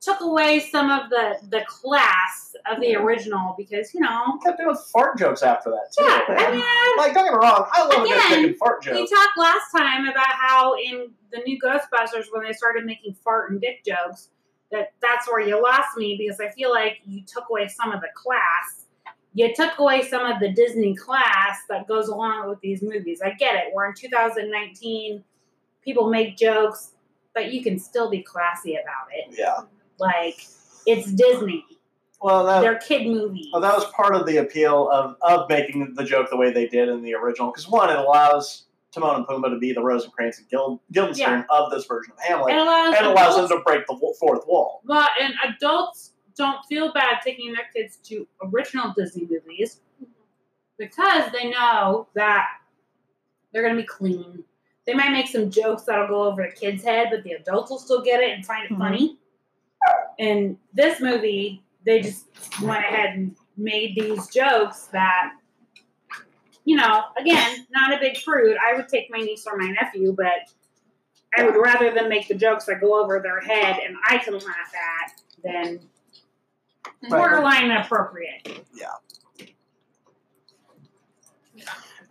Speaker 6: took away some of the, the class of the original because, you know,
Speaker 1: I kept doing fart jokes after that, too.
Speaker 6: yeah, I mean,
Speaker 1: Like, don't get me wrong, I love a good
Speaker 6: Again,
Speaker 1: fucking fart
Speaker 6: We
Speaker 1: joke.
Speaker 6: talked last time about how in the new Ghostbusters, when they started making fart and dick jokes, that that's where you lost me because I feel like you took away some of the class. You took away some of the Disney class that goes along with these movies. I get it. We're in 2019. People make jokes, but you can still be classy about it.
Speaker 1: Yeah.
Speaker 6: Like, it's Disney.
Speaker 1: Well, that,
Speaker 6: They're kid movies.
Speaker 1: Well, that was part of the appeal of, of making the joke the way they did in the original, because one, it allows Timon and Pumbaa to be the Rosencrantz and Gil- Guildenstern of this version of
Speaker 6: it
Speaker 1: Hamlet,
Speaker 6: allows,
Speaker 1: and allows
Speaker 6: adults
Speaker 1: them to break the w- fourth wall.
Speaker 6: Well, and adults don't feel bad taking their kids to original Disney movies because they know that they're going to be clean. They might make some jokes that'll go over the kid's head, but the adults will still get it and find it
Speaker 2: Mhm.
Speaker 6: funny. In this movie, they just went ahead and made these jokes that, you know, again, not a big prude. I would take my niece or my nephew, but I would rather them make the jokes that go over their head and I can laugh at than
Speaker 3: Mm-hmm.
Speaker 1: Right.
Speaker 6: borderline inappropriate.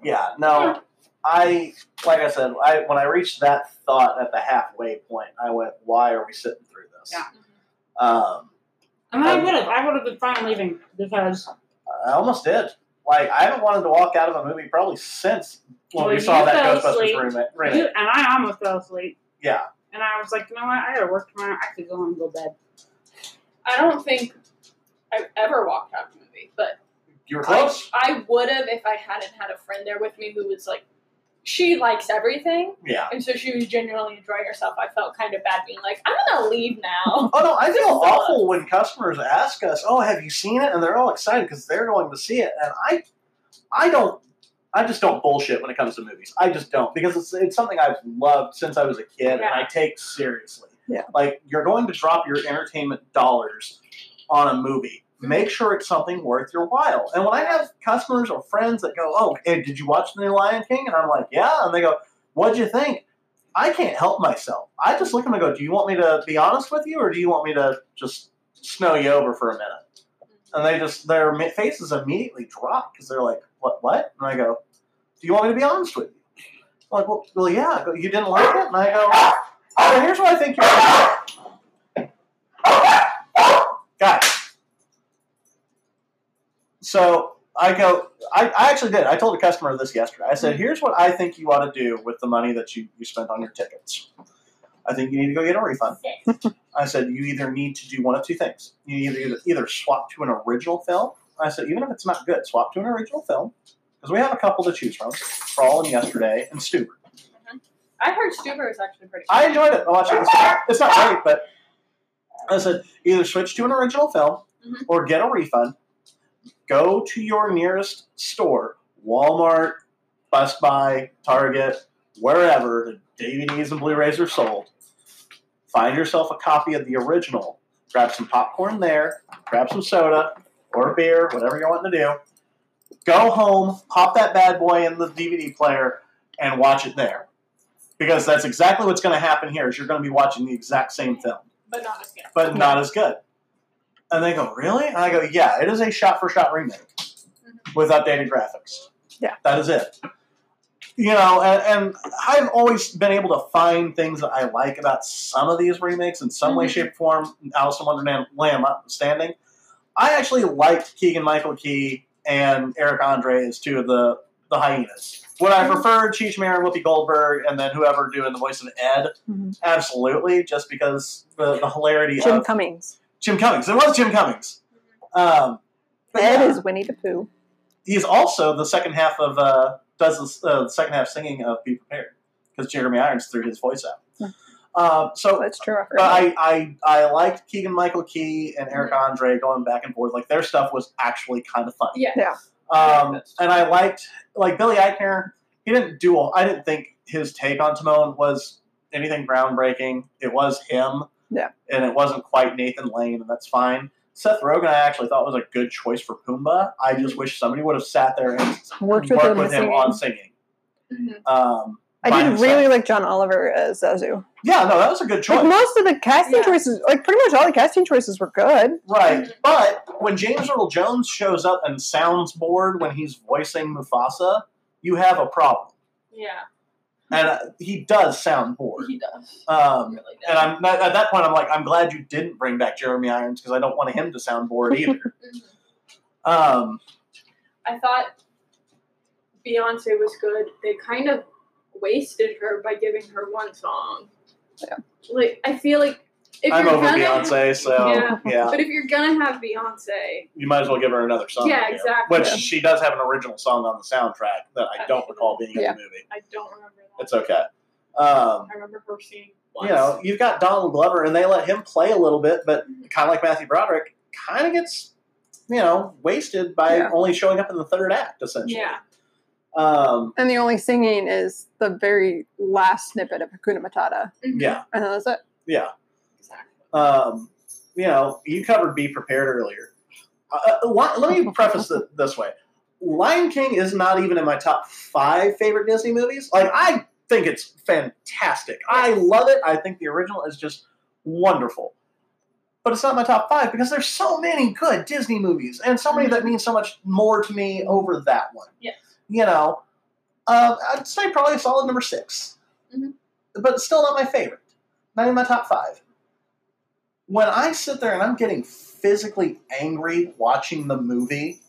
Speaker 1: Yeah, no, I like I said, I when I reached that thought at the halfway point, I went, "Why are we sitting through this?" Um,
Speaker 6: And I would have, I would have been fine leaving because
Speaker 1: I almost did. Like I haven't wanted to walk out of a movie probably since when
Speaker 6: Well,
Speaker 1: we saw
Speaker 6: you
Speaker 1: that Ghostbusters
Speaker 6: fell asleep.
Speaker 1: remake.
Speaker 6: you,
Speaker 1: remake.
Speaker 6: and I almost fell asleep.
Speaker 1: Yeah,
Speaker 6: And I was like, you know what? I gotta work tomorrow. I could go home and go to bed.
Speaker 3: I don't think I've ever walked out of a movie, but
Speaker 1: you were
Speaker 3: I,
Speaker 1: close.
Speaker 3: I would have if I hadn't had a friend there with me who was like, she likes everything,
Speaker 1: yeah.
Speaker 3: and so she was genuinely enjoying herself. I felt kind of bad being like, I'm gonna leave (laughs) now.
Speaker 1: Oh no, I feel
Speaker 3: So-
Speaker 1: awful when customers ask us, "Oh, have you seen it?" and they're all excited because they're going to see it, and I, I don't, I just don't bullshit when it comes to movies. I just don't because it's it's something I've loved since I was a kid, and I take seriously.
Speaker 2: Yeah.
Speaker 1: like you're going to drop your entertainment dollars on a movie. Make sure it's something worth your while. And when I have customers or friends that go, "Oh, hey, did you watch the new Lion King?" and I'm like, "Yeah," and they go, "What'd you think?" I can't help myself. I just look at him and go, Do you want me to be honest with you or do you want me to just snow you over for a minute? And they just, their mi- faces immediately drop because they're like, What, what? And I go, Do you want me to be honest with you? I'm like, well, well, yeah. I go, You didn't like it? And I go, "Well, Here's what I think you're Guys. So I go, I, I actually did. I told a customer this yesterday. I said, here's what I think you ought to do with the money that you, you spent on your tickets. I think you need to go get a refund. I said, you either need to do one of two things. You either either, either swap to an original film. I said, even if it's not good, swap to an original film. Because we have a couple to choose from Crawl and Yesterday and Stuber.
Speaker 3: I heard Stuber is actually pretty.
Speaker 1: I enjoyed it. I watched it. this time. It's not great, but I said either switch to an original film
Speaker 3: Mhm.
Speaker 1: or get a refund. Go to your nearest store, Walmart, Best Buy, Target, wherever the DVDs and Blu-rays are sold. Find yourself a copy of the original. Grab some popcorn there. Grab some soda or a beer, whatever you're wanting to do. Go home, pop that bad boy in the DVD player, and watch it there because that's exactly what's going to happen here is you're going to be watching the exact same film
Speaker 3: but not as good.
Speaker 1: but not as good and they go really and i go yeah it is a shot for shot remake with updated graphics
Speaker 2: Yeah.
Speaker 1: that is it you know and, and i've always been able to find things that i like about some of these remakes in some way
Speaker 3: Mhm.
Speaker 1: shape or form alice in wonderland lamb notwithstanding i actually liked keegan michael key and eric andre as two of the the hyenas would I prefer Cheech Marin, Whoopi Goldberg, and then whoever doing the voice of Ed?
Speaker 2: Mhm.
Speaker 1: Absolutely, just because the, the hilarity
Speaker 2: Jim
Speaker 1: of
Speaker 2: Cummings.
Speaker 1: Jim Cummings. It was Jim Cummings. Um, but
Speaker 2: Ed
Speaker 1: yeah,
Speaker 2: is Winnie the Pooh.
Speaker 1: he's also the second half of uh, does this, uh, the second half singing of Be Prepared because Jeremy Irons threw his voice out. Uh, so
Speaker 2: That's true. I
Speaker 1: but
Speaker 2: forgot.
Speaker 1: I, I I liked Keegan Michael Key and Eric Andre going back and forth. Like their stuff was actually kind of funny.
Speaker 3: Yeah.
Speaker 2: Yeah.
Speaker 1: Um, and I liked like Billy Eichner. He didn't do. all- I didn't think his take on Timon was anything groundbreaking. It was him.
Speaker 2: Yeah.
Speaker 1: And it wasn't quite Nathan Lane, and that's fine. Seth Rogen, I actually thought was a good choice for Pumbaa. I just wish somebody would have sat there and
Speaker 2: (laughs) Worked with him. in the
Speaker 1: on
Speaker 2: singing.
Speaker 1: singing.
Speaker 3: Mhm.
Speaker 1: Um,
Speaker 2: I
Speaker 1: by
Speaker 2: did
Speaker 1: himself.
Speaker 2: really like John Oliver as Zazu.
Speaker 1: Yeah, no, that was a good choice.
Speaker 2: Like most of the casting
Speaker 3: Yeah.
Speaker 2: choices, like pretty much all the casting choices were good.
Speaker 1: Right,
Speaker 3: Mhm.
Speaker 1: but when James Earl Jones shows up and sounds bored when he's voicing Mufasa, you have a problem,
Speaker 3: Yeah.
Speaker 1: and uh, he does sound bored.
Speaker 3: He does.
Speaker 1: Um,
Speaker 3: really
Speaker 1: and I'm at at that point, I'm like, I'm glad you didn't bring back Jeremy Irons because I don't want him to sound bored either.
Speaker 3: Mhm.
Speaker 1: um,
Speaker 3: Mm-hmm. I thought Beyonce was good. They kind of wasted her by giving her one song.
Speaker 2: Yeah.
Speaker 3: Like I feel like if
Speaker 1: I'm
Speaker 3: you're
Speaker 1: over
Speaker 3: gonna,
Speaker 1: Beyonce, so
Speaker 3: Yeah.
Speaker 1: yeah.
Speaker 3: but if you're gonna have Beyonce,
Speaker 1: you might as well give her another song.
Speaker 3: Yeah,
Speaker 1: you know,
Speaker 3: exactly.
Speaker 1: Which she does have an original song on the soundtrack that I don't recall being
Speaker 2: Yeah.
Speaker 1: in the movie.
Speaker 3: I don't remember that.
Speaker 1: It's okay. Um,
Speaker 3: I remember her seeing once.
Speaker 1: you know, you've got Donald Glover, and they let him play a little bit, but
Speaker 3: Mm-hmm.
Speaker 1: kind of like Matthew Broderick, kind of gets, you know, wasted by
Speaker 2: Yeah.
Speaker 1: only showing up in the third act, essentially.
Speaker 3: Yeah.
Speaker 1: Um,
Speaker 2: And the only singing is the very last snippet of Hakuna Matata.
Speaker 3: Mhm.
Speaker 1: yeah,
Speaker 2: And then that's it.
Speaker 1: yeah.
Speaker 3: Exactly.
Speaker 1: Um, you know, you covered Be Prepared earlier. Uh, uh, li- let me preface it this way Lion King is not even in my top five favorite Disney movies. Like, I think it's fantastic. I love it. I think the original is just wonderful. But it's not my top five because there's so many good Disney movies and so many that mean so much more to me over that one.
Speaker 3: Yes.
Speaker 1: You know, uh, I'd say probably a solid number 6
Speaker 3: Mhm.
Speaker 1: But still not my favorite. Not in my top five. When I sit there and I'm getting physically angry watching the movie,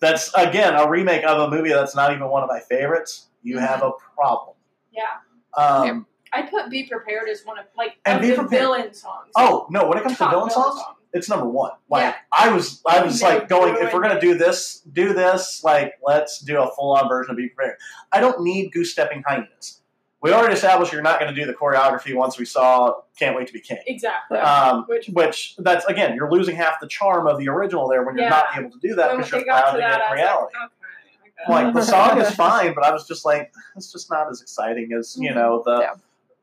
Speaker 1: that's again a remake of a movie that's not even one of my favorites, you have a problem.
Speaker 3: Mm-hmm. Yeah.
Speaker 1: Um,
Speaker 3: I put "Be Prepared" as one of like
Speaker 1: And
Speaker 3: of
Speaker 1: Be
Speaker 3: the
Speaker 1: Prepared-
Speaker 3: villain songs.
Speaker 1: Oh no! When it comes to
Speaker 3: Top
Speaker 1: villain songs,
Speaker 3: song.
Speaker 1: it's number one. Like
Speaker 3: Yeah.
Speaker 1: I was, I was
Speaker 3: They
Speaker 1: like going, if we're gonna
Speaker 3: ruined
Speaker 1: do this, do this. Like let's do a full on version of Be Prepared. I don't need goose stepping hyenas. We already established you're not gonna do the choreography once we saw Can't Wait to Be King.
Speaker 3: Exactly.
Speaker 1: Um,
Speaker 3: Which
Speaker 1: which that's again, you're losing half the charm of the original there when you're not
Speaker 3: Yeah.
Speaker 1: able to do that
Speaker 3: when
Speaker 1: because you're
Speaker 3: they got to
Speaker 1: clouding it
Speaker 3: that, I
Speaker 1: in
Speaker 3: was like,
Speaker 1: reality.
Speaker 3: okay, I got it.
Speaker 1: Like the song is fine, but I was just like, it's just not as exciting as
Speaker 3: Mm-hmm.
Speaker 1: you know the
Speaker 2: Yeah.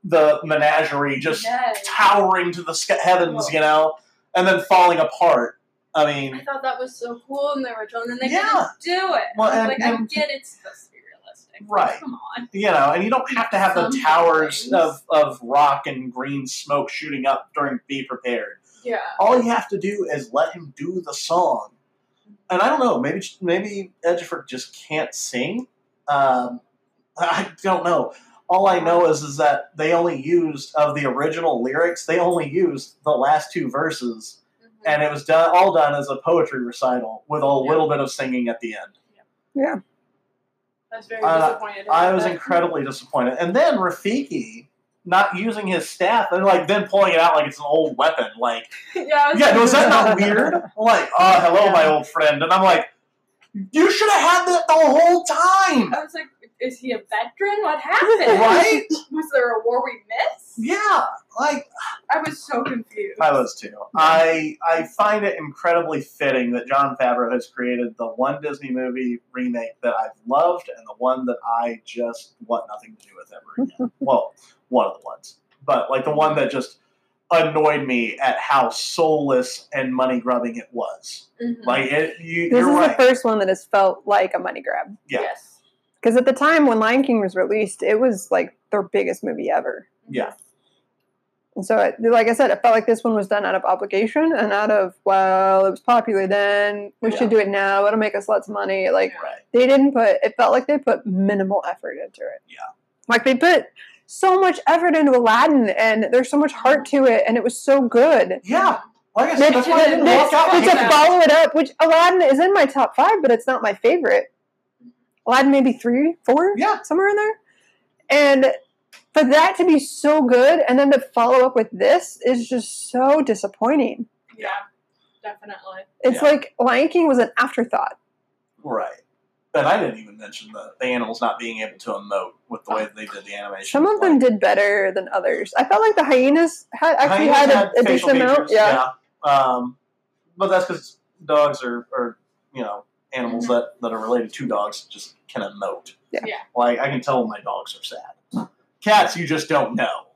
Speaker 1: the menagerie just
Speaker 3: Yes.
Speaker 1: towering to the sky- heavens,
Speaker 3: Whoa.
Speaker 1: you know, and then falling apart. I
Speaker 3: I
Speaker 1: mean,
Speaker 3: thought that was so cool in the original, and then they
Speaker 1: Yeah.
Speaker 3: didn't do it.
Speaker 1: Well,
Speaker 3: I was
Speaker 1: and-
Speaker 3: like,
Speaker 1: and-
Speaker 3: I get it's supposed to be realistic. but
Speaker 1: Right.
Speaker 3: Come on.
Speaker 1: you know, and you don't have to have the
Speaker 3: Some
Speaker 1: towers
Speaker 3: things.
Speaker 1: of, of rock and green smoke shooting up during Be Prepared.
Speaker 3: Yeah.
Speaker 1: All you have to do is let him do the song. And I don't know, maybe maybe Edgeford just can't sing. Um, I don't know. All I know is is that they only used of the original lyrics. They only used the last two verses
Speaker 3: Mm-hmm.
Speaker 1: and it was done all done as a poetry recital with a little bit of singing at the end.
Speaker 3: I was very
Speaker 1: uh,
Speaker 3: disappointed.
Speaker 1: I
Speaker 3: about
Speaker 1: was
Speaker 3: that.
Speaker 1: incredibly disappointed. And then Rafiki not using his staff and like then pulling it out like it's an old weapon. Like,
Speaker 3: (laughs) yeah. I was
Speaker 1: yeah,
Speaker 3: like,
Speaker 1: was that
Speaker 2: (laughs)
Speaker 1: not weird? Like, oh, hello, my old friend. And I'm like, you should have had that the whole time,
Speaker 2: (laughs)
Speaker 3: I was like, is he a veteran? What happened?
Speaker 1: right?
Speaker 3: Was there a war we missed?
Speaker 1: Yeah, like.
Speaker 3: I was so confused.
Speaker 1: I was too. I I find it incredibly fitting that John Favreau has created the one Disney movie remake that I've loved and the one that I just want nothing to do with ever again.
Speaker 2: (laughs)
Speaker 1: well, one of the ones, but like the one that just annoyed me at how soulless and money grubbing it was.
Speaker 3: Mhm.
Speaker 1: Like it, you,
Speaker 2: Hmm. This
Speaker 1: you're
Speaker 2: is
Speaker 1: right.
Speaker 2: the first one that has felt like a money grab.
Speaker 1: yeah.
Speaker 3: Yes.
Speaker 2: Because at the time when Lion King was released, it was like their biggest movie ever.
Speaker 3: Mm-hmm.
Speaker 1: Yeah.
Speaker 2: And so, it, like I said, it felt like this one was done out of obligation and out of, well, it was popular then. We
Speaker 1: Yeah.
Speaker 2: should do it now. It'll make us lots of money. Like,
Speaker 1: right.
Speaker 2: they didn't put, it felt like they put minimal effort into it.
Speaker 1: Yeah.
Speaker 2: Like, they put so much effort into Aladdin and there's so much heart to it and it was so good.
Speaker 1: Yeah. Like I
Speaker 2: They-
Speaker 1: said, that's why I didn't
Speaker 2: they-
Speaker 1: walk out.
Speaker 2: But
Speaker 1: with
Speaker 2: to
Speaker 3: Yeah.
Speaker 1: that.
Speaker 2: follow it up, which Aladdin is in my top five, but it's not my favorite. Aladdin maybe three, four,
Speaker 1: Yeah.
Speaker 2: somewhere in there. And for that to be so good, and then to follow up with this is just so disappointing.
Speaker 3: Yeah. Definitely.
Speaker 2: It's
Speaker 1: Yeah.
Speaker 2: like Lion King was an afterthought.
Speaker 1: Right. But I didn't even mention the, the animals not being able to emote with the way that they did the animation.
Speaker 2: Some of them did better than others. I felt like the hyenas had
Speaker 1: Like,
Speaker 2: actually
Speaker 1: hyenas
Speaker 2: had, a, a
Speaker 1: facial
Speaker 2: decent amount.
Speaker 1: features,
Speaker 2: Yeah.
Speaker 1: yeah. Um, but that's because dogs are, are, you know, animals that, that are related to dogs just can emote.
Speaker 2: Yeah.
Speaker 3: Yeah.
Speaker 1: Like, I can tell when my dogs are sad. Cats, you just don't know.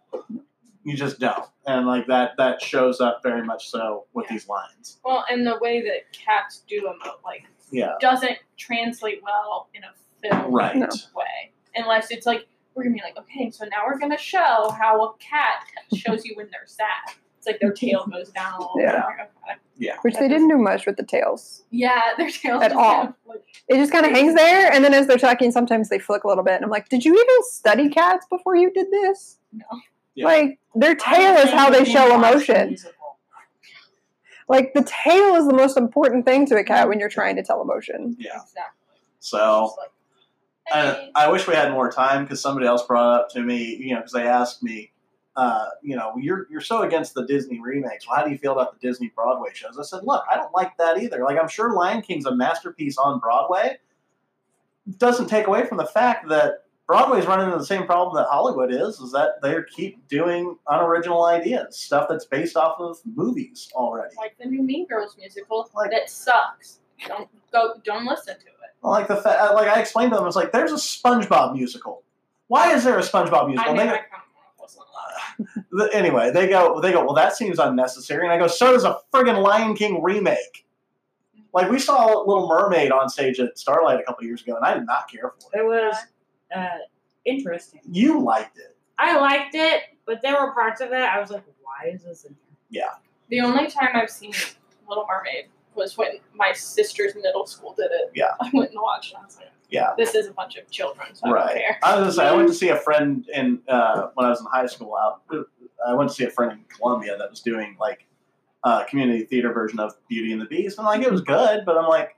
Speaker 1: You just don't. And, like, that, that shows up very much so with
Speaker 3: Yeah.
Speaker 1: these lines.
Speaker 3: Well, and the way that cats do emote, like,
Speaker 1: Yeah.
Speaker 3: doesn't translate well in a film
Speaker 1: Right.
Speaker 2: No.
Speaker 3: way. Unless it's like, we're going to be like, okay, so now we're going to show how a cat shows you when they're sad. It's like their tail
Speaker 1: (laughs)
Speaker 3: goes down a little bit.
Speaker 2: Yeah.
Speaker 3: Like, okay.
Speaker 2: Which they didn't do much with the tails.
Speaker 3: Yeah, their tail
Speaker 2: At
Speaker 3: just
Speaker 2: all.
Speaker 3: Kind of, (laughs) like,
Speaker 2: It just kind of hangs there, and then as they're talking, sometimes they flick a little bit. And I'm like, did you even study cats before you did this?
Speaker 3: No.
Speaker 1: Yeah.
Speaker 2: Like, their tail is how they show emotion. Like, the tail is the most important thing to a cat when you're trying to tell emotion.
Speaker 1: Yeah. uh,
Speaker 3: exactly.
Speaker 1: So.
Speaker 3: It's like,
Speaker 1: I,
Speaker 3: hey.
Speaker 1: I wish we had more time because somebody else brought up to me, you know, because they asked me, uh, you know, you're you're so against the Disney remakes. Well, how do you feel about the Disney Broadway shows? I said, look, I don't like that either. Like, I'm sure Lion King's a masterpiece on Broadway. Doesn't take away from the fact that Broadway's running into the same problem that Hollywood is, is that they keep doing unoriginal ideas, stuff that's based off of movies already.
Speaker 3: like the new Mean Girls musical
Speaker 1: Like-
Speaker 3: that sucks. Don't go. Don't listen to it.
Speaker 1: Like the fa- like I explained to them, I was like, there's a SpongeBob musical. Why is there a SpongeBob musical?
Speaker 3: I
Speaker 1: They
Speaker 3: mean,
Speaker 1: go-
Speaker 3: I kind of wasn't allowed.
Speaker 1: The- anyway, they go, they go. Well, that seems unnecessary. And I go, so does a friggin' Lion King remake. Like we saw Little Mermaid on stage at Starlight a couple years ago, and I did not care for it.
Speaker 4: It was uh, interesting.
Speaker 1: You liked it,
Speaker 4: I liked it, but there were parts of it I was like, why is this in here?
Speaker 3: The only time I've seen Little Mermaid was when my sister's middle school did it.
Speaker 1: Yeah.
Speaker 3: (laughs) I went and watched. And I was like,
Speaker 1: Yeah.
Speaker 3: this is a bunch of children, so I
Speaker 1: right?
Speaker 3: don't care.
Speaker 1: I was gonna say I
Speaker 4: (laughs)
Speaker 1: went to see a friend in uh, when I was in high school. Out, I went to see a friend in Columbia that was doing like a community theater version of Beauty and the Beast, and like it was good, but I'm like,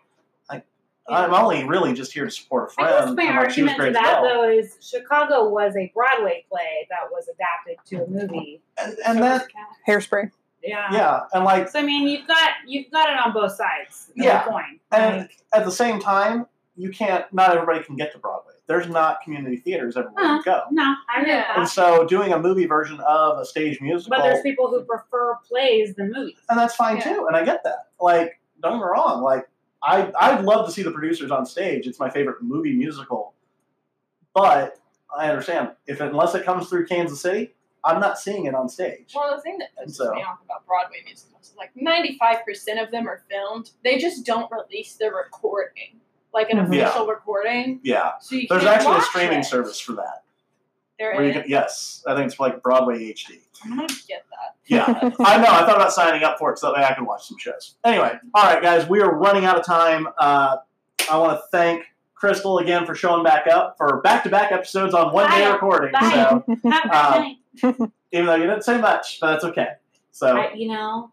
Speaker 1: I, I'm only really just here to support a
Speaker 4: I
Speaker 1: friend.
Speaker 4: guess my
Speaker 1: and, like, she was
Speaker 4: argument
Speaker 1: great
Speaker 4: to
Speaker 1: as
Speaker 4: that
Speaker 1: well.
Speaker 4: though is Chicago was a Broadway play that was adapted to a movie.
Speaker 1: and,
Speaker 3: So
Speaker 1: and that,
Speaker 3: it's cat.
Speaker 2: Hairspray. (laughs)
Speaker 4: Yeah.
Speaker 1: yeah, and like.
Speaker 4: So I mean, you've got you've got it on both sides of
Speaker 1: Yeah.
Speaker 4: the coin.
Speaker 1: And
Speaker 4: Like,
Speaker 1: at the same time, you can't. Not everybody can get to Broadway. There's not community theaters everywhere you go.
Speaker 4: no, I agree with
Speaker 3: Yeah.
Speaker 1: And
Speaker 4: that.
Speaker 1: so, doing a movie version of a stage musical,
Speaker 4: But there's people who prefer plays than movies.
Speaker 1: and that's fine
Speaker 3: Yeah.
Speaker 1: too. And I get that. Like, don't get me wrong. Like, I I'd love to see the producers on stage. It's my favorite movie musical. But I understand if unless it comes through Kansas City, I'm not seeing it on stage.
Speaker 3: Well, the thing that pisses
Speaker 1: So-
Speaker 3: me off about Broadway musicals is like 95% of them are filmed. They just don't release the recording, like an
Speaker 2: Mhm.
Speaker 1: Yeah.
Speaker 3: official recording.
Speaker 1: Yeah,
Speaker 3: So you
Speaker 1: there's
Speaker 3: can't
Speaker 1: actually a
Speaker 3: watch
Speaker 1: streaming
Speaker 3: it.
Speaker 1: service for that.
Speaker 3: There
Speaker 1: Where you
Speaker 3: is.
Speaker 1: can, yes, I think it's like Broadway HD.
Speaker 3: I'm gonna get
Speaker 1: (laughs)
Speaker 3: that.
Speaker 1: Yeah. I know. I thought about signing up for it so that way I could watch some shows. Anyway, all right, guys, we are running out of time. Uh, I want to thank Crystal again for showing back up for back-to-back episodes on one day
Speaker 4: Bye.
Speaker 1: recording.
Speaker 4: Bye.
Speaker 1: So
Speaker 4: Have a good
Speaker 1: Um,
Speaker 4: night.
Speaker 1: even though you didn't say much, but that's okay. So
Speaker 4: I, you know,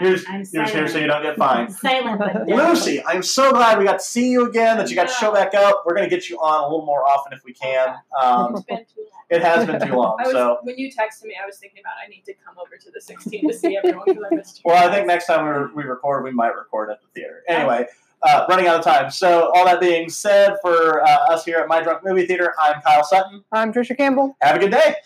Speaker 1: here's
Speaker 4: I, am
Speaker 1: you're
Speaker 4: silent.
Speaker 1: just here so you don't get
Speaker 6: (laughs)
Speaker 1: fined.
Speaker 4: silent but deadly.
Speaker 1: Lucy, I'm so glad we got to see you again. That you got to show back up. We're gonna get you on a little more often if we can. Um,
Speaker 3: (laughs) It's been too long.
Speaker 1: it has been too long.
Speaker 3: (laughs) I was,
Speaker 1: Um, So
Speaker 3: when you texted me, I was thinking about I need to come over to the 16 to see everyone because I missed you.
Speaker 1: Well, I think next time we, re- we record, we might record at the theater. Anyway, uh, running out of time. So, all that being said, for uh, us here at My Drunk Movie Theater, I'm Kyle Sutton.
Speaker 2: I'm Trisha Campbell.
Speaker 1: Have a good day.